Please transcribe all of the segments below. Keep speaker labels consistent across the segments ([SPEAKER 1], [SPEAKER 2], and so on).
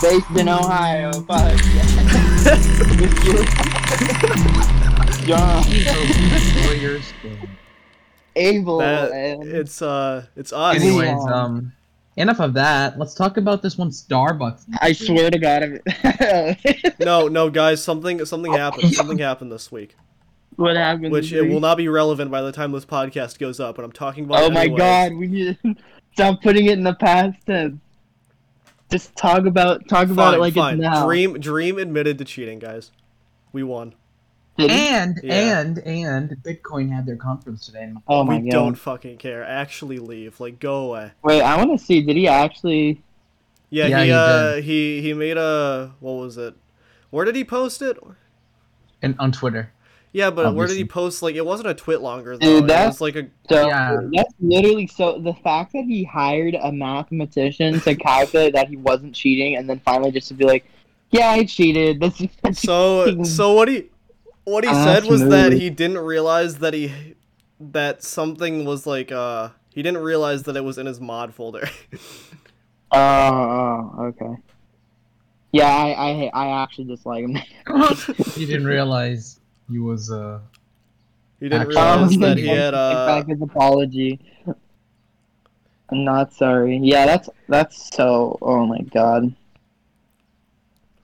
[SPEAKER 1] based in Ohio. Fuck. With you. John
[SPEAKER 2] Destroy your skin.
[SPEAKER 1] Abel
[SPEAKER 3] That,
[SPEAKER 1] and
[SPEAKER 3] it's uh, it's us.
[SPEAKER 1] Anyway.
[SPEAKER 2] Anyways, um, enough of that. Let's talk about this one Starbucks.
[SPEAKER 1] I swear to God, if-
[SPEAKER 3] No, no, guys, something
[SPEAKER 1] Oh.
[SPEAKER 3] something happened. Something happened this week,
[SPEAKER 1] what happened?
[SPEAKER 3] which
[SPEAKER 1] this
[SPEAKER 3] it will
[SPEAKER 1] week?
[SPEAKER 3] not be relevant by the time this podcast goes up. But I'm talking about.
[SPEAKER 1] Oh
[SPEAKER 3] it
[SPEAKER 1] my
[SPEAKER 3] anyways.
[SPEAKER 1] God, we need to stop putting it in the past tense. Just talk about talk
[SPEAKER 3] Fine,
[SPEAKER 1] about it like
[SPEAKER 3] fine.
[SPEAKER 1] it's now.
[SPEAKER 3] Dream, Dream admitted to cheating, guys. We won.
[SPEAKER 1] Did he?
[SPEAKER 2] And
[SPEAKER 3] Yeah.
[SPEAKER 2] and and Bitcoin had their conference today. and
[SPEAKER 1] Oh my
[SPEAKER 3] we
[SPEAKER 1] God.
[SPEAKER 3] don't fucking care. Actually, leave. Like, go away.
[SPEAKER 1] Wait, I want to see. Did he actually?
[SPEAKER 3] Yeah,
[SPEAKER 2] Yeah,
[SPEAKER 3] he,
[SPEAKER 2] he
[SPEAKER 3] uh, he he made a what was it? Where did he post it?
[SPEAKER 2] And on Twitter.
[SPEAKER 3] Yeah, but where did
[SPEAKER 2] Obviously.
[SPEAKER 3] he post? Like, it wasn't a twit longer though.
[SPEAKER 1] Dude,
[SPEAKER 3] it
[SPEAKER 1] that-
[SPEAKER 3] was like a
[SPEAKER 1] So
[SPEAKER 2] Yeah.
[SPEAKER 1] that's literally so. The fact that he hired a mathematician to calculate that he wasn't cheating, and then finally just to be like, "Yeah, I cheated." This is
[SPEAKER 3] so so what he what he said was that he didn't realize that he that something was like uh he didn't realize that it was in his mod folder.
[SPEAKER 1] Oh, oh, okay. Yeah, I, I, I actually dislike him.
[SPEAKER 2] You didn't realize he was uh
[SPEAKER 3] he didn't realize
[SPEAKER 2] Actually. Um,
[SPEAKER 3] that he had
[SPEAKER 1] back
[SPEAKER 3] uh
[SPEAKER 1] his apology. I'm not sorry. Yeah, that's that's so. Oh my god.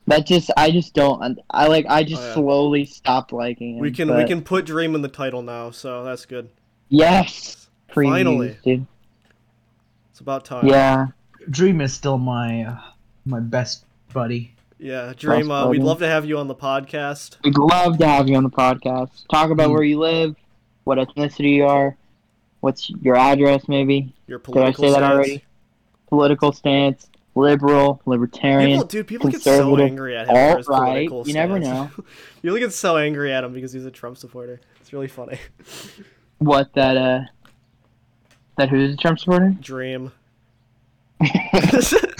[SPEAKER 1] That just I just don't I like I just
[SPEAKER 3] Oh, yeah.
[SPEAKER 1] slowly stopped liking him.
[SPEAKER 3] we can we
[SPEAKER 1] but-
[SPEAKER 3] can put dream in the title now, so that's good.
[SPEAKER 1] yes previews,
[SPEAKER 3] Finally.
[SPEAKER 1] dude.
[SPEAKER 3] It's about time.
[SPEAKER 1] Yeah.
[SPEAKER 2] Dream is still my uh, my best buddy.
[SPEAKER 3] Yeah, Dream, uh, we'd
[SPEAKER 1] Crossbody.
[SPEAKER 3] love to have you on the podcast.
[SPEAKER 1] We'd love to have you on the podcast. Talk about
[SPEAKER 3] Hmm.
[SPEAKER 2] Mm.
[SPEAKER 1] where you live, what ethnicity you are, what's your address, maybe,
[SPEAKER 3] Your
[SPEAKER 1] I
[SPEAKER 3] political
[SPEAKER 1] say that
[SPEAKER 3] stance.
[SPEAKER 1] already? political stance, liberal, libertarian,
[SPEAKER 3] People, dude, people get so
[SPEAKER 1] conservative,
[SPEAKER 3] angry at him for
[SPEAKER 1] alt
[SPEAKER 3] his
[SPEAKER 1] right.
[SPEAKER 3] political
[SPEAKER 1] You never
[SPEAKER 3] stance.
[SPEAKER 1] know
[SPEAKER 3] People get so angry at him because he's a Trump supporter. It's really funny.
[SPEAKER 1] what that uh that who's a Trump supporter?
[SPEAKER 3] Dream.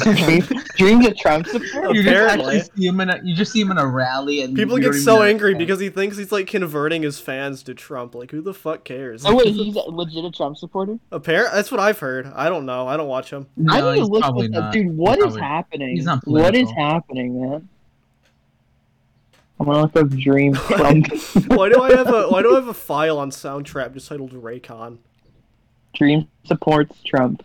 [SPEAKER 1] Dream- Dream's a Trump supporter.
[SPEAKER 2] You just actually
[SPEAKER 3] Apparently.
[SPEAKER 2] see him in a you just see him in a rally and
[SPEAKER 3] People
[SPEAKER 2] you
[SPEAKER 3] get
[SPEAKER 2] don't even
[SPEAKER 3] so
[SPEAKER 2] know-
[SPEAKER 3] angry because he thinks he's like converting his fans to Trump. Like, who the fuck cares?
[SPEAKER 1] Oh wait, he's a legit a Trump supporter.
[SPEAKER 3] Apparent. That's what I've heard. I don't know. I don't watch him.
[SPEAKER 2] No,
[SPEAKER 1] I need to
[SPEAKER 2] he's
[SPEAKER 1] look
[SPEAKER 2] probably
[SPEAKER 1] this up,
[SPEAKER 2] not.
[SPEAKER 1] dude. What is
[SPEAKER 2] He's probably-
[SPEAKER 1] happening?
[SPEAKER 2] he's not
[SPEAKER 1] what is
[SPEAKER 2] political.
[SPEAKER 1] happening, man? I'm gonna look up Dream Trump.
[SPEAKER 3] Why do I have a Why do I have a file on Soundtrap just titled Raycon?
[SPEAKER 1] Dream supports Trump.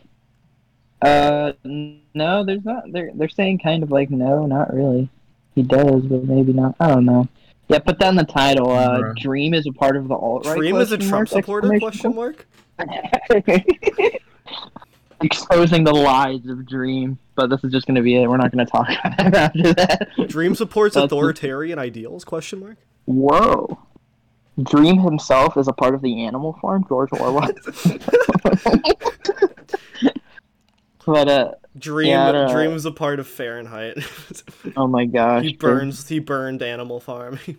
[SPEAKER 1] Uh, n- no, there's not. They're they're saying kind of like no, not really. He does, but maybe not. I don't know. Yeah, put that in the title. Uh,
[SPEAKER 2] Bruh.
[SPEAKER 1] Dream is a part of the alt right.
[SPEAKER 3] Dream is a Trump supporter? Question mark.
[SPEAKER 1] Exposing the lies of Dream, but this is just gonna be it. We're not gonna talk about it after that.
[SPEAKER 3] Dream supports
[SPEAKER 1] That's-
[SPEAKER 3] authoritarian ideals? Question mark.
[SPEAKER 1] Whoa. Dream himself is a part of the animal farm, George Orwell. but uh,
[SPEAKER 3] Dream
[SPEAKER 1] Yeah, I don't know.
[SPEAKER 3] Dream's a part of Fahrenheit.
[SPEAKER 1] oh my gosh.
[SPEAKER 3] he
[SPEAKER 1] dude.
[SPEAKER 3] burns. He burned Animal Farm.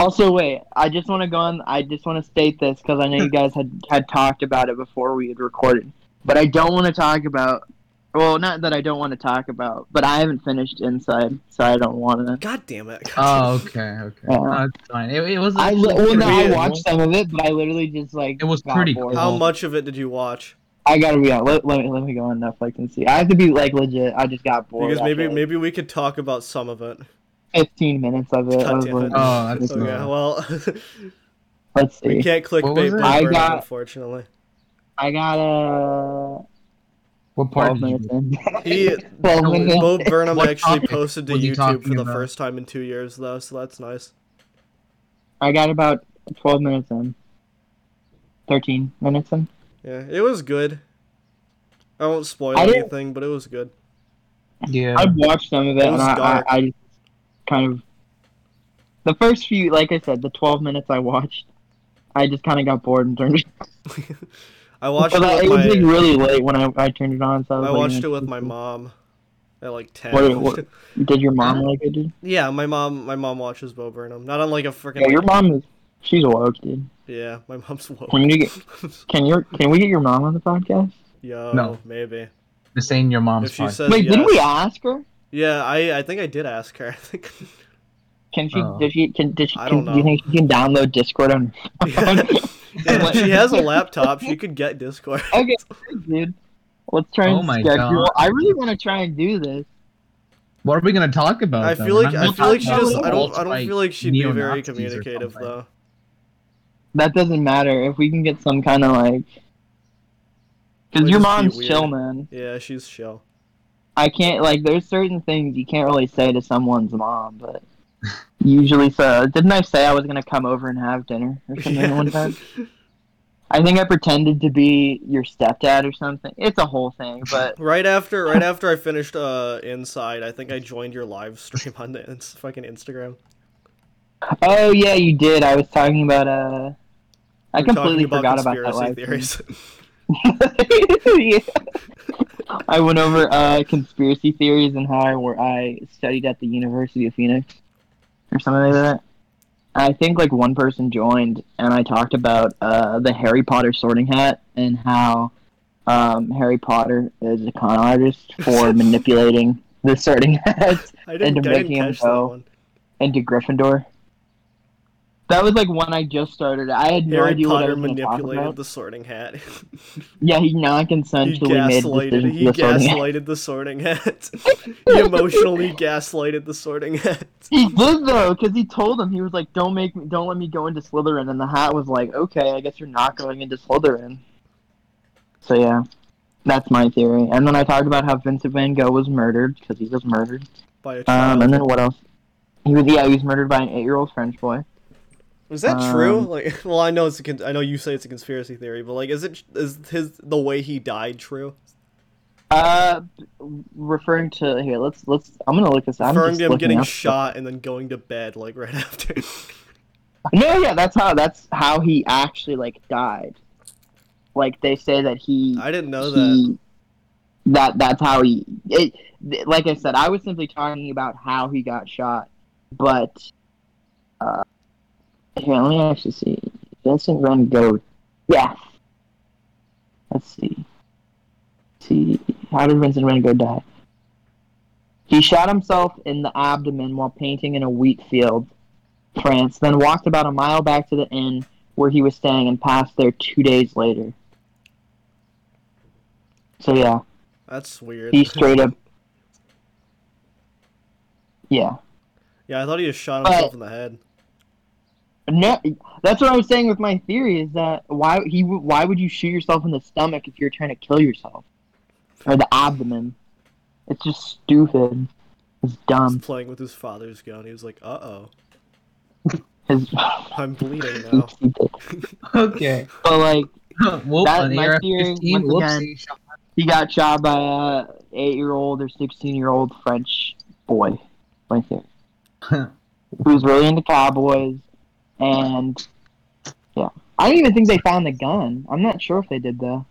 [SPEAKER 1] Also, wait. I just want to go on. I just want to state this because I know you guys had had talked about it before we had recorded, but I don't want to talk about. Well, not that I don't want to talk about, but I haven't finished Inside, so I don't want to.
[SPEAKER 3] God damn it.
[SPEAKER 2] Oh, okay, okay.
[SPEAKER 1] Yeah.
[SPEAKER 2] No, it's fine. It, it was
[SPEAKER 1] I li- well,
[SPEAKER 2] actually
[SPEAKER 1] no, I
[SPEAKER 2] pretty-
[SPEAKER 1] watched some of it, but I literally just like
[SPEAKER 2] It was
[SPEAKER 1] got
[SPEAKER 2] pretty
[SPEAKER 1] bored.
[SPEAKER 2] cool.
[SPEAKER 3] How much of it did you watch?
[SPEAKER 1] I gotta be out. Let, let me let me go on Netflix and see. I have to be like legit. I just got bored.
[SPEAKER 3] Because maybe
[SPEAKER 1] after,
[SPEAKER 3] maybe we could talk about some of it.
[SPEAKER 1] like, fifteen minutes of it.
[SPEAKER 3] God
[SPEAKER 1] I was
[SPEAKER 3] damn
[SPEAKER 1] like,
[SPEAKER 3] it.
[SPEAKER 2] Oh, that's
[SPEAKER 3] Okay,
[SPEAKER 2] not-
[SPEAKER 3] well,
[SPEAKER 1] let's
[SPEAKER 3] we
[SPEAKER 1] see.
[SPEAKER 3] can't
[SPEAKER 2] What was
[SPEAKER 3] clickbait
[SPEAKER 2] it?
[SPEAKER 3] Big
[SPEAKER 1] I
[SPEAKER 3] Bird,
[SPEAKER 1] got-
[SPEAKER 3] unfortunately.
[SPEAKER 1] I got uh,
[SPEAKER 2] What part?
[SPEAKER 1] twelve
[SPEAKER 2] Did you
[SPEAKER 1] minutes in.
[SPEAKER 3] He,
[SPEAKER 1] Twelve
[SPEAKER 2] Wait,
[SPEAKER 1] minutes.
[SPEAKER 3] Bo Burnham
[SPEAKER 2] What
[SPEAKER 3] actually
[SPEAKER 2] topic
[SPEAKER 3] posted to
[SPEAKER 2] was he
[SPEAKER 3] YouTube
[SPEAKER 2] talking
[SPEAKER 3] for the
[SPEAKER 2] about?
[SPEAKER 3] first time in two years, though, so that's nice.
[SPEAKER 1] I got about 12 minutes in. 13 minutes in.
[SPEAKER 3] Yeah, it was good. I won't spoil
[SPEAKER 1] I didn't-
[SPEAKER 3] anything, but it was good.
[SPEAKER 2] yeah.
[SPEAKER 1] i watched some of it,
[SPEAKER 3] It was
[SPEAKER 1] and I, I,
[SPEAKER 3] dark.
[SPEAKER 1] I just kind of. The first few, like I said, the 12 minutes I watched, I just kind of got bored and turned it
[SPEAKER 3] I watched it
[SPEAKER 1] But I,
[SPEAKER 3] with
[SPEAKER 1] it was like
[SPEAKER 3] my
[SPEAKER 1] really late when I, I turned it on, so I, was
[SPEAKER 3] I
[SPEAKER 1] like,
[SPEAKER 3] watched
[SPEAKER 1] "Man,
[SPEAKER 3] it with my mom at like ten.
[SPEAKER 1] What- what- Did your mom like it, dude?
[SPEAKER 3] yeah, my mom my mom watches Bo Burnham. Not on like a freaking
[SPEAKER 1] Yeah, your mom is. She's woke, dude.
[SPEAKER 3] Yeah, my mom's woke.
[SPEAKER 1] When you get, can you can we get your mom on the podcast?
[SPEAKER 3] Yo,
[SPEAKER 2] No.
[SPEAKER 3] maybe.
[SPEAKER 2] This ain't your mom's
[SPEAKER 3] If she
[SPEAKER 2] fault.
[SPEAKER 3] says
[SPEAKER 1] Wait,
[SPEAKER 3] yes.
[SPEAKER 1] didn't we ask her?
[SPEAKER 3] Yeah, I I think I did ask her. I think
[SPEAKER 1] Can she?
[SPEAKER 2] Oh.
[SPEAKER 1] Did she? Can? Did she?
[SPEAKER 3] I
[SPEAKER 1] Can,
[SPEAKER 3] don't
[SPEAKER 1] do you
[SPEAKER 3] know.
[SPEAKER 1] think she can download Discord on?
[SPEAKER 3] yeah, if she has a laptop. She could get Discord.
[SPEAKER 1] Okay, dude. Let's try and
[SPEAKER 2] Oh my
[SPEAKER 1] schedule.
[SPEAKER 2] God.
[SPEAKER 1] I really want to try and do this.
[SPEAKER 2] What are we gonna talk about?
[SPEAKER 3] I
[SPEAKER 2] though?
[SPEAKER 3] feel
[SPEAKER 2] We're
[SPEAKER 3] like
[SPEAKER 2] not
[SPEAKER 3] I
[SPEAKER 2] gonna
[SPEAKER 3] feel
[SPEAKER 2] talk
[SPEAKER 3] like she
[SPEAKER 2] about
[SPEAKER 3] just I don't I
[SPEAKER 2] alt-right
[SPEAKER 3] don't feel like she'd be very
[SPEAKER 2] neo-Nazis or
[SPEAKER 3] communicative
[SPEAKER 2] something.
[SPEAKER 3] though.
[SPEAKER 1] That doesn't matter if we can get some kind of like. Because
[SPEAKER 3] Way
[SPEAKER 1] your
[SPEAKER 3] to be
[SPEAKER 1] mom's chill,
[SPEAKER 3] weird.
[SPEAKER 1] man.
[SPEAKER 3] Yeah, she's shell.
[SPEAKER 1] I can't like. There's certain things you can't really say to someone's mom, but usually, so didn't I say I was gonna come over and have dinner or something one time? I think I pretended to be your stepdad or something. It's a whole thing, but
[SPEAKER 3] Right after right after I finished uh inside, I think I joined your live stream on the ins- fucking Instagram.
[SPEAKER 1] oh yeah, you did. I was talking about uh, I
[SPEAKER 3] We were talking
[SPEAKER 1] completely forgot about that
[SPEAKER 3] conspiracy
[SPEAKER 1] live stream.
[SPEAKER 3] theories.
[SPEAKER 1] Yeah. I went over uh, conspiracy theories and how I, wor- I studied at the University of Phoenix or something like that. I think like one person joined and I talked about uh, the Harry Potter sorting hat and how um, Harry Potter is a con artist for manipulating the sorting hats
[SPEAKER 3] I didn't,
[SPEAKER 1] into
[SPEAKER 3] I didn't
[SPEAKER 1] making him
[SPEAKER 3] catch that
[SPEAKER 1] go.
[SPEAKER 3] one.
[SPEAKER 1] into Gryffindor. That was like when I just started. I had no
[SPEAKER 3] Harry
[SPEAKER 1] idea what I
[SPEAKER 3] Potter
[SPEAKER 1] was going to talk
[SPEAKER 3] manipulated
[SPEAKER 1] about.
[SPEAKER 3] the sorting hat.
[SPEAKER 1] Yeah, he
[SPEAKER 3] he
[SPEAKER 1] non-consensually made a decision
[SPEAKER 3] gaslighted
[SPEAKER 1] for
[SPEAKER 3] he
[SPEAKER 1] the sorting hat.
[SPEAKER 3] gaslighted the sorting hat. he emotionally gaslighted the sorting hat.
[SPEAKER 1] He did though, because he told him he was like, "Don't make me, don't let me go into Slytherin." And the hat was like, "Okay, I guess you're not going into Slytherin." So yeah, that's my theory. And then I talked about how Vincent Van Gogh was murdered because he was murdered.
[SPEAKER 3] By a child.
[SPEAKER 1] Um, and then what else? He was yeah, he was murdered by an eight-year-old French boy.
[SPEAKER 3] Is that true?
[SPEAKER 1] Um,
[SPEAKER 3] Like, well, I know it's a con- I know you say it's a conspiracy theory, but like, is it is his the way he died true?
[SPEAKER 1] Uh, referring to here, let's let's. I'm gonna look this. up. I'm
[SPEAKER 3] Confirmed
[SPEAKER 1] just
[SPEAKER 3] him
[SPEAKER 1] looking
[SPEAKER 3] getting
[SPEAKER 1] up-
[SPEAKER 3] shot and then going to bed like right after.
[SPEAKER 1] No, yeah, that's how that's how he actually like died. Like they say that he
[SPEAKER 3] I didn't know that.
[SPEAKER 1] he, that that's how he it, th- like i said i was simply talking about how he got shot but uh here let me actually see vincent van gogh yeah let's see see how did vincent van gogh die he shot himself in the abdomen while painting in a wheat field france then walked about a mile back to the inn where he was staying and passed there two days later so yeah
[SPEAKER 3] That's weird.
[SPEAKER 1] he straight up. Yeah.
[SPEAKER 3] yeah, I thought he just shot
[SPEAKER 1] But-
[SPEAKER 3] himself in the head.
[SPEAKER 1] No, that's what I was saying with my theory is that why he w- why would you shoot yourself in the stomach if you're trying to kill yourself or the abdomen? It's just stupid. It's
[SPEAKER 3] He
[SPEAKER 2] um,
[SPEAKER 3] was
[SPEAKER 1] dumb.
[SPEAKER 3] playing with his father's gun. He was like, "Uh oh,
[SPEAKER 1] His
[SPEAKER 3] I'm bleeding now."
[SPEAKER 2] Okay.
[SPEAKER 1] but like
[SPEAKER 2] Whoop,
[SPEAKER 1] That-
[SPEAKER 2] honey,
[SPEAKER 1] my
[SPEAKER 2] you're at
[SPEAKER 1] theory,
[SPEAKER 2] 15.
[SPEAKER 1] once again-
[SPEAKER 2] Whoopsie.
[SPEAKER 1] he got shot by a eight year old or sixteen year old French boy, right there, who's really into cowboys, and yeah, I don't even think they found the gun. I'm not sure if they did though.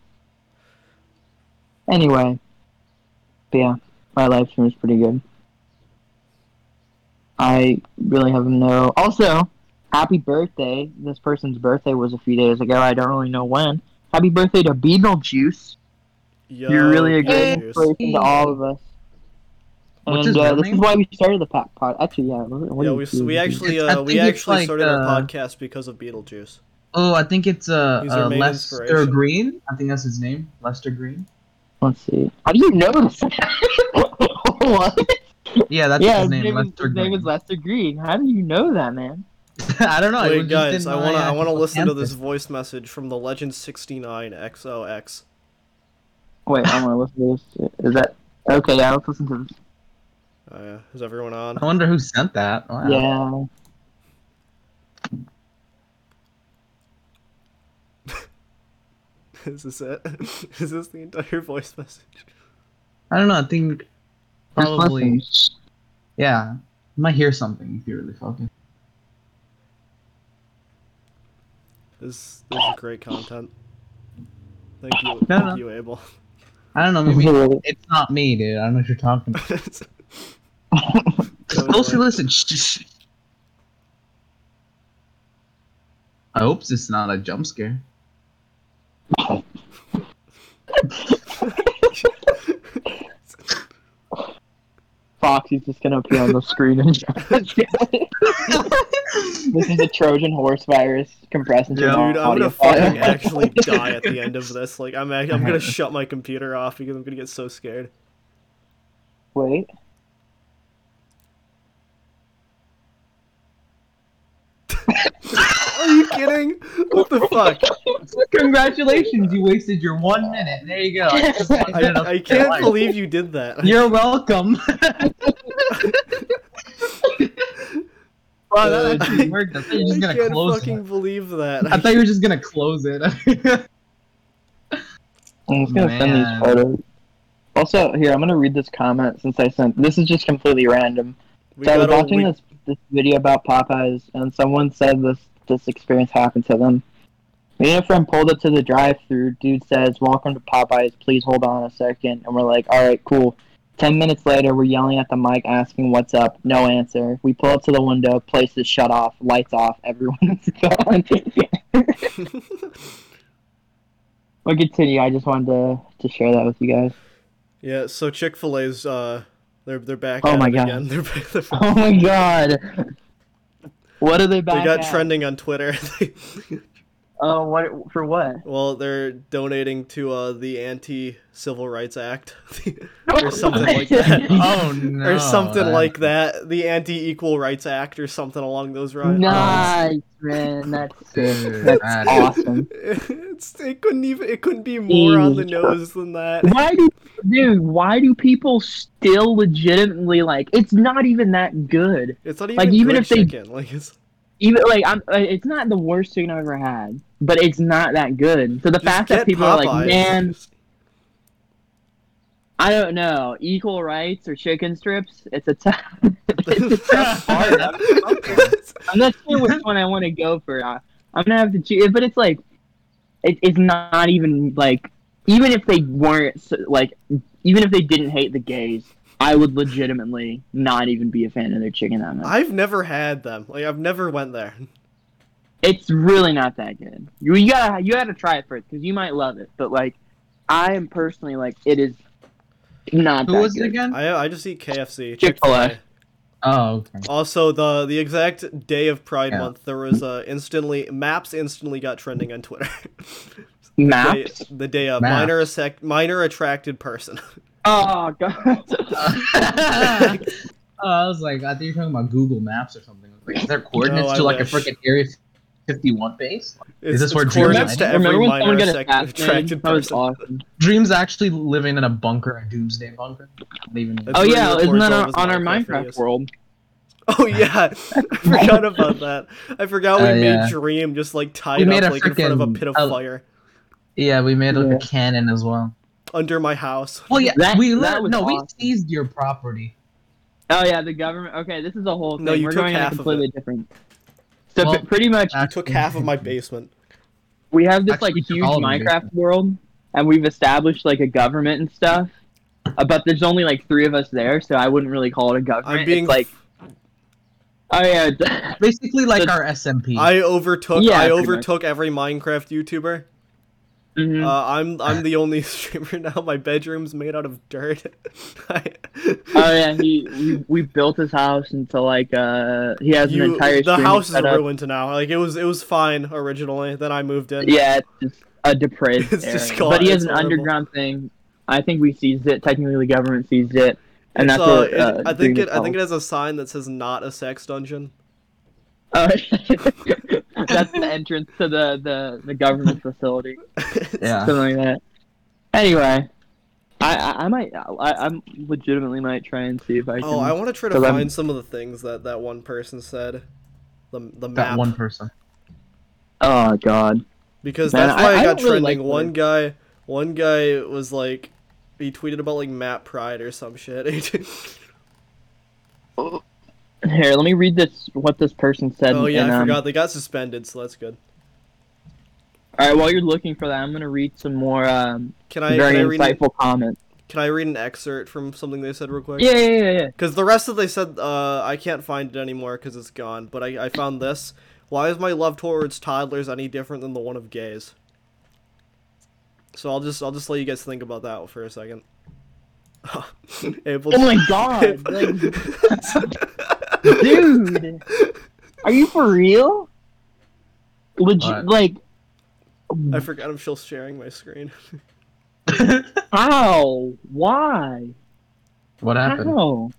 [SPEAKER 1] Anyway, but yeah, my live stream is pretty good. I really have no. Also, happy birthday! This person's birthday was a few days ago. I don't really know when. Happy birthday to Beetlejuice.
[SPEAKER 3] Yo,
[SPEAKER 1] You're really a good
[SPEAKER 3] Beetlejuice.
[SPEAKER 1] inspiration to all of us. and
[SPEAKER 2] What's his
[SPEAKER 1] uh,
[SPEAKER 2] real
[SPEAKER 1] this
[SPEAKER 2] name?
[SPEAKER 1] is why we started the pot. pod. Actually, yeah. What, what
[SPEAKER 3] Yeah,
[SPEAKER 1] do
[SPEAKER 3] we,
[SPEAKER 1] you-
[SPEAKER 3] we actually
[SPEAKER 2] It's- I
[SPEAKER 3] uh, we
[SPEAKER 2] think it's
[SPEAKER 3] actually
[SPEAKER 2] like,
[SPEAKER 3] started our
[SPEAKER 2] uh,
[SPEAKER 3] podcast because of Beetlejuice.
[SPEAKER 2] Oh, I think it's uh,
[SPEAKER 3] He's our
[SPEAKER 2] uh
[SPEAKER 3] main
[SPEAKER 2] Lester
[SPEAKER 3] inspiration.
[SPEAKER 2] Green. I think that's his name. Lester Green.
[SPEAKER 1] Let's see. How do you know this? what?
[SPEAKER 2] Yeah, that's
[SPEAKER 1] yeah,
[SPEAKER 2] his name.
[SPEAKER 1] is,
[SPEAKER 2] Lester
[SPEAKER 1] his name
[SPEAKER 2] Green.
[SPEAKER 1] is Lester Green. How do you know that, man?
[SPEAKER 2] I don't know. it was
[SPEAKER 3] Wait, guys,
[SPEAKER 2] just in
[SPEAKER 3] I
[SPEAKER 2] my,
[SPEAKER 3] wanna
[SPEAKER 2] uh,
[SPEAKER 3] I wanna listen to this
[SPEAKER 2] campus.
[SPEAKER 3] voice message from the Legend sixty nine XOX.
[SPEAKER 1] Wait, I want to listen to this. Is that okay? Yeah, let's listen to this.
[SPEAKER 3] Oh, yeah. Is everyone on?
[SPEAKER 2] I wonder who sent that. Wow.
[SPEAKER 1] Yeah.
[SPEAKER 3] Is this it? Is this the entire voice message?
[SPEAKER 2] I don't know. I think
[SPEAKER 1] Just
[SPEAKER 2] probably.
[SPEAKER 1] listen.
[SPEAKER 2] Yeah, I might hear something if you really focus.
[SPEAKER 3] This, this is great content. Thank you,
[SPEAKER 2] No,
[SPEAKER 3] thank
[SPEAKER 2] no.
[SPEAKER 3] you, Abel.
[SPEAKER 2] I don't know. Maybe it's not me, dude. I don't know what you're talking about. Closely listen. Shh, shh, shh. I hope it's not a jump scare.
[SPEAKER 1] Fox, he's just gonna appear on the screen and. this is a Trojan horse virus compressed into
[SPEAKER 2] Yeah.
[SPEAKER 1] an
[SPEAKER 3] Dude, I'm
[SPEAKER 1] audio
[SPEAKER 3] gonna fucking
[SPEAKER 1] file.
[SPEAKER 3] actually die at the end of this. Like, I'm act- I'm gonna shut my computer off because I'm gonna get so scared.
[SPEAKER 1] Wait.
[SPEAKER 3] Are you kidding? What the fuck?
[SPEAKER 2] Congratulations, you wasted your one minute. There you go. It's just one
[SPEAKER 3] I,
[SPEAKER 2] minute of
[SPEAKER 3] I
[SPEAKER 2] your
[SPEAKER 3] can't
[SPEAKER 2] life.
[SPEAKER 3] believe you did that.
[SPEAKER 2] You're welcome. wow, that actually worked. I thought you
[SPEAKER 3] Uh, I
[SPEAKER 2] Uh, were just gonna
[SPEAKER 3] can't
[SPEAKER 2] close
[SPEAKER 3] fucking
[SPEAKER 2] it.
[SPEAKER 3] believe that.
[SPEAKER 2] I thought you were just gonna close it.
[SPEAKER 1] I'm just gonna send
[SPEAKER 2] Man.
[SPEAKER 1] these photos. Also, here I'm gonna read this comment since I sent. This is just completely random.
[SPEAKER 3] we
[SPEAKER 1] so I was
[SPEAKER 3] gotta-
[SPEAKER 1] watching
[SPEAKER 3] we-
[SPEAKER 1] this this video about Popeyes, and someone said this this experience happened to them. Me and a friend pulled up to the drive-through. Dude says, "Welcome to Popeyes. Please hold on a second. And we're like, "All right, cool." Ten minutes later, we're yelling at the mic, asking what's up. No answer. We pull up to the window. Place is shut off. Lights off. Everyone's gone. we continue. I just wanted to to share that with you guys.
[SPEAKER 3] yeah, so Chick Fil A's uh, they're they're back.
[SPEAKER 1] Oh
[SPEAKER 3] at
[SPEAKER 1] my
[SPEAKER 3] it
[SPEAKER 1] God.
[SPEAKER 3] Again. They're back, they're back.
[SPEAKER 1] Oh my god. What are they
[SPEAKER 3] They
[SPEAKER 1] back
[SPEAKER 3] got
[SPEAKER 1] at?
[SPEAKER 3] trending on Twitter.
[SPEAKER 1] Oh, what for what?
[SPEAKER 3] well, they're donating to uh, the anti Civil Rights Act or something like that.
[SPEAKER 2] oh no.
[SPEAKER 3] or something
[SPEAKER 2] that-
[SPEAKER 3] like that. The Anti Equal Rights Act or something along those lines.
[SPEAKER 1] Nice, man. That's
[SPEAKER 2] Dude,
[SPEAKER 1] That's
[SPEAKER 2] that-
[SPEAKER 1] awesome.
[SPEAKER 3] it's, it couldn't even it couldn't be more on the
[SPEAKER 1] Jesus Christ.
[SPEAKER 3] nose than that.
[SPEAKER 1] Why do, dude? Why do people still legitimately like? It's not even that good.
[SPEAKER 3] It's not even
[SPEAKER 1] Like, even
[SPEAKER 3] good
[SPEAKER 1] if they-
[SPEAKER 3] chicken. Like it's
[SPEAKER 1] Even like, I'm. uh, It's not the worst chicken I've ever had, but it's not that good. So the
[SPEAKER 3] just
[SPEAKER 1] fact
[SPEAKER 3] get
[SPEAKER 1] that people are
[SPEAKER 3] Popeyes.
[SPEAKER 1] like, man, I don't know, equal rights or chicken strips. It's a tough. it's a tough part. I'm, I'm not sure which one I want to go for. I, I'm gonna have to choose, but it's like, it, it's not even like, even if they weren't so- like, even if they didn't hate the gays, I would legitimately not even be a fan of their chicken that much.
[SPEAKER 3] I've never had them. Like I've never went there.
[SPEAKER 1] It's really not that good. You, you gotta you gotta try it first because you might love it. But like, I am personally like, it is not
[SPEAKER 2] Who
[SPEAKER 1] that
[SPEAKER 2] was it
[SPEAKER 1] good.
[SPEAKER 2] again?
[SPEAKER 3] I I just eat KFC.
[SPEAKER 1] Chick-fil-A.
[SPEAKER 3] Chick-fil-A.
[SPEAKER 2] Oh, okay.
[SPEAKER 3] Also, the the exact day of Pride
[SPEAKER 2] Yeah.
[SPEAKER 3] Month, there was uh, instantly maps instantly got trending on Twitter. They-
[SPEAKER 1] Maps.
[SPEAKER 3] the day a
[SPEAKER 2] Maps.
[SPEAKER 3] minor sec- minor attracted person.
[SPEAKER 1] Oh god.
[SPEAKER 2] Uh, I was like, I think you're talking about Google Maps or something. Like, is there coordinates
[SPEAKER 3] No, I
[SPEAKER 2] to like
[SPEAKER 3] wish.
[SPEAKER 2] a freaking Area 51 base?
[SPEAKER 3] It's,
[SPEAKER 2] this
[SPEAKER 3] it's
[SPEAKER 2] where Drew
[SPEAKER 3] coordinates
[SPEAKER 2] died?
[SPEAKER 3] to every
[SPEAKER 1] Remember when
[SPEAKER 3] minor
[SPEAKER 1] someone got
[SPEAKER 3] sec-
[SPEAKER 1] assassinated?
[SPEAKER 3] attracted
[SPEAKER 1] That was
[SPEAKER 3] person.
[SPEAKER 1] awesome.
[SPEAKER 2] Dream's actually living in a bunker, a doomsday bunker. Not even.
[SPEAKER 3] That's
[SPEAKER 1] Oh
[SPEAKER 3] where he
[SPEAKER 1] yeah, isn't
[SPEAKER 3] records
[SPEAKER 1] that
[SPEAKER 3] all
[SPEAKER 1] on,
[SPEAKER 3] his
[SPEAKER 1] on our
[SPEAKER 3] Minecraft
[SPEAKER 1] Minecraft
[SPEAKER 3] videos.
[SPEAKER 1] world?
[SPEAKER 3] Oh yeah, I forgot about that. I forgot we
[SPEAKER 2] Oh,
[SPEAKER 3] made
[SPEAKER 2] yeah.
[SPEAKER 3] Dream just like tied
[SPEAKER 2] We made
[SPEAKER 3] up
[SPEAKER 2] a
[SPEAKER 3] like in front of a
[SPEAKER 2] frickin',
[SPEAKER 3] pit of
[SPEAKER 2] uh,
[SPEAKER 3] fire
[SPEAKER 2] Yeah, we made like
[SPEAKER 1] Yeah.
[SPEAKER 2] a cannon as well.
[SPEAKER 3] under my house.
[SPEAKER 2] Well, yeah,
[SPEAKER 1] That-
[SPEAKER 2] we
[SPEAKER 1] that
[SPEAKER 2] lit-
[SPEAKER 1] was
[SPEAKER 2] no,
[SPEAKER 1] awesome.
[SPEAKER 2] we seized your property.
[SPEAKER 1] Oh yeah, the government. Okay, this is a whole thing.
[SPEAKER 3] No, you
[SPEAKER 1] We're
[SPEAKER 3] took
[SPEAKER 1] going in a
[SPEAKER 3] half of
[SPEAKER 1] completely different. So
[SPEAKER 2] Well-
[SPEAKER 1] pr- pretty much,
[SPEAKER 3] I took half of my basement.
[SPEAKER 1] we have this
[SPEAKER 2] Actually,
[SPEAKER 1] like
[SPEAKER 2] we
[SPEAKER 1] huge
[SPEAKER 2] all do,
[SPEAKER 1] Minecraft world, and we've established like a government and stuff. Uh, but there's only like three of us there, so I wouldn't really call it a government.
[SPEAKER 3] I'm being
[SPEAKER 1] it's like, oh yeah, it's-
[SPEAKER 2] Basically, like
[SPEAKER 1] The-
[SPEAKER 2] our SMP.
[SPEAKER 3] I overtook.
[SPEAKER 1] Yeah,
[SPEAKER 3] I
[SPEAKER 1] pretty much.
[SPEAKER 3] overtook every Minecraft YouTuber.
[SPEAKER 1] mhm.
[SPEAKER 3] Uh, I'm I'm the only streamer now. My bedroom's made out of dirt. I-
[SPEAKER 1] oh yeah, he we, we built his house into like uh he has
[SPEAKER 3] you-
[SPEAKER 1] an entire
[SPEAKER 3] the
[SPEAKER 1] screen
[SPEAKER 3] house is
[SPEAKER 1] set up.
[SPEAKER 3] ruined now. Like it was it was fine originally. Then I moved in.
[SPEAKER 1] Yeah, it's just a depraved
[SPEAKER 3] It's
[SPEAKER 1] area.
[SPEAKER 3] just called-
[SPEAKER 1] but he has
[SPEAKER 3] it's
[SPEAKER 1] an
[SPEAKER 3] horrible.
[SPEAKER 1] underground thing. I think we seized it. Technically, the government seized it, and
[SPEAKER 3] It's,
[SPEAKER 1] that's
[SPEAKER 3] uh,
[SPEAKER 1] what
[SPEAKER 3] it-
[SPEAKER 1] uh,
[SPEAKER 3] I think it. I think
[SPEAKER 1] Dream
[SPEAKER 3] it has a sign that says "Not a sex dungeon."
[SPEAKER 1] is called. Uh, Oh, that's the entrance to the the, the government facility,
[SPEAKER 2] yeah.
[SPEAKER 1] something like that. Anyway, I I, I might I I'm legitimately might try and see if I can.
[SPEAKER 3] Oh, I want to try to
[SPEAKER 1] So that-
[SPEAKER 3] find some of the things that that one person said. The the map.
[SPEAKER 2] That one person.
[SPEAKER 1] Oh, god.
[SPEAKER 3] because
[SPEAKER 1] Man,
[SPEAKER 3] that's why
[SPEAKER 1] I-
[SPEAKER 3] I,
[SPEAKER 1] I
[SPEAKER 3] got
[SPEAKER 1] don't really
[SPEAKER 3] trending.
[SPEAKER 1] like
[SPEAKER 3] one guy, one guy was like, he tweeted about like Matt Pride or some shit.
[SPEAKER 1] Here, let me read this. What this person said.
[SPEAKER 3] oh yeah,
[SPEAKER 1] and,
[SPEAKER 3] I
[SPEAKER 1] um,
[SPEAKER 3] forgot they got suspended, so that's good.
[SPEAKER 1] All right, while you're looking for that, I'm gonna read some more um,
[SPEAKER 3] Can I,
[SPEAKER 1] very
[SPEAKER 3] can I read an,
[SPEAKER 1] insightful comments.
[SPEAKER 3] can I read an excerpt from something they said real quick?
[SPEAKER 1] Yeah, yeah, yeah, yeah.
[SPEAKER 3] Because the rest of they said, uh, I can't find it anymore because it's gone. But I, I found this. Why is my love towards toddlers any different than the one of gays? So I'll just I'll just let you guys think about that for a second. Abel,
[SPEAKER 1] Oh my god, like, dude, are you for real? Legit,
[SPEAKER 2] What?
[SPEAKER 1] like,
[SPEAKER 3] I forgot I'm still sharing my screen.
[SPEAKER 1] how? Why? Oh,
[SPEAKER 2] What happened?
[SPEAKER 1] How?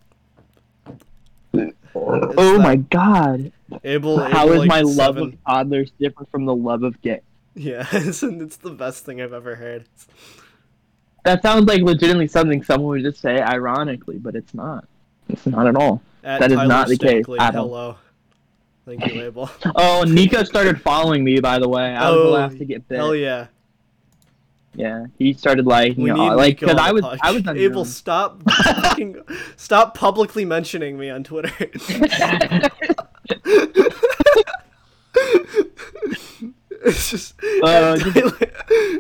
[SPEAKER 1] Oh,
[SPEAKER 3] It's that-
[SPEAKER 1] my god.
[SPEAKER 3] Abel,
[SPEAKER 1] How
[SPEAKER 3] Abel,
[SPEAKER 1] is
[SPEAKER 3] like,
[SPEAKER 1] my love
[SPEAKER 3] seven.
[SPEAKER 1] of toddlers different from the love of dick?
[SPEAKER 3] Yeah, it's, it's the best thing I've ever heard.
[SPEAKER 1] That sounds like legitimately something someone would just say ironically, but it's not. It's not at all.
[SPEAKER 3] At
[SPEAKER 1] That is
[SPEAKER 3] Tyler
[SPEAKER 1] not the case
[SPEAKER 3] Stinkley,
[SPEAKER 1] at all.
[SPEAKER 3] hello. Thank you, Abel.
[SPEAKER 1] Oh, Nico started following me, by the way. I was
[SPEAKER 3] Oh,
[SPEAKER 1] the last to get bit.
[SPEAKER 3] Hell yeah.
[SPEAKER 1] Yeah, he started liking
[SPEAKER 3] We
[SPEAKER 1] it.
[SPEAKER 3] need
[SPEAKER 1] all- Like,
[SPEAKER 3] Nico
[SPEAKER 1] because
[SPEAKER 3] on
[SPEAKER 1] I
[SPEAKER 3] the
[SPEAKER 1] was,
[SPEAKER 3] podcast.
[SPEAKER 1] I was on
[SPEAKER 3] Abel,
[SPEAKER 1] Zoom.
[SPEAKER 3] stop, fucking- stop publicly mentioning me on Twitter. it's just
[SPEAKER 1] Uh,
[SPEAKER 3] at, Tyler,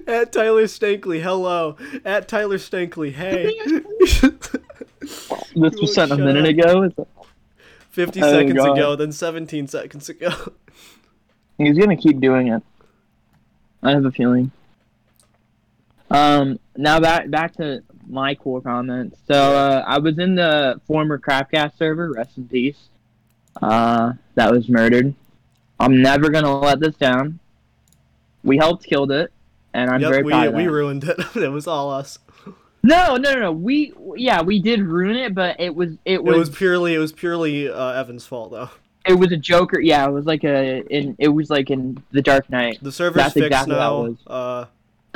[SPEAKER 3] at Tyler Stankley, hello. At Tyler Stankley, hey.
[SPEAKER 1] This was sent a
[SPEAKER 3] Shut
[SPEAKER 1] minute
[SPEAKER 3] up.
[SPEAKER 1] ago. Is it-
[SPEAKER 3] Fifty
[SPEAKER 1] Oh,
[SPEAKER 3] seconds
[SPEAKER 1] God.
[SPEAKER 3] ago, then seventeen seconds ago.
[SPEAKER 1] He's gonna keep doing it. I have a feeling. Um, now back back to my cool comments. So uh, I was in the former Crapcast server. Rest in peace. Uh, that was murdered. I'm never gonna let this down. We helped killed it, and I'm very
[SPEAKER 3] yep,
[SPEAKER 1] proud
[SPEAKER 3] we
[SPEAKER 1] of that.
[SPEAKER 3] we ruined it. it was all us.
[SPEAKER 1] No, no, no, no. We yeah, we did ruin it, but it was it
[SPEAKER 3] It was
[SPEAKER 1] was
[SPEAKER 3] purely it was purely uh, Evan's fault though.
[SPEAKER 1] it was a Joker. Yeah, it was like a in it was like in the Dark Knight.
[SPEAKER 3] The server's
[SPEAKER 1] That's
[SPEAKER 3] fixed
[SPEAKER 1] exactly how
[SPEAKER 3] now.
[SPEAKER 1] it
[SPEAKER 3] Uh,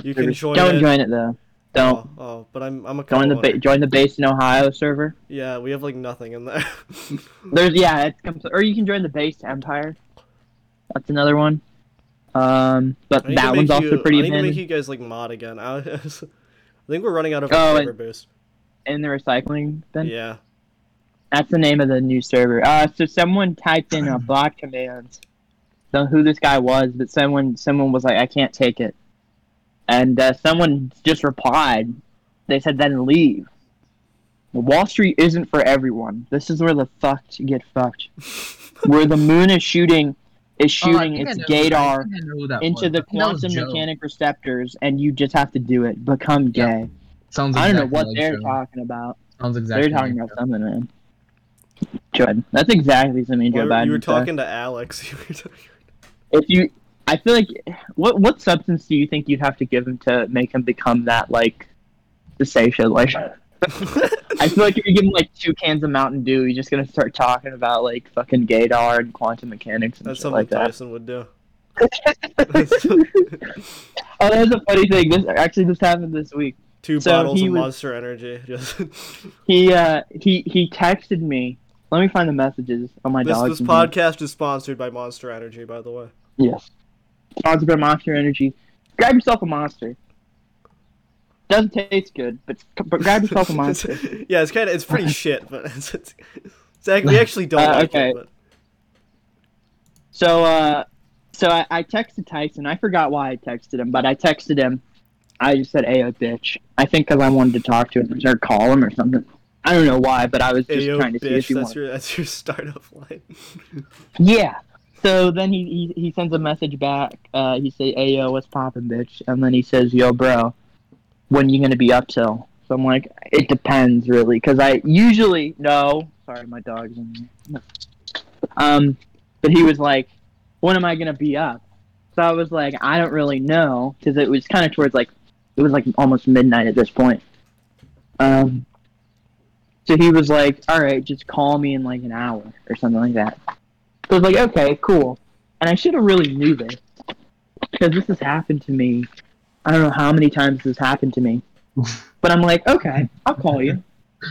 [SPEAKER 3] you can join.
[SPEAKER 1] Don't
[SPEAKER 3] it.
[SPEAKER 1] join it though. Don't
[SPEAKER 3] Oh, oh, but I'm I'm a
[SPEAKER 1] join the
[SPEAKER 3] co-owner.
[SPEAKER 1] ba- join the base in Ohio server.
[SPEAKER 3] Yeah, we have like nothing in there.
[SPEAKER 1] There's yeah, it's compl- or you can join the base Empire. That's another one. Um, but
[SPEAKER 3] I need to
[SPEAKER 1] that
[SPEAKER 3] make
[SPEAKER 1] one's
[SPEAKER 3] you,
[SPEAKER 1] also
[SPEAKER 3] I
[SPEAKER 1] pretty
[SPEAKER 3] need to make
[SPEAKER 1] big
[SPEAKER 3] you guys like mod again. I, I think we're running out of
[SPEAKER 1] Oh,
[SPEAKER 3] server boost.
[SPEAKER 1] in the recycling bin.
[SPEAKER 3] Yeah.
[SPEAKER 1] That's the name of the new server. Uh, so someone typed in a bot command. Don't know who this guy was, but someone someone was like, "I can't take it," and uh, someone just replied. They said, "Then leave." Wall Street isn't for everyone. This is where the fucked get fucked. where the moon is shooting, is
[SPEAKER 2] Oh, I
[SPEAKER 1] shooting
[SPEAKER 2] think I
[SPEAKER 1] its
[SPEAKER 2] know- I think
[SPEAKER 1] Gadar
[SPEAKER 2] I know who that
[SPEAKER 1] into the
[SPEAKER 2] was. I think that was
[SPEAKER 1] quantum
[SPEAKER 2] Joe.
[SPEAKER 1] mechanic receptors, and you just have to do it. Become
[SPEAKER 2] Yeah,
[SPEAKER 1] gay.
[SPEAKER 2] Sounds
[SPEAKER 1] I don't know
[SPEAKER 2] exactly
[SPEAKER 1] what
[SPEAKER 2] like
[SPEAKER 1] they're
[SPEAKER 2] Joe.
[SPEAKER 1] talking about.
[SPEAKER 2] Sounds exactly.
[SPEAKER 1] They're talking
[SPEAKER 2] like
[SPEAKER 1] about something, man. Joe Biden. That's exactly something Joe
[SPEAKER 3] Well, you
[SPEAKER 1] Biden.
[SPEAKER 3] were
[SPEAKER 1] said.
[SPEAKER 3] talking to Alex. You were talking-
[SPEAKER 1] If you, I feel like, what what substance do you think you'd have to give him to make him become that like, to say shit like? I feel like if you give him like two cans of Mountain Dew, he's just gonna start talking about like fucking Gadar and quantum mechanics and
[SPEAKER 3] That's
[SPEAKER 1] shit
[SPEAKER 3] something
[SPEAKER 1] like that.
[SPEAKER 3] Tyson would do.
[SPEAKER 1] oh, that's a funny thing. This actually this happened this week.
[SPEAKER 3] Two
[SPEAKER 1] So
[SPEAKER 3] bottles
[SPEAKER 1] he
[SPEAKER 3] of
[SPEAKER 1] was-
[SPEAKER 3] Monster Energy. Just
[SPEAKER 1] He uh he he texted me. Let me find the messages on my
[SPEAKER 3] this
[SPEAKER 1] dog.
[SPEAKER 3] this podcast is sponsored by Monster Energy, by the way.
[SPEAKER 1] Yes. Sponsored by Monster Energy. Grab yourself a monster. Doesn't taste good, but, but grab yourself a monster.
[SPEAKER 3] yeah, it's kind of it's pretty shit, but it's, it's, it's act- we actually don't
[SPEAKER 1] Uh,
[SPEAKER 3] like
[SPEAKER 1] okay.
[SPEAKER 3] it. But
[SPEAKER 1] So, uh, so I, I texted Tyson. I forgot why I texted him, but I texted him. I just said, "Ayo, bitch." I think because I wanted to talk to him or call him or something. I don't know why, but I was just
[SPEAKER 3] Ayo,
[SPEAKER 1] trying to see if
[SPEAKER 3] bitch,
[SPEAKER 1] he
[SPEAKER 3] that's
[SPEAKER 1] wanted.
[SPEAKER 3] your that's your startup line.
[SPEAKER 1] Yeah. So then he, he he sends a message back. Uh, he say, "Ayo, what's poppin', bitch?" And then he says, "Yo, bro, when you gonna be up till?" So I'm like, "It depends, really, because I usually no." Sorry, my dog's in here. No. Um, but he was like, "When am I gonna be up?" So I was like, "I don't really know," because it was kind of towards like it was like almost midnight at this point. Um. So he was like, "All right, just call me in like an hour or something like that." So I was like, okay, cool. And I should have really knew this because this has happened to me. I don't know how many times this has happened to me, but I'm like, okay, I'll call you.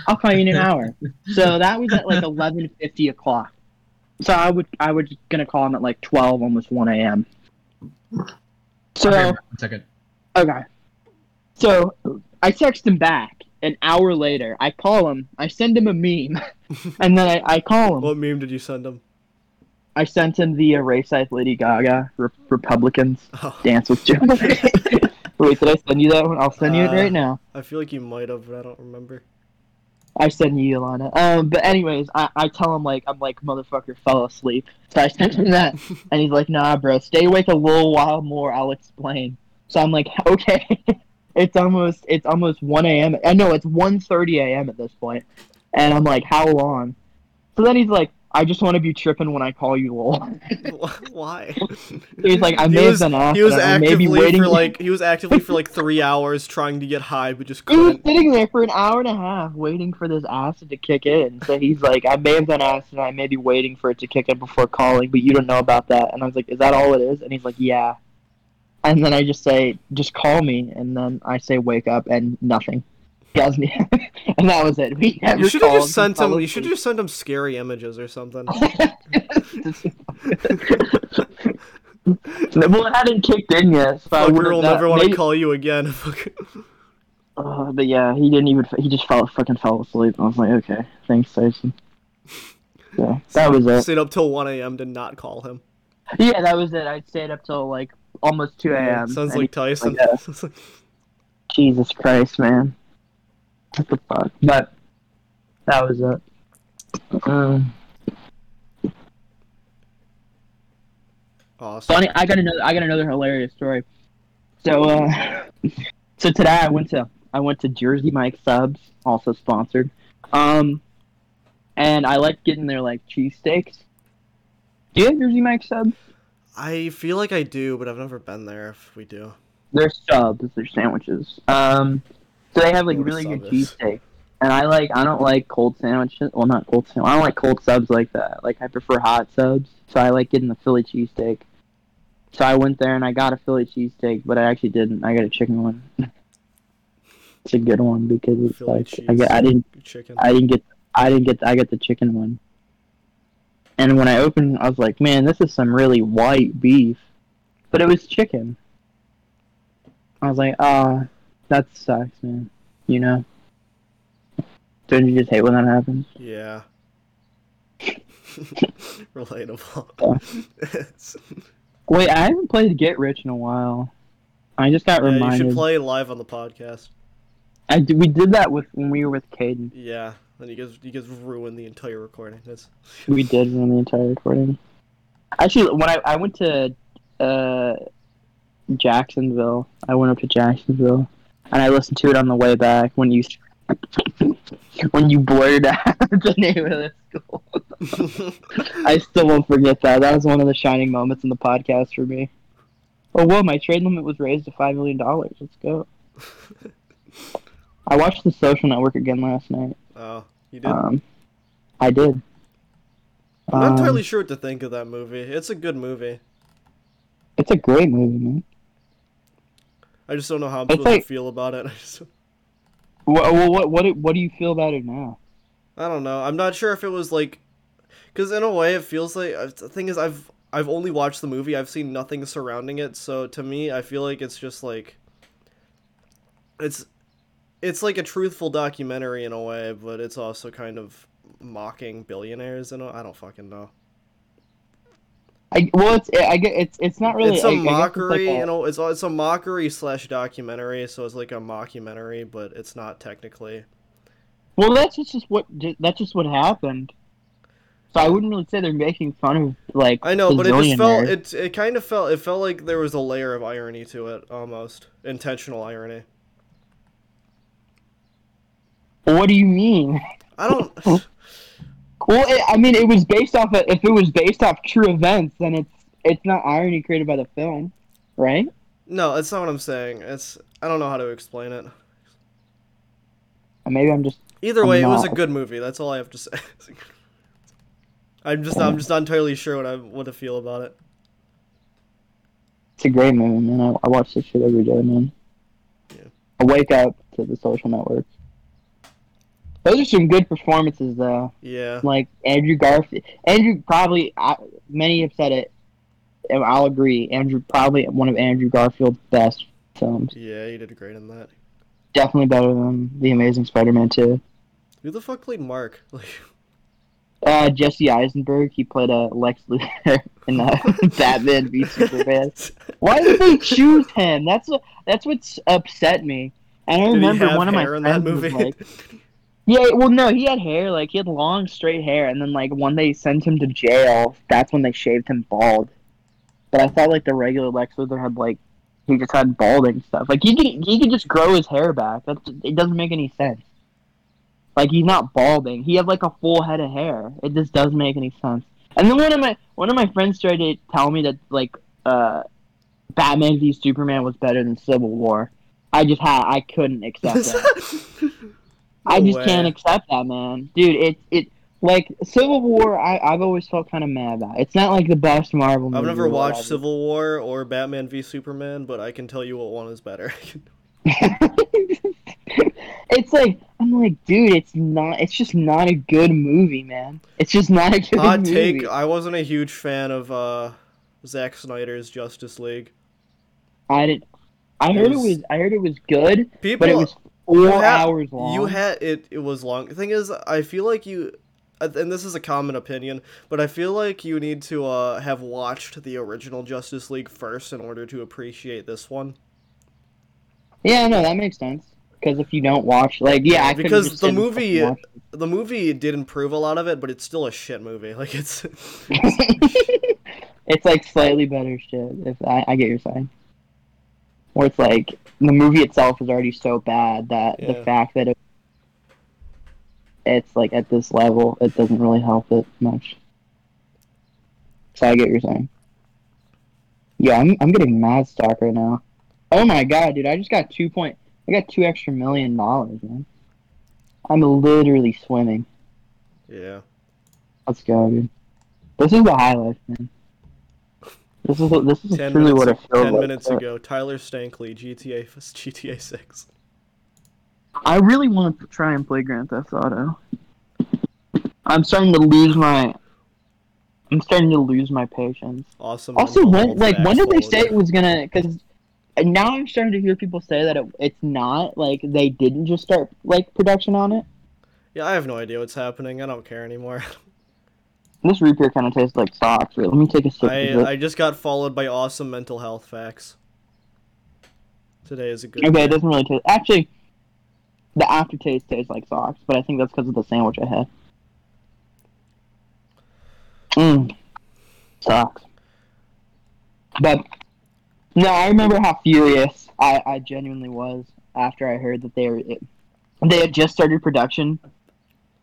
[SPEAKER 1] I'll call you in an hour. So that was at like 11:50 o'clock. So I would I was gonna call him at like 12, almost 1 a.m.
[SPEAKER 2] Okay,
[SPEAKER 1] So
[SPEAKER 2] one second.
[SPEAKER 1] Okay. So I text him back an hour later. I call him. I send him a meme, and then I, I call him.
[SPEAKER 3] What meme did you send him?
[SPEAKER 1] I sent him the Erase Life Lady Gaga Re- Republicans
[SPEAKER 3] Oh,
[SPEAKER 1] Dance with Joe. Wait, did I send you that one? I'll send you it
[SPEAKER 3] Uh.
[SPEAKER 1] right now.
[SPEAKER 3] I feel like you might have, but I don't remember.
[SPEAKER 1] I send you Yolanda. Um, but anyways, I, I tell him like I'm like motherfucker fell asleep. So I sent him that, and he's like, nah, bro, stay awake a little while more. I'll explain. So I'm like, okay. it's almost it's almost 1 a.m. I know it's 1:30 a.m. at this point, and I'm like, how long? So then he's like, I just want to be tripping when I call you lol.
[SPEAKER 3] Wh- Why?
[SPEAKER 1] He's like, I may
[SPEAKER 3] he was,
[SPEAKER 1] have done
[SPEAKER 3] he was
[SPEAKER 1] maybe
[SPEAKER 3] actively
[SPEAKER 1] waiting
[SPEAKER 3] for like he was actively for like three hours trying to get high, but just
[SPEAKER 1] He was
[SPEAKER 3] couldn't.
[SPEAKER 1] sitting there for an hour and a half waiting for this acid to kick in. So he's like, I may have done acid and I may be waiting for it to kick in before calling, but you don't know about that. And I was like, Is that all it is? And he's like, Yeah. And then I just say, Just call me. And then I say, Wake up and nothing. He has me. and that was it. We never
[SPEAKER 3] You should have
[SPEAKER 1] called.
[SPEAKER 3] just
[SPEAKER 1] He
[SPEAKER 3] sent
[SPEAKER 1] fell
[SPEAKER 3] him. You should
[SPEAKER 1] asleep.
[SPEAKER 3] have just sent him scary images or something.
[SPEAKER 1] well, it hadn't kicked in yet, so I
[SPEAKER 3] Fucker
[SPEAKER 1] would've
[SPEAKER 3] will
[SPEAKER 1] not-
[SPEAKER 3] never want to
[SPEAKER 1] maybe-
[SPEAKER 3] call you again. Fuck.
[SPEAKER 1] Uh, but yeah, he didn't even. He just fell, fucking fell asleep. I was like, okay, thanks, Tyson. Yeah, that was it.
[SPEAKER 3] Stayed up till 1 a.m. to not call him.
[SPEAKER 1] Yeah, that was it. I stayed up till like almost two a.m.
[SPEAKER 3] Sounds
[SPEAKER 1] and
[SPEAKER 3] like Tyson.
[SPEAKER 1] I he- Jesus Christ, man. What the fuck? But that was it. Um,
[SPEAKER 3] awesome.
[SPEAKER 1] funny, I got another. I got another hilarious story. So, uh, so today I went to I went to Jersey Mike Subs, also sponsored. Um, and I like getting their like cheesesteaks. Do you have Jersey Mike subs?
[SPEAKER 3] I feel like I do, but I've never been there. If we do,
[SPEAKER 1] They're subs, they're sandwiches. Um, so they have like
[SPEAKER 3] What a
[SPEAKER 1] really good
[SPEAKER 3] sub is.
[SPEAKER 1] cheesesteaks. And I like I don't like cold sandwiches. Well, not cold sandwich. I don't like cold subs like that. Like I prefer hot subs. So I like getting the Philly cheesesteak. So I went there and I got a Philly cheesesteak, but I actually didn't. I got a chicken one. it's a good one because it's
[SPEAKER 3] Philly
[SPEAKER 1] like I, get, I
[SPEAKER 3] cheese.
[SPEAKER 1] didn't
[SPEAKER 3] chicken.
[SPEAKER 1] I didn't get I didn't get I got the chicken one. And when I opened, I was like, "Man, this is some really white beef," but it was chicken. I was like, "Ah, that sucks, man." You know? Don't you just hate when that happens?
[SPEAKER 3] Yeah. Relatable. It's-
[SPEAKER 1] Wait, I haven't played Get Rich in a while. I just got
[SPEAKER 3] yeah, you
[SPEAKER 1] reminded.
[SPEAKER 3] should play live on the podcast.
[SPEAKER 1] I did, we did that with when we were with Caden.
[SPEAKER 3] Yeah, and you guys, you guys ruined the entire recording. That's
[SPEAKER 1] We did run the entire recording. Actually, when I, I went to uh, Jacksonville, I went up to Jacksonville, and I listened to it on the way back when you when you blurred out the name of the school. I still won't forget that. That was one of the shining moments in the podcast for me. Oh whoa, my trade limit was raised to five million dollars. Let's go. I watched The Social Network again last night.
[SPEAKER 3] oh, you did.
[SPEAKER 1] Um, I did.
[SPEAKER 3] I'm not
[SPEAKER 1] um,
[SPEAKER 3] entirely sure what to think of that movie. It's a good movie.
[SPEAKER 1] Um, It's a great movie, man.
[SPEAKER 3] I just don't know how I'm
[SPEAKER 1] It's
[SPEAKER 3] supposed
[SPEAKER 1] like-
[SPEAKER 3] to feel about it. I, just,
[SPEAKER 1] What what what what, do- what do you feel about it now?
[SPEAKER 3] I don't know. I'm not sure if it was like, because in a way, it feels like uh, the thing is, I've I've only watched the movie. I've seen nothing surrounding it. So to me, I feel like it's just like, it's, it's like a truthful documentary in a way, but it's also kind of mocking billionaires. And I don't fucking know.
[SPEAKER 1] I well, it's I get it's it's not really.
[SPEAKER 3] it's
[SPEAKER 1] I-
[SPEAKER 3] a
[SPEAKER 1] I guess it's like
[SPEAKER 3] mockery,
[SPEAKER 1] a-
[SPEAKER 3] you know. It's a- it's a mockery slash documentary, so it's like a mockumentary, but it's not technically.
[SPEAKER 1] well, that's just, just what that's just what happened. So I wouldn't really say they're making fun of like.
[SPEAKER 3] I know, but it just
[SPEAKER 1] billionaires.
[SPEAKER 3] felt it. It kind of felt it felt like there was a layer of irony to it, almost intentional irony.
[SPEAKER 1] What do you mean?
[SPEAKER 3] I don't.
[SPEAKER 1] Well, it, I mean, it was based off. Of, if it was based off true events, then it's it's not irony created by the film, right?
[SPEAKER 3] no, that's not what I'm saying. It's I don't know how to explain it.
[SPEAKER 1] Or maybe I'm just.
[SPEAKER 3] Either
[SPEAKER 1] I'm
[SPEAKER 3] way, it was a
[SPEAKER 1] not-
[SPEAKER 3] good movie. That's all I have to say. I'm just I'm just not entirely sure what I what to feel about it.
[SPEAKER 1] It's a great movie, man. I, I watch this shit every day, man.
[SPEAKER 3] Yeah.
[SPEAKER 1] I wake up to the social network. Those are some good performances, though.
[SPEAKER 3] Yeah,
[SPEAKER 1] like Andrew Garfield. Andrew probably I, many have said it. and I'll agree. Andrew probably one of Andrew Garfield's best films.
[SPEAKER 3] yeah, you did great in that.
[SPEAKER 1] Definitely better than The Amazing Spider-Man Two.
[SPEAKER 3] Who the fuck played Mark? Like.
[SPEAKER 1] Uh, Jesse Eisenberg. He played a Lex Luthor in the Batman v Superman. Why did they choose him? That's what that's what's upset me. And I
[SPEAKER 3] Did he
[SPEAKER 1] remember
[SPEAKER 3] have
[SPEAKER 1] one of my
[SPEAKER 3] hair in
[SPEAKER 1] friends
[SPEAKER 3] that
[SPEAKER 1] was
[SPEAKER 3] movie?
[SPEAKER 1] like, Yeah, well, no, he had hair. Like he had long, straight hair, and then like when they sent him to jail, that's when they shaved him bald. But I thought like the regular Lex Luthor had like he just had balding stuff. Like he could he could just grow his hair back. That's it doesn't make any sense. Like he's not balding. He had like a full head of hair. It just doesn't make any sense. And then one of my one of my friends tried to tell me that like uh, Batman v Superman was better than Civil War. I just had I couldn't accept that. I
[SPEAKER 3] No
[SPEAKER 1] just
[SPEAKER 3] way.
[SPEAKER 1] can't accept that, man. Dude, it it like Civil War. I I've always felt kind of mad about. It's not like the best Marvel.
[SPEAKER 3] I've
[SPEAKER 1] movie
[SPEAKER 3] never
[SPEAKER 1] or
[SPEAKER 3] watched
[SPEAKER 1] whatever.
[SPEAKER 3] Civil War or Batman v Superman, but I can tell you what one is better.
[SPEAKER 1] it's like I'm like, dude, it's not. It's just not a good movie, man. It's just not a good
[SPEAKER 3] Hot
[SPEAKER 1] movie.
[SPEAKER 3] take: I wasn't a huge fan of uh, Zack Snyder's Justice League.
[SPEAKER 1] I didn't. I heard it
[SPEAKER 3] There's-
[SPEAKER 1] was. I heard it was good,
[SPEAKER 3] People,
[SPEAKER 1] but it was four
[SPEAKER 3] ha-
[SPEAKER 1] hours long.
[SPEAKER 3] you had it. It was long. The thing is, I feel like you, and this is a common opinion, but I feel like you need to uh, have watched the original Justice League first in order to appreciate this one.
[SPEAKER 1] yeah, no, that makes sense. Because if you don't watch, like, yeah, I couldn't
[SPEAKER 3] Because
[SPEAKER 1] just
[SPEAKER 3] the
[SPEAKER 1] sit and
[SPEAKER 3] movie-
[SPEAKER 1] fucking watch it.
[SPEAKER 3] The movie did improve a lot of it, but it's still a shit movie. Like it's.
[SPEAKER 1] it's like slightly better shit. If I, I get your saying, where it's like the movie itself is already so bad that
[SPEAKER 3] Yeah.
[SPEAKER 1] the fact that it, it's like at this level, it doesn't really help it much. So I get your saying. Yeah, I'm I'm getting mad stock right now. Oh my god, dude! I just got two point. I got two extra million dollars, man. I'm literally swimming.
[SPEAKER 3] yeah.
[SPEAKER 1] Let's go, dude. This is the highlight, man. This is this is
[SPEAKER 3] Ten
[SPEAKER 1] truly
[SPEAKER 3] minutes,
[SPEAKER 1] what it feels
[SPEAKER 3] ten
[SPEAKER 1] like.
[SPEAKER 3] minutes ago, Tyler Stankley, GTA f- GTA Six.
[SPEAKER 1] I really want to try and play Grand Theft Auto. I'm starting to lose my. I'm starting to lose my patience.
[SPEAKER 3] Awesome.
[SPEAKER 1] Also,
[SPEAKER 3] mental
[SPEAKER 1] when
[SPEAKER 3] health
[SPEAKER 1] like when did they
[SPEAKER 3] asshole.
[SPEAKER 1] say it was gonna? Because now I'm starting to hear people say that it, it's not like they didn't just start like production on it.
[SPEAKER 3] Yeah, I have no idea what's happening. I don't care anymore.
[SPEAKER 1] This root beer kind of tastes like socks. Wait, let me take a sip.
[SPEAKER 3] I
[SPEAKER 1] of it.
[SPEAKER 3] I just got followed by awesome mental health facts. Today is a good.
[SPEAKER 1] Okay, it
[SPEAKER 3] day.
[SPEAKER 1] doesn't really taste. Actually, the aftertaste tastes like socks, but I think that's because of the sandwich I had. Mmm, socks. But no, I remember how furious I, I genuinely was after I heard that they were it, they had just started production.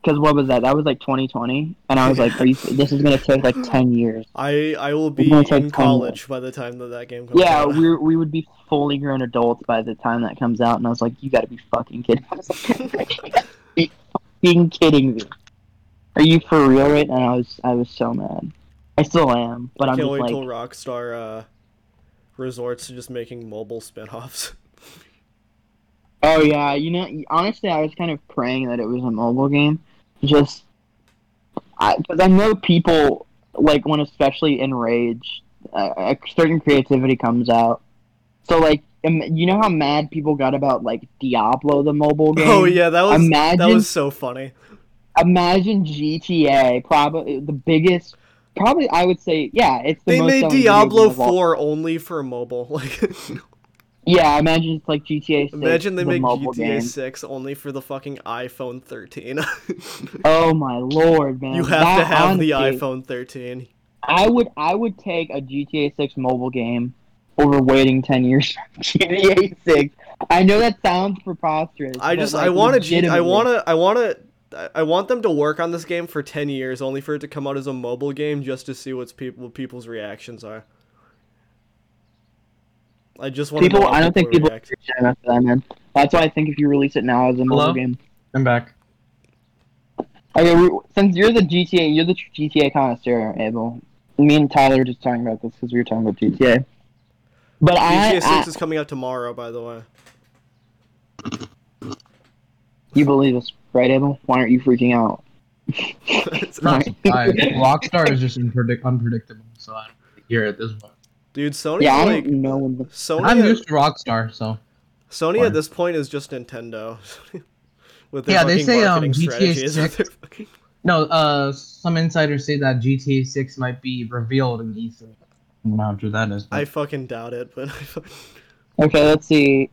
[SPEAKER 1] Because what was that? That was like 2020, and I was like, Are you, "This is gonna take like 10 years."
[SPEAKER 3] I I
[SPEAKER 1] We're
[SPEAKER 3] will be
[SPEAKER 1] gonna take time.
[SPEAKER 3] in college by the time that that game comes
[SPEAKER 1] Yeah,
[SPEAKER 3] out.
[SPEAKER 1] we we would be fully grown adults by the time that comes out, and I was like, "You got to be fucking kidding!" I was like, "You gotta be fucking kidding me? Are you for real right now?" And I was I was so mad. I still am, but
[SPEAKER 3] I
[SPEAKER 1] I'm
[SPEAKER 3] can't
[SPEAKER 1] just
[SPEAKER 3] wait
[SPEAKER 1] like,
[SPEAKER 3] till Rockstar uh, resorts to just making mobile spin-offs.
[SPEAKER 1] "Oh yeah, you know." Honestly, I was kind of praying that it was a mobile game, just because I, know people like when especially enraged, uh, a certain creativity comes out. So like, im- you know how mad people got about like Diablo, the mobile game.
[SPEAKER 3] Oh yeah, that was that
[SPEAKER 1] Imagine-
[SPEAKER 3] was so funny.
[SPEAKER 1] imagine GTA, probably the biggest. Probably, I would say, yeah, it's the
[SPEAKER 3] They
[SPEAKER 1] most
[SPEAKER 3] made
[SPEAKER 1] selling video
[SPEAKER 3] Diablo
[SPEAKER 1] game of all-
[SPEAKER 3] 4 only for mobile. Like
[SPEAKER 1] Yeah, imagine it's like GTA. 6,
[SPEAKER 3] Imagine they
[SPEAKER 1] the
[SPEAKER 3] make
[SPEAKER 1] mobile
[SPEAKER 3] GTA
[SPEAKER 1] game.
[SPEAKER 3] 6 only for the fucking iPhone 13.
[SPEAKER 1] Oh my lord, man!
[SPEAKER 3] you have to
[SPEAKER 1] That
[SPEAKER 3] have the
[SPEAKER 1] honestly-
[SPEAKER 3] iPhone 13.
[SPEAKER 1] I would, I would take a GTA Six mobile game over waiting ten years for GTA Six. I know that sounds preposterous.
[SPEAKER 3] I
[SPEAKER 1] but,
[SPEAKER 3] just
[SPEAKER 1] like,
[SPEAKER 3] I want to G-
[SPEAKER 1] legitimately,
[SPEAKER 3] I want to I want to I- I want them to work on this game for 10 years only for it to come out as a mobile game just to see what's people what people's reactions are. I just want
[SPEAKER 1] people.
[SPEAKER 3] to know how
[SPEAKER 1] I don't think people
[SPEAKER 3] react.
[SPEAKER 1] appreciate enough of that, man. That's why I think if you release it now as a mobile
[SPEAKER 2] Hello?
[SPEAKER 1] game,
[SPEAKER 2] I'm back.
[SPEAKER 1] Okay, we, since you're the GTA, you're the tr- GTA connoisseur, Abel. Me and Tyler were just talking about this because we were talking about GTA. But I,
[SPEAKER 3] GTA 6
[SPEAKER 1] I
[SPEAKER 3] is coming out tomorrow by the way.
[SPEAKER 1] you believe us, right, Abel? Why aren't you freaking out? Right.
[SPEAKER 2] I, Rockstar is just unpredict- unpredictable, so I don't hear it at this point.
[SPEAKER 3] Dude, Sony
[SPEAKER 1] yeah, I
[SPEAKER 3] like
[SPEAKER 1] don't know. when the-
[SPEAKER 2] I'm
[SPEAKER 3] Sony
[SPEAKER 2] used to Rockstar, so
[SPEAKER 3] Sony
[SPEAKER 2] Fine.
[SPEAKER 3] at this point is just Nintendo. With
[SPEAKER 2] Yeah, they
[SPEAKER 3] fucking
[SPEAKER 2] say, um,
[SPEAKER 3] marketing
[SPEAKER 2] GTA
[SPEAKER 3] strategies with
[SPEAKER 2] 6
[SPEAKER 3] their fucking-
[SPEAKER 2] no. Uh, some insiders say that GTA 6 might be revealed in E E3. I'm not sure that is.
[SPEAKER 3] I fucking doubt it, but
[SPEAKER 1] Okay, let's see.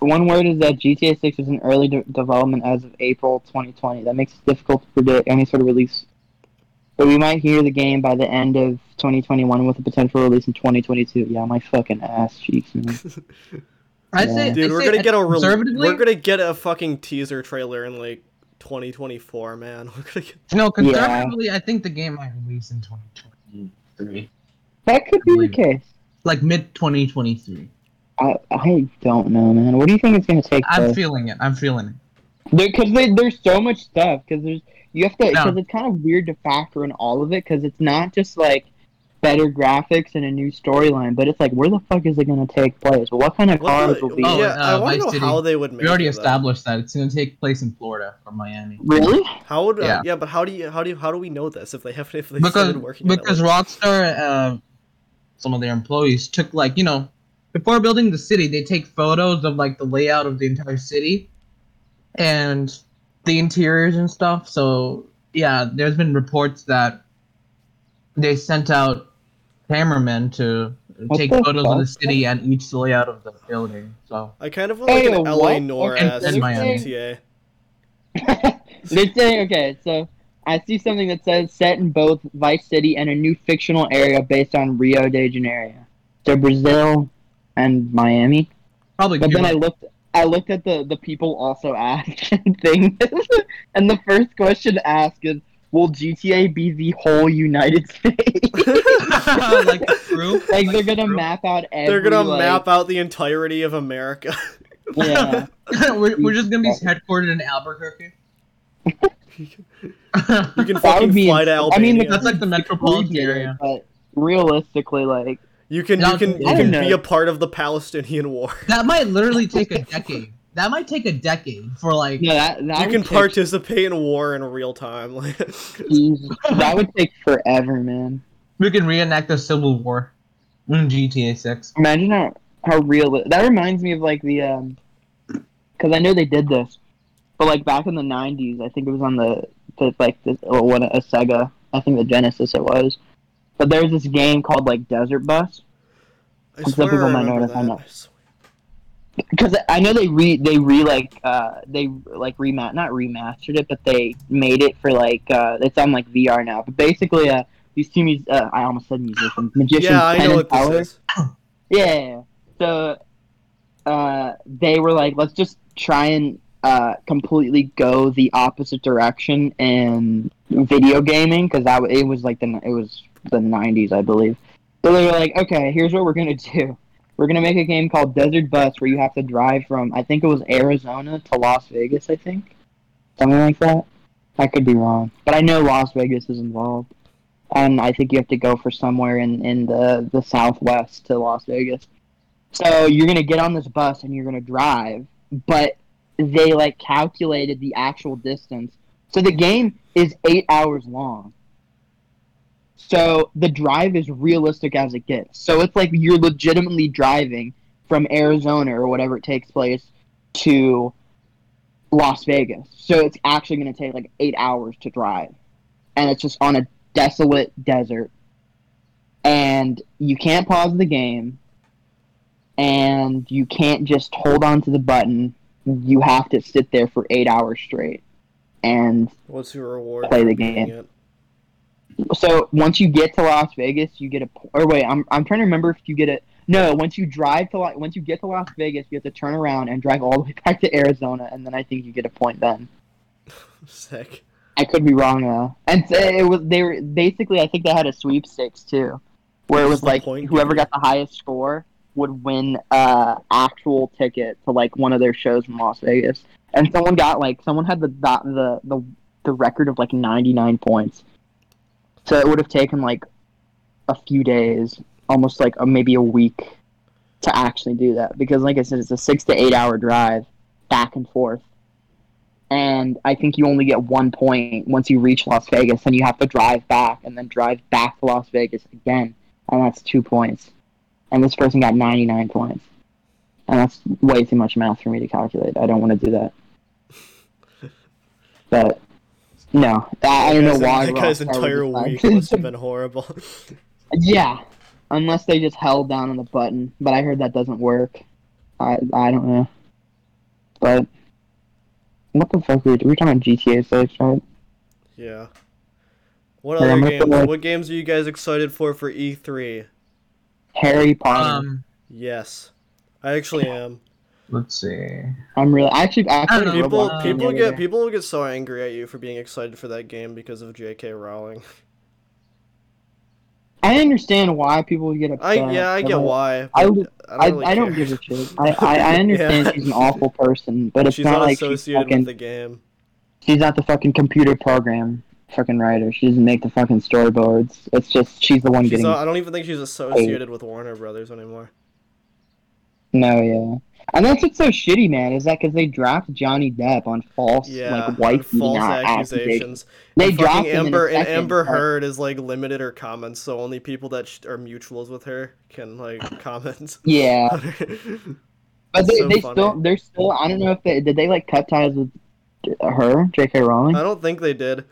[SPEAKER 1] One word is that GTA 6 is in early de- development as of April 2020. That makes it difficult to predict any sort of release. But we might hear the game by the end of 2021 with a potential release in 2022. Yeah, my fucking ass cheeks, man.
[SPEAKER 2] I say,
[SPEAKER 3] Dude,
[SPEAKER 2] I
[SPEAKER 3] we're
[SPEAKER 2] say
[SPEAKER 3] gonna get a rel-
[SPEAKER 2] conservatively.
[SPEAKER 3] we're gonna get a fucking teaser trailer in like 2024, man. We're gonna get
[SPEAKER 2] No, conservatively, I think the game might release in 2023,
[SPEAKER 1] That could be the
[SPEAKER 2] Believe it.
[SPEAKER 1] case.
[SPEAKER 2] like mid 2023.
[SPEAKER 1] I, I don't know, man. What do you think it's gonna take?
[SPEAKER 2] I'm
[SPEAKER 1] though?
[SPEAKER 2] feeling it. I'm feeling it.
[SPEAKER 1] because they, there's so much stuff because there's you have to
[SPEAKER 2] Yeah.
[SPEAKER 1] because it's kind of weird to factor in all of it because it's not just like better graphics and a new storyline but it's like where the fuck is it going to take place what kind of
[SPEAKER 3] what
[SPEAKER 1] cars
[SPEAKER 3] the,
[SPEAKER 1] will be
[SPEAKER 3] yeah.
[SPEAKER 2] Oh,
[SPEAKER 3] I
[SPEAKER 2] uh,
[SPEAKER 3] want to
[SPEAKER 2] Vice
[SPEAKER 3] know
[SPEAKER 2] City.
[SPEAKER 3] how they would make.
[SPEAKER 2] We already
[SPEAKER 3] that.
[SPEAKER 2] established that it's gonna take place in Florida or Miami.
[SPEAKER 1] really
[SPEAKER 3] How would uh, yeah.
[SPEAKER 2] Yeah.
[SPEAKER 3] but how do you how do you, how do we know this if they haven't if they
[SPEAKER 2] because
[SPEAKER 3] started working on it,
[SPEAKER 2] because
[SPEAKER 3] like-
[SPEAKER 2] Rockstar, uh, some of their employees took like you know, before building the city, they take photos of like the layout of the entire city, and the interiors and stuff. So yeah, there's been reports that they sent out cameramen to
[SPEAKER 1] What
[SPEAKER 2] take
[SPEAKER 1] the
[SPEAKER 2] photos of the
[SPEAKER 1] fuck?
[SPEAKER 2] city and each layout of the building. So
[SPEAKER 3] I kind of want like
[SPEAKER 1] Hey,
[SPEAKER 3] an
[SPEAKER 1] what?
[SPEAKER 3] LA Noir
[SPEAKER 1] Okay,
[SPEAKER 3] ass
[SPEAKER 2] and Miami.
[SPEAKER 3] GTA.
[SPEAKER 1] they're saying okay so i see something that says set in both vice city and a new fictional area based on rio de janeiro so brazil and miami
[SPEAKER 2] probably
[SPEAKER 1] But then
[SPEAKER 2] Cuba.
[SPEAKER 1] I looked. I looked at the the people also asked thing, and the first question asked is, "Will GTA be the whole United States?
[SPEAKER 2] like true.
[SPEAKER 1] like they're gonna
[SPEAKER 2] true.
[SPEAKER 1] map out every?
[SPEAKER 3] They're gonna
[SPEAKER 1] like-
[SPEAKER 3] map out the entirety of America.
[SPEAKER 1] Yeah.
[SPEAKER 2] we're, we're just gonna be headquartered in Albuquerque.
[SPEAKER 3] You can
[SPEAKER 1] That
[SPEAKER 3] fucking
[SPEAKER 1] would be
[SPEAKER 3] fly to
[SPEAKER 1] insane. I mean,
[SPEAKER 3] Albania.
[SPEAKER 1] the-
[SPEAKER 2] That's like the metropolitan area.
[SPEAKER 1] But realistically, like
[SPEAKER 3] you can you
[SPEAKER 2] Not-
[SPEAKER 3] can you
[SPEAKER 1] I
[SPEAKER 3] can
[SPEAKER 1] don't
[SPEAKER 3] be
[SPEAKER 1] know.
[SPEAKER 3] a part of the Palestinian war.
[SPEAKER 2] That might literally take a decade. That might take a decade for like.
[SPEAKER 1] no, that that
[SPEAKER 3] You
[SPEAKER 1] would
[SPEAKER 3] can
[SPEAKER 1] take-
[SPEAKER 3] participate in war in real time. Like
[SPEAKER 1] Jesus, that would take forever, man.
[SPEAKER 2] We can reenact the Civil War in GTA Six.
[SPEAKER 1] Imagine how how real. That reminds me of like the um, because I know they did this, but like back in the '90s, I think it was on the, the like the well, what a Sega, I think the Genesis it was. But there's this game called like Desert Bus
[SPEAKER 3] I
[SPEAKER 1] Some
[SPEAKER 3] swear I
[SPEAKER 1] people might
[SPEAKER 3] remember
[SPEAKER 1] notice
[SPEAKER 3] that.
[SPEAKER 1] I'm not- because I know they re they re like uh they like remat not remastered it, but they made it for like uh it's on like VR now. But basically, uh these two mus- uh, I almost said musicians, magicians,
[SPEAKER 3] Yeah, I
[SPEAKER 1] Penn
[SPEAKER 3] know
[SPEAKER 1] and
[SPEAKER 3] what this
[SPEAKER 1] Teller.
[SPEAKER 3] is.
[SPEAKER 1] Yeah, yeah, yeah. So uh, they were like, let's just try and uh, completely go the opposite direction in video gaming because that wa- it was like the it was the '90s, I believe. So they were like, okay, here's what we're gonna do. We're gonna make a game called Desert Bus where you have to drive from I think it was Arizona to Las Vegas, I think, something like that. I could be wrong, but I know Las Vegas is involved and I think you have to go for somewhere in, in the, the southwest to Las Vegas. So you're gonna get on this bus and you're gonna drive, but they like calculated the actual distance. So the game is eight hours long. So the drive is realistic as it gets. So it's like you're legitimately driving from Arizona or whatever it takes place to Las Vegas. So it's actually gonna take like eight hours to drive. And it's just on a desolate desert and you can't pause the game and you can't just hold on to the button you have to sit there for eight hours straight and
[SPEAKER 3] What's your reward?
[SPEAKER 1] Play
[SPEAKER 3] for
[SPEAKER 1] the
[SPEAKER 3] beating
[SPEAKER 1] game.
[SPEAKER 3] it?
[SPEAKER 1] so once you get to las vegas you get a po- or wait i'm, I'm trying to remember if you get it no once you drive to La- once you get to las vegas you have to turn around and drive all the way back to arizona and then i think you get a point then
[SPEAKER 3] Sick.
[SPEAKER 1] I could be wrong though. And so it was they were basically I think they had a sweepstakes too, where it
[SPEAKER 3] What's
[SPEAKER 1] was
[SPEAKER 3] the
[SPEAKER 1] like
[SPEAKER 3] point,
[SPEAKER 1] whoever
[SPEAKER 3] dude?
[SPEAKER 1] got the highest score would win uh actual ticket to like one of their shows in Las Vegas. And someone got like someone had the the the, the, the record of like ninety nine points, so it would have taken like a few days, almost like a, maybe a week, to actually do that because like I said, it's a six to eight hour drive back and forth and I think you only get one point once you reach Las Vegas, and you have to drive back and then drive back to Las Vegas again, and that's two points. And this person got 99 points, and that's way too much math for me to calculate. I don't want to do that. But no, I, I don't know
[SPEAKER 3] That guy's-
[SPEAKER 1] why.
[SPEAKER 3] That guy's
[SPEAKER 1] Rockstar was
[SPEAKER 3] entire
[SPEAKER 1] just like-
[SPEAKER 3] week must have been horrible.
[SPEAKER 1] yeah, unless they just held down on the button, but I heard that doesn't work. I I don't know, but. What the fuck were we, were we talking about GTA 6, right?
[SPEAKER 3] yeah. What
[SPEAKER 1] Yeah,
[SPEAKER 3] other
[SPEAKER 1] I'm gonna
[SPEAKER 3] games?
[SPEAKER 1] put my-
[SPEAKER 3] What games are you guys excited for E for E3?
[SPEAKER 1] Harry Potter.
[SPEAKER 2] Um,
[SPEAKER 3] Yes, I actually am.
[SPEAKER 2] Let's see.
[SPEAKER 1] I'm really I actually I
[SPEAKER 2] I don't
[SPEAKER 1] played
[SPEAKER 2] know.
[SPEAKER 1] Roblox the
[SPEAKER 3] People, people
[SPEAKER 1] other
[SPEAKER 3] get
[SPEAKER 1] day.
[SPEAKER 3] people will get so angry at you for being excited for that game because of J.K. Rowling.
[SPEAKER 1] I understand why people would get
[SPEAKER 3] I
[SPEAKER 1] upset.
[SPEAKER 3] yeah, I
[SPEAKER 1] but,
[SPEAKER 3] get
[SPEAKER 1] like,
[SPEAKER 3] why.
[SPEAKER 1] I
[SPEAKER 3] but
[SPEAKER 1] would-
[SPEAKER 3] I
[SPEAKER 1] I,
[SPEAKER 3] don't, really
[SPEAKER 1] I don't
[SPEAKER 3] care.
[SPEAKER 1] give a shit. I, I, I understand
[SPEAKER 3] Yeah.
[SPEAKER 1] she's an awful person, but it's
[SPEAKER 3] She's
[SPEAKER 1] not
[SPEAKER 3] not
[SPEAKER 1] like she's
[SPEAKER 3] associated
[SPEAKER 1] fucking
[SPEAKER 3] with the game.
[SPEAKER 1] she's not the fucking computer program fucking writer. She doesn't make the fucking storyboards. It's just she's the one
[SPEAKER 3] She's
[SPEAKER 1] getting
[SPEAKER 3] not, I don't even think she's associated with Warner Brothers anymore.
[SPEAKER 1] no, yeah. And that's what's so shitty, man, is that because they dropped Johnny Depp on false,
[SPEAKER 3] Yeah,
[SPEAKER 1] like,
[SPEAKER 3] and
[SPEAKER 1] white
[SPEAKER 3] false
[SPEAKER 1] accusations.
[SPEAKER 3] accusations.
[SPEAKER 1] They
[SPEAKER 3] And fucking
[SPEAKER 1] dropped him
[SPEAKER 3] Amber
[SPEAKER 1] in a
[SPEAKER 3] and
[SPEAKER 1] second,
[SPEAKER 3] Amber
[SPEAKER 1] but-
[SPEAKER 3] Heard is like limited her comments, so only people that sh- are mutuals with her can like comment.
[SPEAKER 1] Yeah, but they,
[SPEAKER 3] So
[SPEAKER 1] they
[SPEAKER 3] funny.
[SPEAKER 1] still they're still. I don't know if they did they like cut ties with her, J.K. Rowling.
[SPEAKER 3] I don't think they did.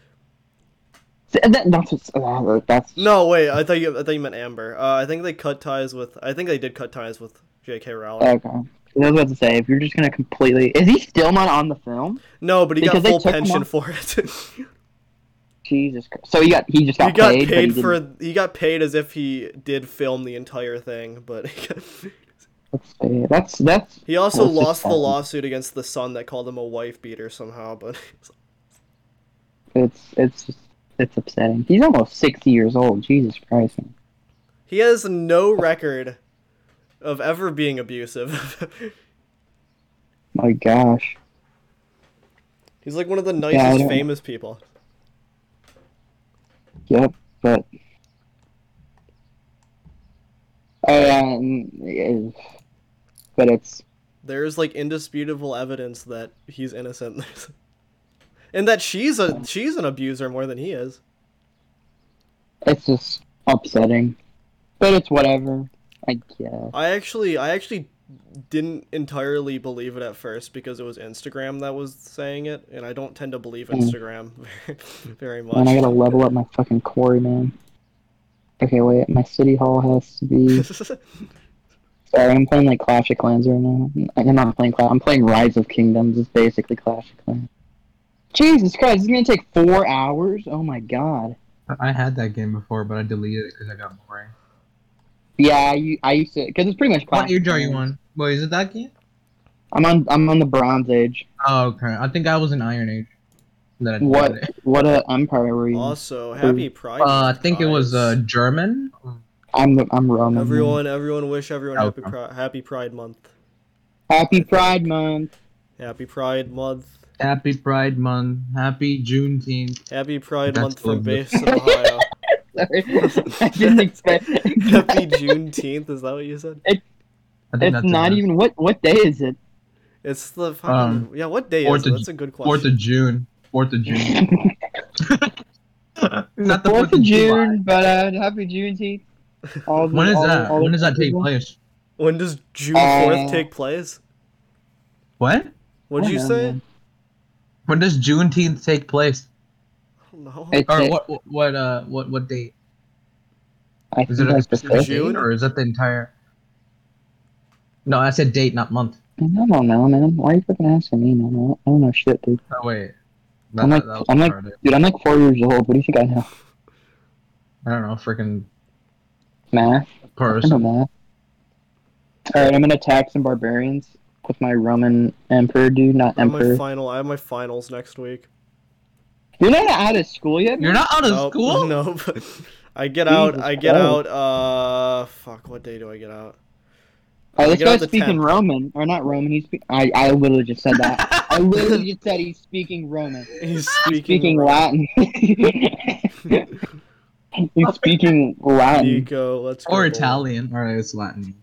[SPEAKER 1] See, that- that's what's, uh, that's
[SPEAKER 3] No, wait. I thought you. I thought you meant Amber. Uh, I think they cut ties with. I think they did cut ties with J.K. Rowling.
[SPEAKER 1] Okay. I was about to say, if you're just gonna completely, is he still not on the film?
[SPEAKER 3] no, but he got
[SPEAKER 1] because they
[SPEAKER 3] full
[SPEAKER 1] took him
[SPEAKER 3] pension
[SPEAKER 1] off-
[SPEAKER 3] for it.
[SPEAKER 1] Jesus Christ! So he got he just got
[SPEAKER 3] he got
[SPEAKER 1] paid.
[SPEAKER 3] paid,
[SPEAKER 1] but he didn't-
[SPEAKER 3] for. He got paid as if he did film the entire thing, but he, got-
[SPEAKER 1] Let's see. That's that's
[SPEAKER 3] he also
[SPEAKER 1] Well, it's
[SPEAKER 3] lost the
[SPEAKER 1] just-
[SPEAKER 3] lawsuit against the son that called him a wife beater somehow. But
[SPEAKER 1] it's it's just, it's upsetting. He's almost sixty years old. Jesus Christ! man.
[SPEAKER 3] he has no record of ever being abusive.
[SPEAKER 1] My gosh.
[SPEAKER 3] He's like one of the
[SPEAKER 1] I
[SPEAKER 3] nicest
[SPEAKER 1] don't-
[SPEAKER 3] famous people.
[SPEAKER 1] Yep. But. Oh yeah, and, it- but it's
[SPEAKER 3] There's like indisputable evidence that he's innocent, and that she's a she's an abuser more than he is.
[SPEAKER 1] it's just upsetting. But it's whatever. I guess.
[SPEAKER 3] I actually I actually didn't entirely believe it at first because it was Instagram that was saying it, and I don't tend to believe
[SPEAKER 1] Mm.
[SPEAKER 3] Instagram very much.
[SPEAKER 1] Man, I gotta level up my fucking quarry, man. Okay, wait. My city hall has to be. Sorry, I'm playing like Clash of Clans right now. I'm not playing Clash. I'm playing Rise of Kingdoms. It's basically Clash of Clans. Jesus Christ, it's gonna take four hours. Oh my God.
[SPEAKER 2] I had that game before, but I deleted it because I got boring.
[SPEAKER 1] Yeah, you, I used to because it's pretty much. Clash
[SPEAKER 2] What
[SPEAKER 1] of
[SPEAKER 2] age are you
[SPEAKER 1] Clans.
[SPEAKER 2] on? Wait, is it that game?
[SPEAKER 1] I'm on. I'm on the Bronze Age.
[SPEAKER 2] Oh, okay. I think I was in Iron Age. That I deleted
[SPEAKER 1] What?
[SPEAKER 2] it.
[SPEAKER 1] What a empire were you? in?
[SPEAKER 3] also, happy Pride.
[SPEAKER 2] Uh, I think it was uh,
[SPEAKER 3] guys.
[SPEAKER 2] German.
[SPEAKER 1] I'm. the- I'm Roman. man.
[SPEAKER 3] everyone. Everyone wish everyone happy
[SPEAKER 2] Okay.
[SPEAKER 3] Pri- happy Pride Month.
[SPEAKER 1] Happy Pride Month.
[SPEAKER 3] Happy Pride Month.
[SPEAKER 2] Happy Pride Month. Happy Juneteenth.
[SPEAKER 3] Happy Pride
[SPEAKER 2] That's
[SPEAKER 3] Month from
[SPEAKER 2] good.
[SPEAKER 3] Basin, Ohio.
[SPEAKER 1] Sorry. I didn't expect.
[SPEAKER 3] happy Juneteenth. Is that what you said?
[SPEAKER 2] I think
[SPEAKER 1] It's
[SPEAKER 2] that's it,
[SPEAKER 1] not
[SPEAKER 2] man.
[SPEAKER 1] even what. What day is it?
[SPEAKER 3] It's the fucking, yeah. What day
[SPEAKER 2] Um, Fourth
[SPEAKER 3] is it?
[SPEAKER 2] of-
[SPEAKER 3] That's a good question.
[SPEAKER 2] Fourth of June. Fourth of June. not
[SPEAKER 1] the Fourth of
[SPEAKER 2] July.
[SPEAKER 1] June, but uh, Happy Juneteenth. All the-
[SPEAKER 2] When is
[SPEAKER 1] all the-
[SPEAKER 2] that?
[SPEAKER 1] all the
[SPEAKER 2] When does that take
[SPEAKER 1] people.
[SPEAKER 2] place?
[SPEAKER 3] When does June
[SPEAKER 1] Uh,
[SPEAKER 3] fourth take place?
[SPEAKER 2] What?
[SPEAKER 3] What'd
[SPEAKER 1] I
[SPEAKER 3] you
[SPEAKER 1] don't
[SPEAKER 3] say?
[SPEAKER 1] know.
[SPEAKER 2] When does Juneteenth take place?
[SPEAKER 3] No.
[SPEAKER 1] It's
[SPEAKER 2] Or
[SPEAKER 1] a-
[SPEAKER 2] what? what- What? Uh, what? What date?
[SPEAKER 1] I
[SPEAKER 2] Is
[SPEAKER 1] think
[SPEAKER 2] it a
[SPEAKER 1] that's the
[SPEAKER 2] specific
[SPEAKER 1] fifth.
[SPEAKER 3] June?
[SPEAKER 2] June or is that the entire? No, I said date, not month.
[SPEAKER 1] I don't know, man. Why are you fucking asking me, man? I don't know shit, dude.
[SPEAKER 2] Oh wait.
[SPEAKER 1] I'm like-
[SPEAKER 2] was
[SPEAKER 1] I'm like-
[SPEAKER 2] retarded.
[SPEAKER 1] Dude, I'm like four years old. What do you think I know?
[SPEAKER 2] I don't know, freaking
[SPEAKER 1] Math? I know
[SPEAKER 2] person.
[SPEAKER 1] math. Alright, I'm gonna attack some barbarians with my Roman emperor, dude. Not
[SPEAKER 3] I have my
[SPEAKER 1] emperor.
[SPEAKER 3] final. I have my finals next week.
[SPEAKER 1] You're not out of school yet?
[SPEAKER 2] You're
[SPEAKER 1] man?
[SPEAKER 2] not out of
[SPEAKER 3] Nope,
[SPEAKER 2] school.
[SPEAKER 3] Nope. I get out.
[SPEAKER 1] Jesus
[SPEAKER 3] I get
[SPEAKER 1] Christ.
[SPEAKER 3] out. Uh, fuck. What day do I get out?
[SPEAKER 1] Oh,
[SPEAKER 3] I
[SPEAKER 1] this
[SPEAKER 3] get out
[SPEAKER 1] guy's
[SPEAKER 3] the
[SPEAKER 1] speaking
[SPEAKER 3] 10th.
[SPEAKER 1] Roman. Or not Roman, he's spe- I, I literally just said that. I literally just said he's speaking Roman.
[SPEAKER 3] He's
[SPEAKER 1] He's
[SPEAKER 3] speaking,
[SPEAKER 1] speaking Latin. he's speaking Latin.
[SPEAKER 3] Nico, let's go.
[SPEAKER 2] or
[SPEAKER 3] boy.
[SPEAKER 2] Italian. All right, it's Latin.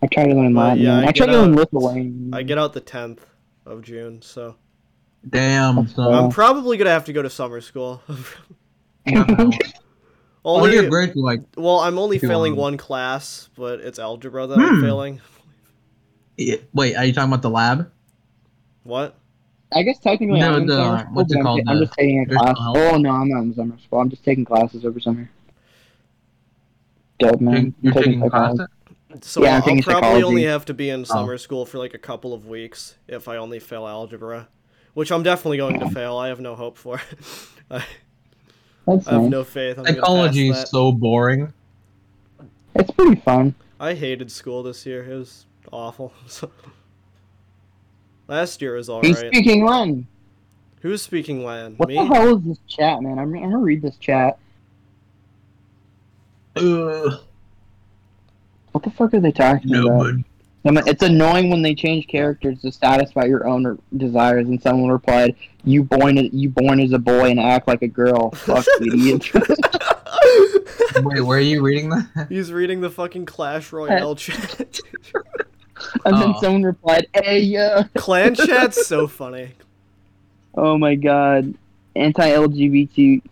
[SPEAKER 1] I try to learn
[SPEAKER 3] Well,
[SPEAKER 1] Latin.
[SPEAKER 3] yeah,
[SPEAKER 1] man.
[SPEAKER 3] I
[SPEAKER 1] I try
[SPEAKER 3] get
[SPEAKER 1] to learn
[SPEAKER 3] out-
[SPEAKER 1] Lithuanian.
[SPEAKER 3] I get out the tenth of June, so
[SPEAKER 2] Damn.
[SPEAKER 1] Oh.
[SPEAKER 2] Son.
[SPEAKER 3] I'm probably gonna have to go to summer school.
[SPEAKER 2] oh,
[SPEAKER 3] Only,
[SPEAKER 2] you're great. Like
[SPEAKER 3] well, I'm only
[SPEAKER 2] If you
[SPEAKER 3] failing
[SPEAKER 2] want.
[SPEAKER 3] one class, but it's algebra that I'm
[SPEAKER 2] Hmm.
[SPEAKER 3] failing.
[SPEAKER 2] yeah, wait, are you talking about the lab?
[SPEAKER 3] What?
[SPEAKER 1] I guess technically
[SPEAKER 2] No,
[SPEAKER 1] I'm in
[SPEAKER 2] the- uh,
[SPEAKER 1] summer school,
[SPEAKER 2] what's it
[SPEAKER 1] but I'm,
[SPEAKER 2] called,
[SPEAKER 1] ta- I'm
[SPEAKER 2] the
[SPEAKER 1] just taking a
[SPEAKER 2] mental
[SPEAKER 1] class.
[SPEAKER 2] health?
[SPEAKER 1] Oh no, I'm not in summer school. I'm just taking classes over summer. Dope man.
[SPEAKER 2] you're
[SPEAKER 1] Taking
[SPEAKER 2] taking class.
[SPEAKER 1] psychology.
[SPEAKER 3] So
[SPEAKER 1] Yeah, I'm
[SPEAKER 3] I'll probably
[SPEAKER 1] taking psychology. Oh.
[SPEAKER 3] only have to be in summer school for like a couple of weeks if I only fail algebra, which I'm definitely going
[SPEAKER 1] Hmm.
[SPEAKER 3] to fail. I have no hope for. I
[SPEAKER 1] That's
[SPEAKER 3] I have
[SPEAKER 1] nice.
[SPEAKER 3] no faith. I'm gonna pass
[SPEAKER 2] Psychology
[SPEAKER 3] that.
[SPEAKER 2] is so boring.
[SPEAKER 1] It's pretty fun.
[SPEAKER 3] I hated school this year. It was awful. Last year was
[SPEAKER 1] He's
[SPEAKER 3] alright.
[SPEAKER 1] speaking Latin.
[SPEAKER 3] Who's speaking Latin?
[SPEAKER 1] What the
[SPEAKER 3] Me?
[SPEAKER 1] hell is this chat, man? I'm, I'm gonna read this chat.
[SPEAKER 2] Ugh,
[SPEAKER 1] What the fuck are they talking
[SPEAKER 2] no,
[SPEAKER 1] about?
[SPEAKER 2] but
[SPEAKER 1] I mean, It's annoying when they change characters to satisfy your own r- desires, and someone replied, "You born a- you born as a boy and act like a girl." Fuck idiot.
[SPEAKER 2] Wait, were you reading that?
[SPEAKER 3] He's reading the fucking Clash Royale chat.
[SPEAKER 1] and then
[SPEAKER 2] Aw.
[SPEAKER 1] someone replied, "Hey yo."
[SPEAKER 3] Clan chat's so funny.
[SPEAKER 1] Oh my god. Anti LGBTQ.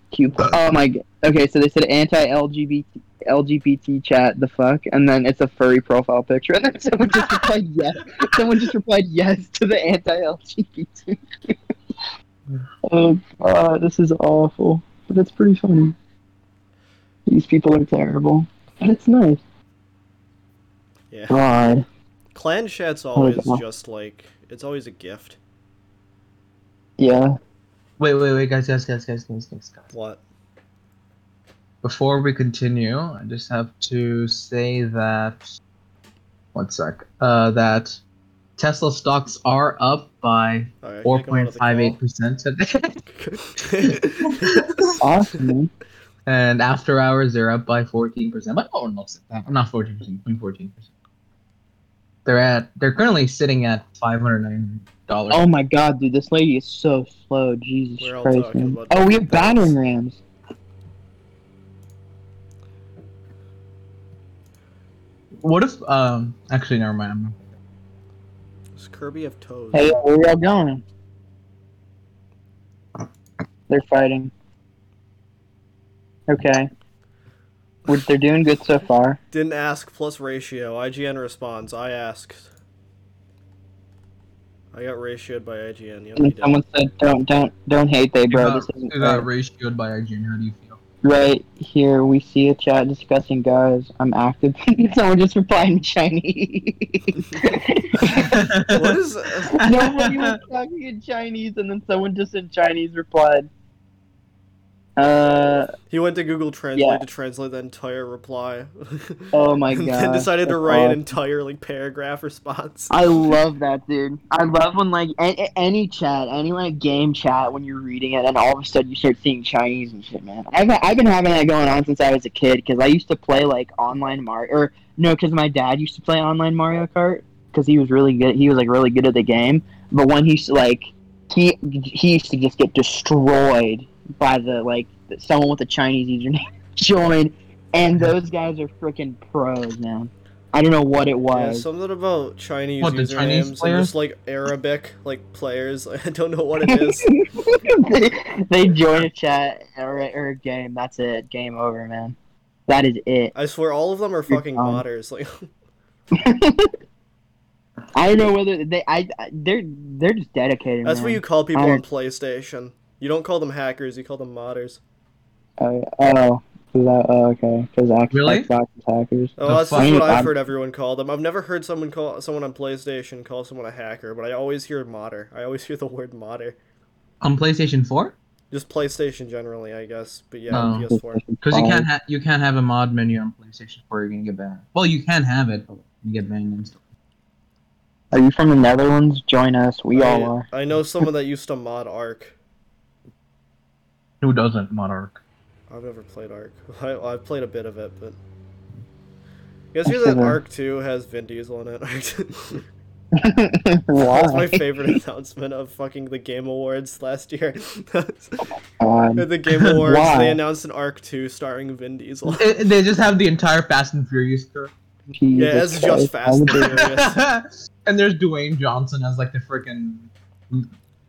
[SPEAKER 1] Oh my god. Okay, so they said anti LGBT LGBT chat the fuck, and then it's a furry profile picture, and then someone just replied yes. Someone just replied yes to the anti LGBTQ. oh god, this is awful, but it's pretty funny. These people are terrible, but it's nice.
[SPEAKER 3] Yeah.
[SPEAKER 1] God.
[SPEAKER 3] Clan chat's
[SPEAKER 1] Oh,
[SPEAKER 3] always
[SPEAKER 1] God.
[SPEAKER 3] just like it's always a gift.
[SPEAKER 1] Yeah.
[SPEAKER 2] Wait, wait, wait, guys, guys, guys, guys, guys, guys, guys.
[SPEAKER 3] What?
[SPEAKER 2] Before we continue, I just have to say that. One sec. Uh, that Tesla stocks are up by
[SPEAKER 3] All right,
[SPEAKER 2] four
[SPEAKER 3] kick him out
[SPEAKER 2] point
[SPEAKER 3] of the
[SPEAKER 2] five eight
[SPEAKER 3] call.
[SPEAKER 2] percent today,
[SPEAKER 1] Awesome, man.
[SPEAKER 2] and after hours they're up by fourteen percent. But no one looks at that. Not fourteen percent. Fourteen percent. They're at. They're currently sitting at five hundred nine dollars.
[SPEAKER 1] Oh my god, dude, this lady is so slow. Jesus
[SPEAKER 3] We're all
[SPEAKER 1] Christ,
[SPEAKER 3] talking
[SPEAKER 1] man.
[SPEAKER 3] about
[SPEAKER 1] Oh, we
[SPEAKER 3] different
[SPEAKER 1] have battering rams.
[SPEAKER 2] What if? Um. Actually, never mind. I'm not
[SPEAKER 3] Does Kirby have toes?
[SPEAKER 1] Hey, where y'all going? They're fighting. Okay. We're, they're doing good so far.
[SPEAKER 3] Didn't ask plus ratio. IGN responds. I asked. I got ratioed by IGN. You know,
[SPEAKER 1] And
[SPEAKER 3] you
[SPEAKER 1] then someone said, "Don't, don't, don't hate they,
[SPEAKER 2] You
[SPEAKER 1] bro.
[SPEAKER 2] got-
[SPEAKER 1] This isn't
[SPEAKER 2] you got
[SPEAKER 1] fair."
[SPEAKER 2] ratioed by IGN. How do you feel?
[SPEAKER 1] right here." We see a chat discussing guys. I'm active. someone just replied in Chinese.
[SPEAKER 3] did. what is?
[SPEAKER 1] Nobody was talking in Chinese, and then someone just in Chinese replied. Uh
[SPEAKER 3] He went to Google Translate
[SPEAKER 1] Yeah.
[SPEAKER 3] to translate the entire reply.
[SPEAKER 1] oh my
[SPEAKER 3] and
[SPEAKER 1] god.
[SPEAKER 3] then decided to
[SPEAKER 1] that's
[SPEAKER 3] write an
[SPEAKER 1] awesome.
[SPEAKER 3] entire like paragraph response.
[SPEAKER 1] I love that dude. I love when like a- a- any chat, any like game chat, when you're reading it, and all of a sudden you start seeing Chinese and shit, man. I've I've been having that going on since I was a kid because I used to play like online Mario, or no, because my dad used to play online Mario Kart because he was really good. He was like really good at the game, but when he's like he he used to just get destroyed by the like someone with a Chinese username joined, and those guys are freaking pros, man. I don't know what it
[SPEAKER 3] Yeah,
[SPEAKER 1] was.
[SPEAKER 3] something about Chinese
[SPEAKER 2] What, the
[SPEAKER 3] usernames
[SPEAKER 2] Chinese
[SPEAKER 3] and
[SPEAKER 2] player?
[SPEAKER 3] just like Arabic like players. I don't know what it is.
[SPEAKER 1] they, they join a chat or, or a game. That's it. Game over, man. That is it.
[SPEAKER 3] I swear all of them are fucking
[SPEAKER 1] dumb.
[SPEAKER 3] modders. Like
[SPEAKER 1] I don't know whether they. I. I- They're. They're just dedicated.
[SPEAKER 3] that's
[SPEAKER 1] man.
[SPEAKER 3] what you call people
[SPEAKER 1] I-
[SPEAKER 3] on PlayStation. You don't call them hackers, you call them modders.
[SPEAKER 1] Oh, oh, 'cause I- oh, okay. Because
[SPEAKER 2] Really?
[SPEAKER 1] Xbox attackers.
[SPEAKER 3] Oh,
[SPEAKER 2] The
[SPEAKER 3] that's
[SPEAKER 2] fuck?
[SPEAKER 3] just what I've
[SPEAKER 1] I'm-
[SPEAKER 3] heard everyone call them. I've never heard someone call someone on PlayStation call someone a hacker, but I always hear modder. I always hear the word modder.
[SPEAKER 2] on PlayStation Four?
[SPEAKER 3] Just PlayStation generally, I guess. But yeah,
[SPEAKER 2] Oh.
[SPEAKER 3] PS4.
[SPEAKER 2] Because you
[SPEAKER 1] Oh.
[SPEAKER 2] can't ha- you can't have a mod menu on PlayStation Four. You're gonna get banned. Well, you can have it, but you get banned. And stuff.
[SPEAKER 1] Are you from the Netherlands? Join us. We all
[SPEAKER 3] I-
[SPEAKER 1] are.
[SPEAKER 3] I know someone that used to mod Ark.
[SPEAKER 2] Who doesn't mod Ark?
[SPEAKER 3] I've never played Ark. I, I've played a bit of it, but. You guys hear
[SPEAKER 1] Actually,
[SPEAKER 3] that
[SPEAKER 1] no.
[SPEAKER 3] Ark 2 has Vin Diesel in it? That's my
[SPEAKER 1] Why?
[SPEAKER 3] favorite announcement of fucking the Game Awards last year. At
[SPEAKER 1] God.
[SPEAKER 3] the Game Awards,
[SPEAKER 1] Why?
[SPEAKER 3] they announced an Ark 2 starring Vin Diesel.
[SPEAKER 2] It- they just have the entire Fast and Furious crew.
[SPEAKER 1] Jesus
[SPEAKER 3] that's
[SPEAKER 1] Christ.
[SPEAKER 3] just Fast
[SPEAKER 1] How would
[SPEAKER 3] and
[SPEAKER 1] they-
[SPEAKER 3] Furious.
[SPEAKER 2] and there's Dwayne Johnson as like the freaking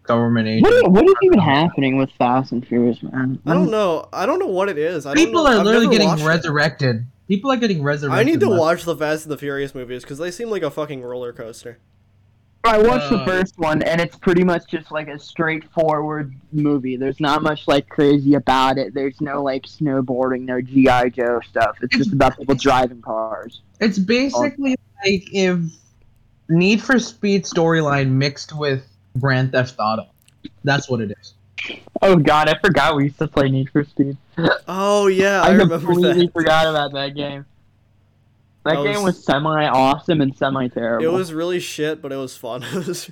[SPEAKER 2] government agent.
[SPEAKER 1] What, is- what is even happening with Fast and Furious, man?
[SPEAKER 3] I don't know. I don't know what it is. I don't
[SPEAKER 2] People
[SPEAKER 3] know-
[SPEAKER 2] are
[SPEAKER 3] I've
[SPEAKER 2] literally
[SPEAKER 3] never
[SPEAKER 2] getting
[SPEAKER 3] watched it.
[SPEAKER 2] resurrected. People are getting resurrected.
[SPEAKER 3] I need to
[SPEAKER 2] left-
[SPEAKER 3] watch the Fast and the Furious movies because they seem like a fucking roller coaster.
[SPEAKER 1] I watched the
[SPEAKER 2] Uh,
[SPEAKER 1] first one, and it's pretty much just like a straightforward movie. There's not much like crazy about it. There's no like snowboarding, no GI Joe stuff. It's just about people driving cars.
[SPEAKER 2] It's basically like if Need for Speed storyline mixed with Grand Theft Auto. That's what it is.
[SPEAKER 1] Oh God, I forgot we used to play Need for Speed.
[SPEAKER 3] Oh yeah, I, remember
[SPEAKER 1] completely
[SPEAKER 3] that.
[SPEAKER 1] forgot about that game. That
[SPEAKER 3] I
[SPEAKER 1] game
[SPEAKER 3] was-
[SPEAKER 1] was semi awesome and semi terrible.
[SPEAKER 3] It was really shit, but it was fun. it was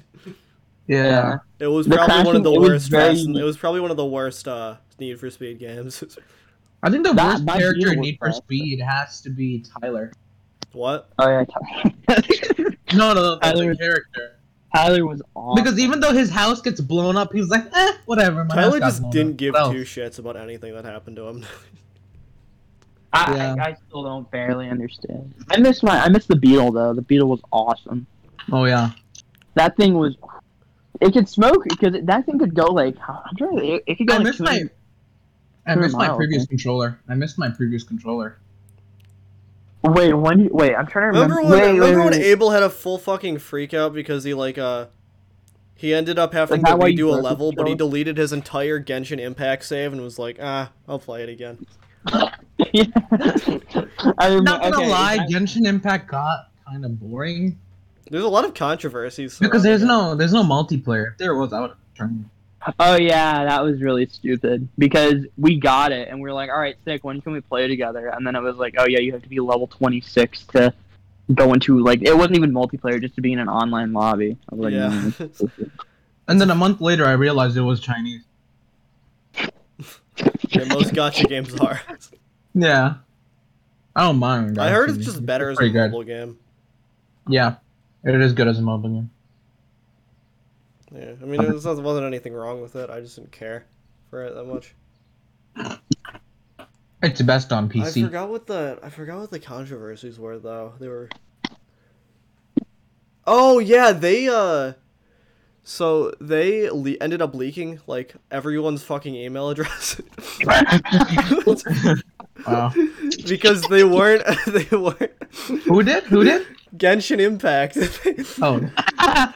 [SPEAKER 2] Yeah.
[SPEAKER 3] it was
[SPEAKER 1] The
[SPEAKER 3] probably one
[SPEAKER 1] crashing-
[SPEAKER 3] of the
[SPEAKER 1] it was
[SPEAKER 3] worst.
[SPEAKER 1] very-
[SPEAKER 3] Fast, it was probably one of the worst uh, Need for Speed games.
[SPEAKER 2] I think the
[SPEAKER 1] That
[SPEAKER 2] worst
[SPEAKER 1] might be
[SPEAKER 2] character in
[SPEAKER 1] the
[SPEAKER 2] Need for
[SPEAKER 1] worst.
[SPEAKER 2] Speed has to be Tyler.
[SPEAKER 3] what?
[SPEAKER 1] Oh yeah, Tyler,
[SPEAKER 2] No, no, no that's
[SPEAKER 1] Tyler-
[SPEAKER 2] a character.
[SPEAKER 1] Tyler was awesome.
[SPEAKER 2] Because even though his house gets blown up, he's like, eh, whatever. My house
[SPEAKER 3] Tyler
[SPEAKER 2] got
[SPEAKER 3] just
[SPEAKER 2] blown
[SPEAKER 3] didn't
[SPEAKER 2] up.
[SPEAKER 3] give
[SPEAKER 2] What else?
[SPEAKER 3] two shits about anything that happened to him.
[SPEAKER 1] I,
[SPEAKER 2] Yeah.
[SPEAKER 1] I, I still don't barely understand. I miss my I miss the Beetle though. The Beetle was awesome.
[SPEAKER 2] Oh yeah.
[SPEAKER 1] That thing was. It could smoke because that thing could go like I'm trying. to- It, it could go
[SPEAKER 2] I
[SPEAKER 1] like
[SPEAKER 2] missed my.
[SPEAKER 1] 200
[SPEAKER 2] I missed my
[SPEAKER 1] miles,
[SPEAKER 2] previous
[SPEAKER 1] man.
[SPEAKER 2] controller. I missed my previous controller.
[SPEAKER 1] Wait, when? you- Wait, I'm trying to remember.
[SPEAKER 3] Remember when?
[SPEAKER 1] wait,
[SPEAKER 3] remember
[SPEAKER 1] wait,
[SPEAKER 3] when
[SPEAKER 1] wait.
[SPEAKER 3] Abel had a full fucking freak out because he like uh he ended up having
[SPEAKER 1] that
[SPEAKER 3] to
[SPEAKER 1] why you
[SPEAKER 3] redo a
[SPEAKER 1] broke the
[SPEAKER 3] level, but he
[SPEAKER 1] controller?
[SPEAKER 3] deleted his entire Genshin Impact save and was like, ah, I'll play it again.
[SPEAKER 1] Yeah. I remember,
[SPEAKER 2] Not gonna
[SPEAKER 1] okay,
[SPEAKER 2] lie,
[SPEAKER 1] that-
[SPEAKER 2] Genshin Impact got kind of boring
[SPEAKER 3] There's a lot of controversies
[SPEAKER 2] because there's
[SPEAKER 3] surrounding
[SPEAKER 2] no there's no multiplayer. If there was, I would have turned.
[SPEAKER 1] Oh yeah, that was really stupid because we got it and we were like, all right, sick. When can we play together? And then it was like, oh yeah, you have to be level 26 to go into like it wasn't even multiplayer, just to be in an online lobby. I was
[SPEAKER 3] it.
[SPEAKER 1] like, mm,
[SPEAKER 3] Yeah,
[SPEAKER 2] And then a month later, I realized it was Chinese.
[SPEAKER 3] yeah most gotcha games are.
[SPEAKER 2] Yeah. I don't mind.
[SPEAKER 3] I heard
[SPEAKER 2] actually.
[SPEAKER 3] it's just better as a
[SPEAKER 2] pretty good.
[SPEAKER 3] mobile game.
[SPEAKER 2] Yeah, it is good as a mobile game.
[SPEAKER 3] Yeah, I mean, there was- there wasn't anything wrong with it. I just didn't care for it that much.
[SPEAKER 2] It's best on
[SPEAKER 3] I
[SPEAKER 2] PC.
[SPEAKER 3] forgot what the I forgot what the controversies were though. They were Oh yeah, they uh so they le- ended up leaking like everyone's fucking email address
[SPEAKER 2] Wow.
[SPEAKER 3] because they weren't they weren't
[SPEAKER 2] Who did? Who did?
[SPEAKER 3] Genshin Impact.
[SPEAKER 2] Oh.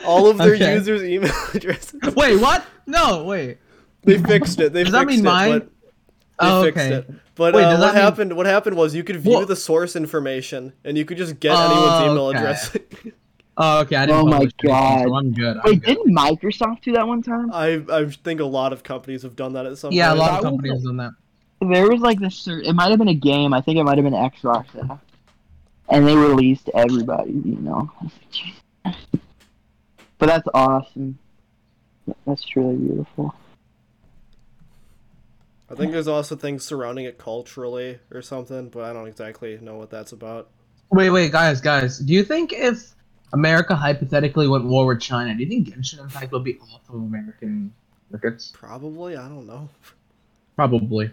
[SPEAKER 3] All of their
[SPEAKER 2] Okay.
[SPEAKER 3] users' email addresses.
[SPEAKER 2] Wait, what? No, wait.
[SPEAKER 3] They fixed it. They
[SPEAKER 2] Does
[SPEAKER 3] fixed
[SPEAKER 2] that mean
[SPEAKER 3] it,
[SPEAKER 2] mine?
[SPEAKER 3] but They
[SPEAKER 2] Oh,
[SPEAKER 3] fixed
[SPEAKER 2] okay.
[SPEAKER 3] it. But
[SPEAKER 2] Wait,
[SPEAKER 3] uh,
[SPEAKER 2] does that
[SPEAKER 3] what
[SPEAKER 2] mean-
[SPEAKER 3] happened? What happened was you could view
[SPEAKER 2] What-
[SPEAKER 3] the source information, and you could just get
[SPEAKER 2] Oh,
[SPEAKER 3] anyone's email
[SPEAKER 2] okay.
[SPEAKER 3] address.
[SPEAKER 2] Oh, okay. I didn't.
[SPEAKER 1] Oh my
[SPEAKER 2] publish anything,
[SPEAKER 1] God.
[SPEAKER 2] So I'm good. I'm
[SPEAKER 1] wait,
[SPEAKER 2] good.
[SPEAKER 1] didn't Microsoft do that one time?
[SPEAKER 3] I I think a lot of companies have done that at some
[SPEAKER 2] Yeah, a
[SPEAKER 3] point.
[SPEAKER 2] lot
[SPEAKER 1] That
[SPEAKER 2] of
[SPEAKER 1] was
[SPEAKER 2] companies have done that.
[SPEAKER 1] There was like this. cer- It might have been a game. I think it might have been Xbox. yeah. And they released everybody, you know. But that's awesome. That's truly beautiful.
[SPEAKER 3] I think there's also things surrounding it culturally or something, but I don't exactly know what that's about.
[SPEAKER 2] Wait, wait, guys, guys. Do you think if America hypothetically went war with China, do you think Genshin Impact would be off of American markets?
[SPEAKER 3] Probably, I don't know.
[SPEAKER 2] Probably.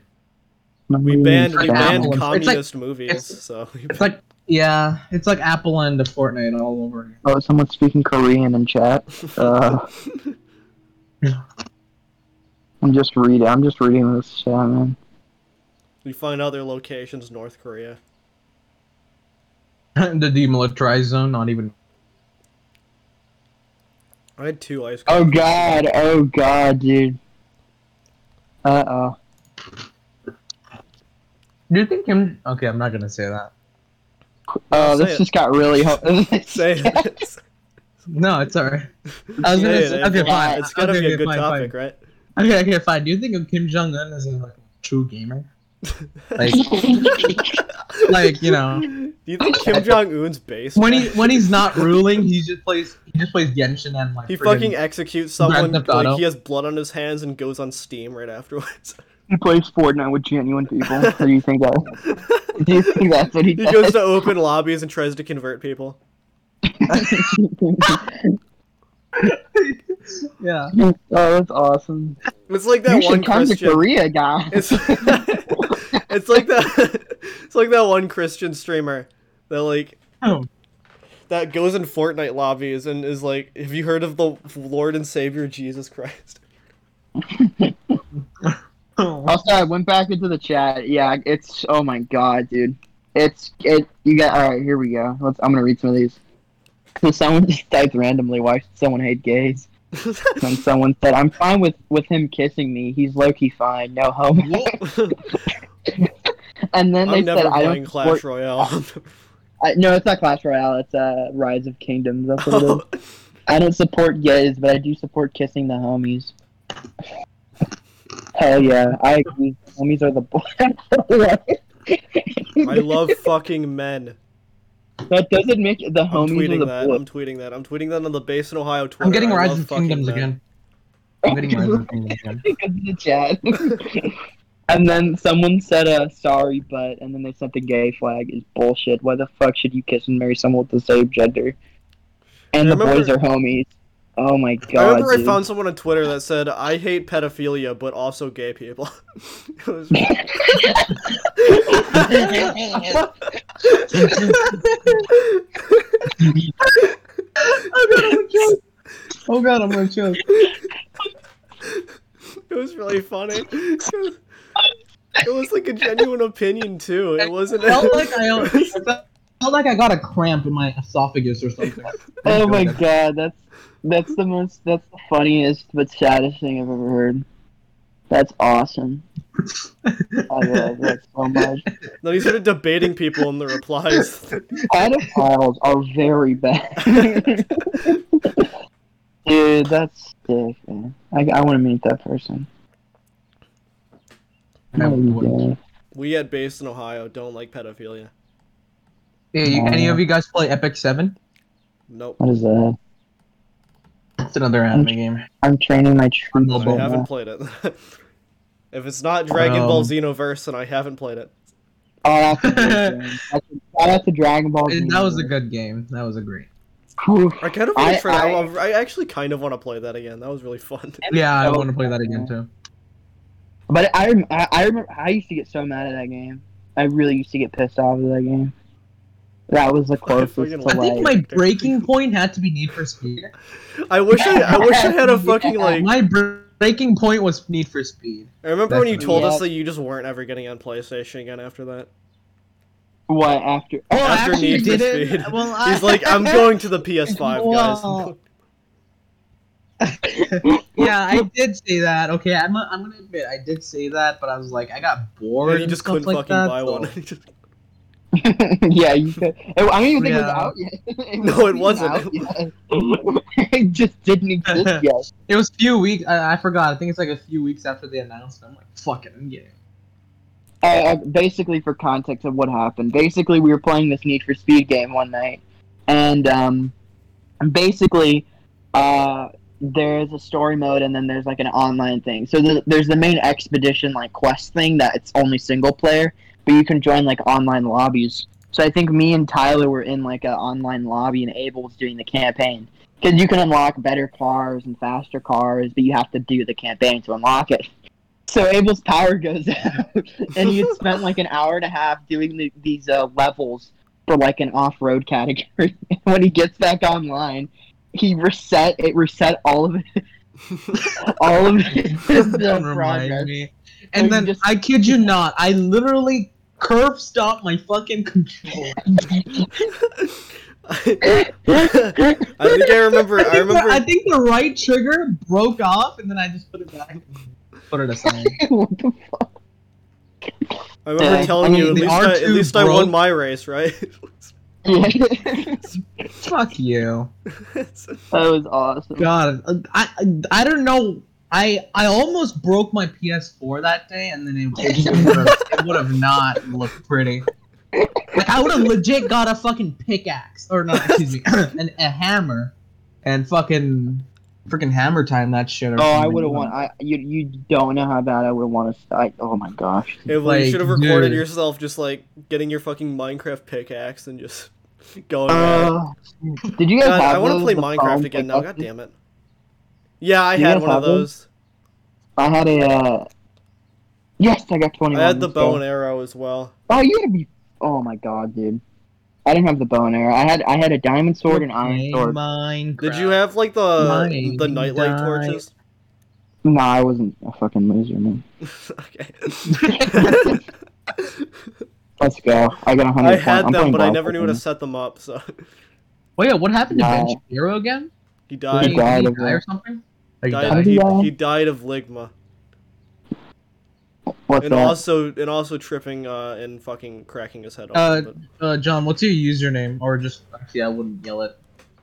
[SPEAKER 3] We banned we
[SPEAKER 2] Yeah.
[SPEAKER 3] banned
[SPEAKER 2] It's like-
[SPEAKER 3] communist movies,
[SPEAKER 2] it's-
[SPEAKER 3] so
[SPEAKER 2] It's like yeah, it's like Apple and Fortnite all over. again.
[SPEAKER 1] Oh, someone's speaking Korean in chat. Uh, I'm just reading. I'm just reading this chat, man.
[SPEAKER 3] we find other locations, North Korea.
[SPEAKER 2] the demilitarized zone, not even.
[SPEAKER 3] I had two ice
[SPEAKER 1] Oh
[SPEAKER 3] cream.
[SPEAKER 1] god. Oh god, dude. Uh oh.
[SPEAKER 2] Do you think him? Okay, I'm not gonna say that.
[SPEAKER 1] Oh,
[SPEAKER 3] Say
[SPEAKER 1] this
[SPEAKER 3] it.
[SPEAKER 1] just got really. Ho-
[SPEAKER 3] Say it.
[SPEAKER 2] No, it's alright. I was gonna
[SPEAKER 3] Say
[SPEAKER 2] say,
[SPEAKER 3] it,
[SPEAKER 2] okay,
[SPEAKER 3] Abel.
[SPEAKER 2] fine.
[SPEAKER 3] It's gotta
[SPEAKER 2] okay,
[SPEAKER 3] be a
[SPEAKER 2] okay,
[SPEAKER 3] good
[SPEAKER 2] fine,
[SPEAKER 3] topic, right?
[SPEAKER 2] Fine. Okay, okay, fine. Do you think of Kim Jong Un as a like, true gamer? Like, like you know,
[SPEAKER 3] Do you think Kim Jong Un's base?
[SPEAKER 2] when he when he's not ruling, he just plays he just plays Genshin and like
[SPEAKER 3] He
[SPEAKER 2] friggin-
[SPEAKER 3] fucking executes
[SPEAKER 2] Grand
[SPEAKER 3] someone
[SPEAKER 2] Theft
[SPEAKER 3] like
[SPEAKER 2] Auto.
[SPEAKER 3] he has blood on his hands and goes on Steam right afterwards.
[SPEAKER 1] He plays Fortnite with genuine people. So do you think that? Do you think that's what he,
[SPEAKER 3] He
[SPEAKER 1] does?
[SPEAKER 3] goes to open lobbies and tries to convert people.
[SPEAKER 2] yeah.
[SPEAKER 1] oh, that's awesome.
[SPEAKER 3] It's like that
[SPEAKER 1] You
[SPEAKER 3] one
[SPEAKER 1] should come to
[SPEAKER 3] Christian.
[SPEAKER 1] Korea, guy.
[SPEAKER 3] It's, it's like that. It's like that one Christian streamer that like
[SPEAKER 2] Oh,
[SPEAKER 3] that goes in Fortnite lobbies and is like, "Have you heard of the Lord and Savior Jesus Christ?"
[SPEAKER 2] oh.
[SPEAKER 1] Also, I went back into the chat. Yeah, it's oh my god, dude. It's it. You got all right. Here we go. Let's. I'm gonna read some of these. So someone just typed randomly, "Why should someone hate gays?" And someone said, "I'm fine with with him kissing me. He's low key fine. No homo." And then they
[SPEAKER 3] I'm
[SPEAKER 1] said,
[SPEAKER 3] never
[SPEAKER 1] "I
[SPEAKER 3] playing
[SPEAKER 1] don't
[SPEAKER 3] Clash
[SPEAKER 1] support."
[SPEAKER 3] Royale.
[SPEAKER 1] I, no, it's not Clash Royale. It's uh, Rise of Kingdoms. That's what it is. I don't support gays, but I do support kissing the homies. Hell yeah, I agree. Homies are the boy.
[SPEAKER 3] I love fucking men.
[SPEAKER 1] That doesn't make it the
[SPEAKER 3] I'm
[SPEAKER 1] homies of
[SPEAKER 3] tweeting
[SPEAKER 1] the
[SPEAKER 3] that.
[SPEAKER 1] boy.
[SPEAKER 3] I'm tweeting that. I'm tweeting that on the base in Ohio Twitter.
[SPEAKER 2] I'm getting
[SPEAKER 3] I
[SPEAKER 2] Rise
[SPEAKER 3] love
[SPEAKER 2] of
[SPEAKER 3] fucking
[SPEAKER 2] Kingdoms
[SPEAKER 3] that.
[SPEAKER 2] again. I'm getting Rise of Kingdoms again.
[SPEAKER 1] because of the chat. and then someone said, uh, sorry, but, and then they sent the gay flag is bullshit. Why the fuck should you kiss and marry someone with the same gender? And
[SPEAKER 3] I
[SPEAKER 1] the boys are
[SPEAKER 3] remember-
[SPEAKER 1] homies. Oh my god.
[SPEAKER 3] I remember I
[SPEAKER 1] dude.
[SPEAKER 3] found someone on Twitter that said, "I hate pedophilia, but also gay people." It was-
[SPEAKER 2] oh god, I'm gonna choke. Oh god, I'm gonna choke.
[SPEAKER 3] It was really funny. It was like a genuine opinion too. It wasn't.
[SPEAKER 2] I felt like I, I felt- felt like I got a cramp in my esophagus or something.
[SPEAKER 1] oh my god, that's that's the most that's the funniest but saddest thing I've ever heard. That's awesome. I love that so much.
[SPEAKER 3] no, he started debating people in the replies.
[SPEAKER 1] Pedophiles are very bad. Dude, that's sick, man. I, I want to meet that person. Oh
[SPEAKER 2] And I wouldn't.
[SPEAKER 1] Yeah.
[SPEAKER 3] we at base in Ohio don't like pedophilia.
[SPEAKER 2] Yeah, you, any of you guys play Epic Seven?
[SPEAKER 3] Nope.
[SPEAKER 1] What is that?
[SPEAKER 2] It's another anime game.
[SPEAKER 1] I'm training my troops.
[SPEAKER 2] I
[SPEAKER 3] I
[SPEAKER 1] right
[SPEAKER 3] haven't
[SPEAKER 1] now.
[SPEAKER 3] played it. if it's not Dragon Ball
[SPEAKER 2] Um,
[SPEAKER 3] Xenoverse, and I haven't played it.
[SPEAKER 1] Oh, that's a great game. That's a, shout out to Dragon Ball.
[SPEAKER 2] It- that was a
[SPEAKER 1] Xenoverse.
[SPEAKER 2] good game. That was a great.
[SPEAKER 1] Oof.
[SPEAKER 3] I kind of
[SPEAKER 1] I-
[SPEAKER 3] wanna try. I,
[SPEAKER 1] I-
[SPEAKER 3] I actually kind of want to play that again. That was really fun.
[SPEAKER 2] Yeah, I
[SPEAKER 1] Oh,
[SPEAKER 2] want to play that again too.
[SPEAKER 1] But I, rem- I, I remember I used to get so mad at that game. I really used to get pissed off at that game. That was the closest
[SPEAKER 3] fucking
[SPEAKER 1] to
[SPEAKER 3] love-
[SPEAKER 2] I think
[SPEAKER 1] like.
[SPEAKER 2] my breaking point had to be Need for Speed.
[SPEAKER 3] I wish I, I wish I had a fucking
[SPEAKER 1] Yeah.
[SPEAKER 3] like.
[SPEAKER 2] My br- breaking point was Need for Speed.
[SPEAKER 3] I remember when you
[SPEAKER 2] Definitely.
[SPEAKER 3] told us
[SPEAKER 1] Yeah.
[SPEAKER 3] that you just weren't ever getting on PlayStation again after that.
[SPEAKER 1] what after?
[SPEAKER 2] Oh, I
[SPEAKER 3] After
[SPEAKER 2] actually
[SPEAKER 3] Need for
[SPEAKER 2] did it.
[SPEAKER 3] Speed.
[SPEAKER 2] Well, I-
[SPEAKER 3] He's like, I'm going to the PS5, guys.
[SPEAKER 2] Wow. yeah, I did say that. Okay, I'm, i I'm gonna admit I did say that, but I was like, I got bored.
[SPEAKER 3] And
[SPEAKER 2] And
[SPEAKER 3] you just
[SPEAKER 2] stuff
[SPEAKER 3] couldn't
[SPEAKER 2] like
[SPEAKER 3] fucking
[SPEAKER 2] that,
[SPEAKER 3] buy
[SPEAKER 2] so-
[SPEAKER 3] one. He just-
[SPEAKER 1] yeah, you could. I don't even think
[SPEAKER 2] Yeah.
[SPEAKER 1] it was out yet.
[SPEAKER 3] No, it
[SPEAKER 1] wasn't even out yet. it just didn't exist yet.
[SPEAKER 2] It was few weeks. I, I forgot. I think it's like a few weeks after they announced. it. I'm like, fuck it, I'm getting. it.
[SPEAKER 1] I, I, Uh, basically, for context of what happened, basically we were playing this Need for Speed game one night, and um, basically, uh, there's a story mode, and then there's like an online thing. So the, there's the main expedition like quest thing that it's only single player, but you can join like online lobbies. So I think me and Tyler were in like an online lobby, and Abel was doing the campaign because you can unlock better cars and faster cars, but you have to do the campaign to unlock it. So Abel's power goes out, and he had spent like an hour and a half doing the, these uh, levels for like an off-road category. And when he gets back online, he reset it, reset all of it, all of his uh,
[SPEAKER 2] Don't remind
[SPEAKER 1] progress. Or
[SPEAKER 2] me.
[SPEAKER 1] you
[SPEAKER 2] And then
[SPEAKER 1] just-
[SPEAKER 2] I kid you not, I literally curve stopped my fucking controller.
[SPEAKER 3] I think I remember. I
[SPEAKER 2] think the- I
[SPEAKER 3] remember.
[SPEAKER 2] think the right trigger broke off, and then I just put it back. Put it aside.
[SPEAKER 1] What the fuck?
[SPEAKER 3] I remember
[SPEAKER 1] I
[SPEAKER 3] telling you. At
[SPEAKER 2] mean,
[SPEAKER 3] least, I, at
[SPEAKER 2] R2
[SPEAKER 3] least I won
[SPEAKER 2] broke.
[SPEAKER 3] my race, right?
[SPEAKER 1] Yeah.
[SPEAKER 2] Fuck you.
[SPEAKER 1] that was awesome.
[SPEAKER 2] God, uh, I I, I don't know. I I almost broke my PS4 that day, and then it, it would have not looked pretty. Like I would have legit got a fucking pickaxe, or not? Excuse me, an, a hammer, and fucking freaking hammer time that shit. Or
[SPEAKER 1] Oh, I
[SPEAKER 2] something.
[SPEAKER 1] would have won. I you you don't know how bad I would want to. I oh my gosh.
[SPEAKER 3] Abel, you
[SPEAKER 2] Like,
[SPEAKER 3] should have recorded
[SPEAKER 2] dude.
[SPEAKER 3] yourself just like getting your fucking Minecraft pickaxe and just going. at it.
[SPEAKER 1] Uh, did you guys
[SPEAKER 3] Oh, God,
[SPEAKER 1] have?
[SPEAKER 3] I want to
[SPEAKER 1] those,
[SPEAKER 3] play
[SPEAKER 1] the
[SPEAKER 3] Minecraft
[SPEAKER 1] phone
[SPEAKER 3] again now. God
[SPEAKER 1] pickaxes?
[SPEAKER 3] damn it. Yeah, I
[SPEAKER 1] You
[SPEAKER 3] had
[SPEAKER 1] guys
[SPEAKER 3] one of
[SPEAKER 1] have one?
[SPEAKER 3] those.
[SPEAKER 1] I had a. Uh... Yes, I got
[SPEAKER 3] I
[SPEAKER 1] twenty.
[SPEAKER 3] had the bow and arrow as well.
[SPEAKER 1] Oh, you gotta be. Oh my god, dude. I didn't have the bow and arrow. I had I had a diamond sword and iron sword.
[SPEAKER 2] Minecraft.
[SPEAKER 3] Did you have like the
[SPEAKER 2] Mine
[SPEAKER 3] the nightlight
[SPEAKER 2] died.
[SPEAKER 3] torches?
[SPEAKER 1] No, I wasn't a fucking loser, man.
[SPEAKER 3] okay.
[SPEAKER 1] Let's go. I got a hundred.
[SPEAKER 3] I
[SPEAKER 1] points.
[SPEAKER 3] had
[SPEAKER 1] I'm
[SPEAKER 3] them,
[SPEAKER 1] playing
[SPEAKER 3] but I
[SPEAKER 1] golf
[SPEAKER 3] never
[SPEAKER 1] with
[SPEAKER 3] knew how to
[SPEAKER 1] them.
[SPEAKER 3] set them up, so
[SPEAKER 2] Wait, Oh, what happened to Ben
[SPEAKER 1] No.
[SPEAKER 2] Shapiro again?
[SPEAKER 3] he
[SPEAKER 2] Did
[SPEAKER 3] died.
[SPEAKER 2] he
[SPEAKER 1] He died
[SPEAKER 2] die
[SPEAKER 1] of
[SPEAKER 2] or
[SPEAKER 1] that.
[SPEAKER 2] something? Oh, he
[SPEAKER 3] died,
[SPEAKER 2] died.
[SPEAKER 3] he,
[SPEAKER 1] Died.
[SPEAKER 3] he died of ligma,
[SPEAKER 1] What's
[SPEAKER 3] and
[SPEAKER 1] that?
[SPEAKER 3] also and also tripping uh, and fucking cracking his head off.
[SPEAKER 2] Uh,
[SPEAKER 3] but
[SPEAKER 2] Uh, John, what's your username? Or just actually, I wouldn't yell it.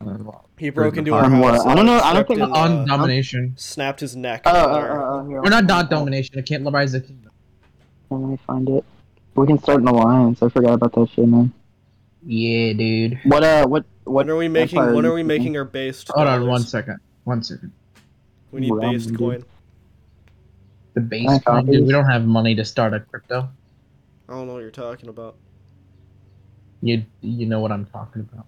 [SPEAKER 1] Uh,
[SPEAKER 3] he broke into our
[SPEAKER 1] on what?
[SPEAKER 3] house.
[SPEAKER 1] Um, I don't know- I don't
[SPEAKER 3] tripped
[SPEAKER 1] think-
[SPEAKER 3] and,
[SPEAKER 2] on
[SPEAKER 3] uh,
[SPEAKER 2] domination.
[SPEAKER 3] snapped his neck.
[SPEAKER 1] Oh,
[SPEAKER 3] on
[SPEAKER 1] oh,
[SPEAKER 3] our-
[SPEAKER 1] oh, oh, here.
[SPEAKER 2] We're not dot domination. I can't rise the kingdom.
[SPEAKER 1] Let me find it. We can start an alliance. I forgot about that shit, man.
[SPEAKER 2] Yeah, dude.
[SPEAKER 1] What uh what what
[SPEAKER 3] When are we making?
[SPEAKER 1] Empire
[SPEAKER 3] When
[SPEAKER 1] you
[SPEAKER 3] are we
[SPEAKER 1] thinking?
[SPEAKER 3] making our based?
[SPEAKER 2] Hold on
[SPEAKER 3] dollars?
[SPEAKER 2] one second. One second.
[SPEAKER 3] We need
[SPEAKER 1] Rum,
[SPEAKER 3] based
[SPEAKER 1] dude.
[SPEAKER 3] coin.
[SPEAKER 2] The base
[SPEAKER 1] My
[SPEAKER 2] coin, dude,
[SPEAKER 1] copies.
[SPEAKER 2] we don't have money to start a crypto.
[SPEAKER 3] I don't know what you're talking about.
[SPEAKER 2] You you know what I'm talking about.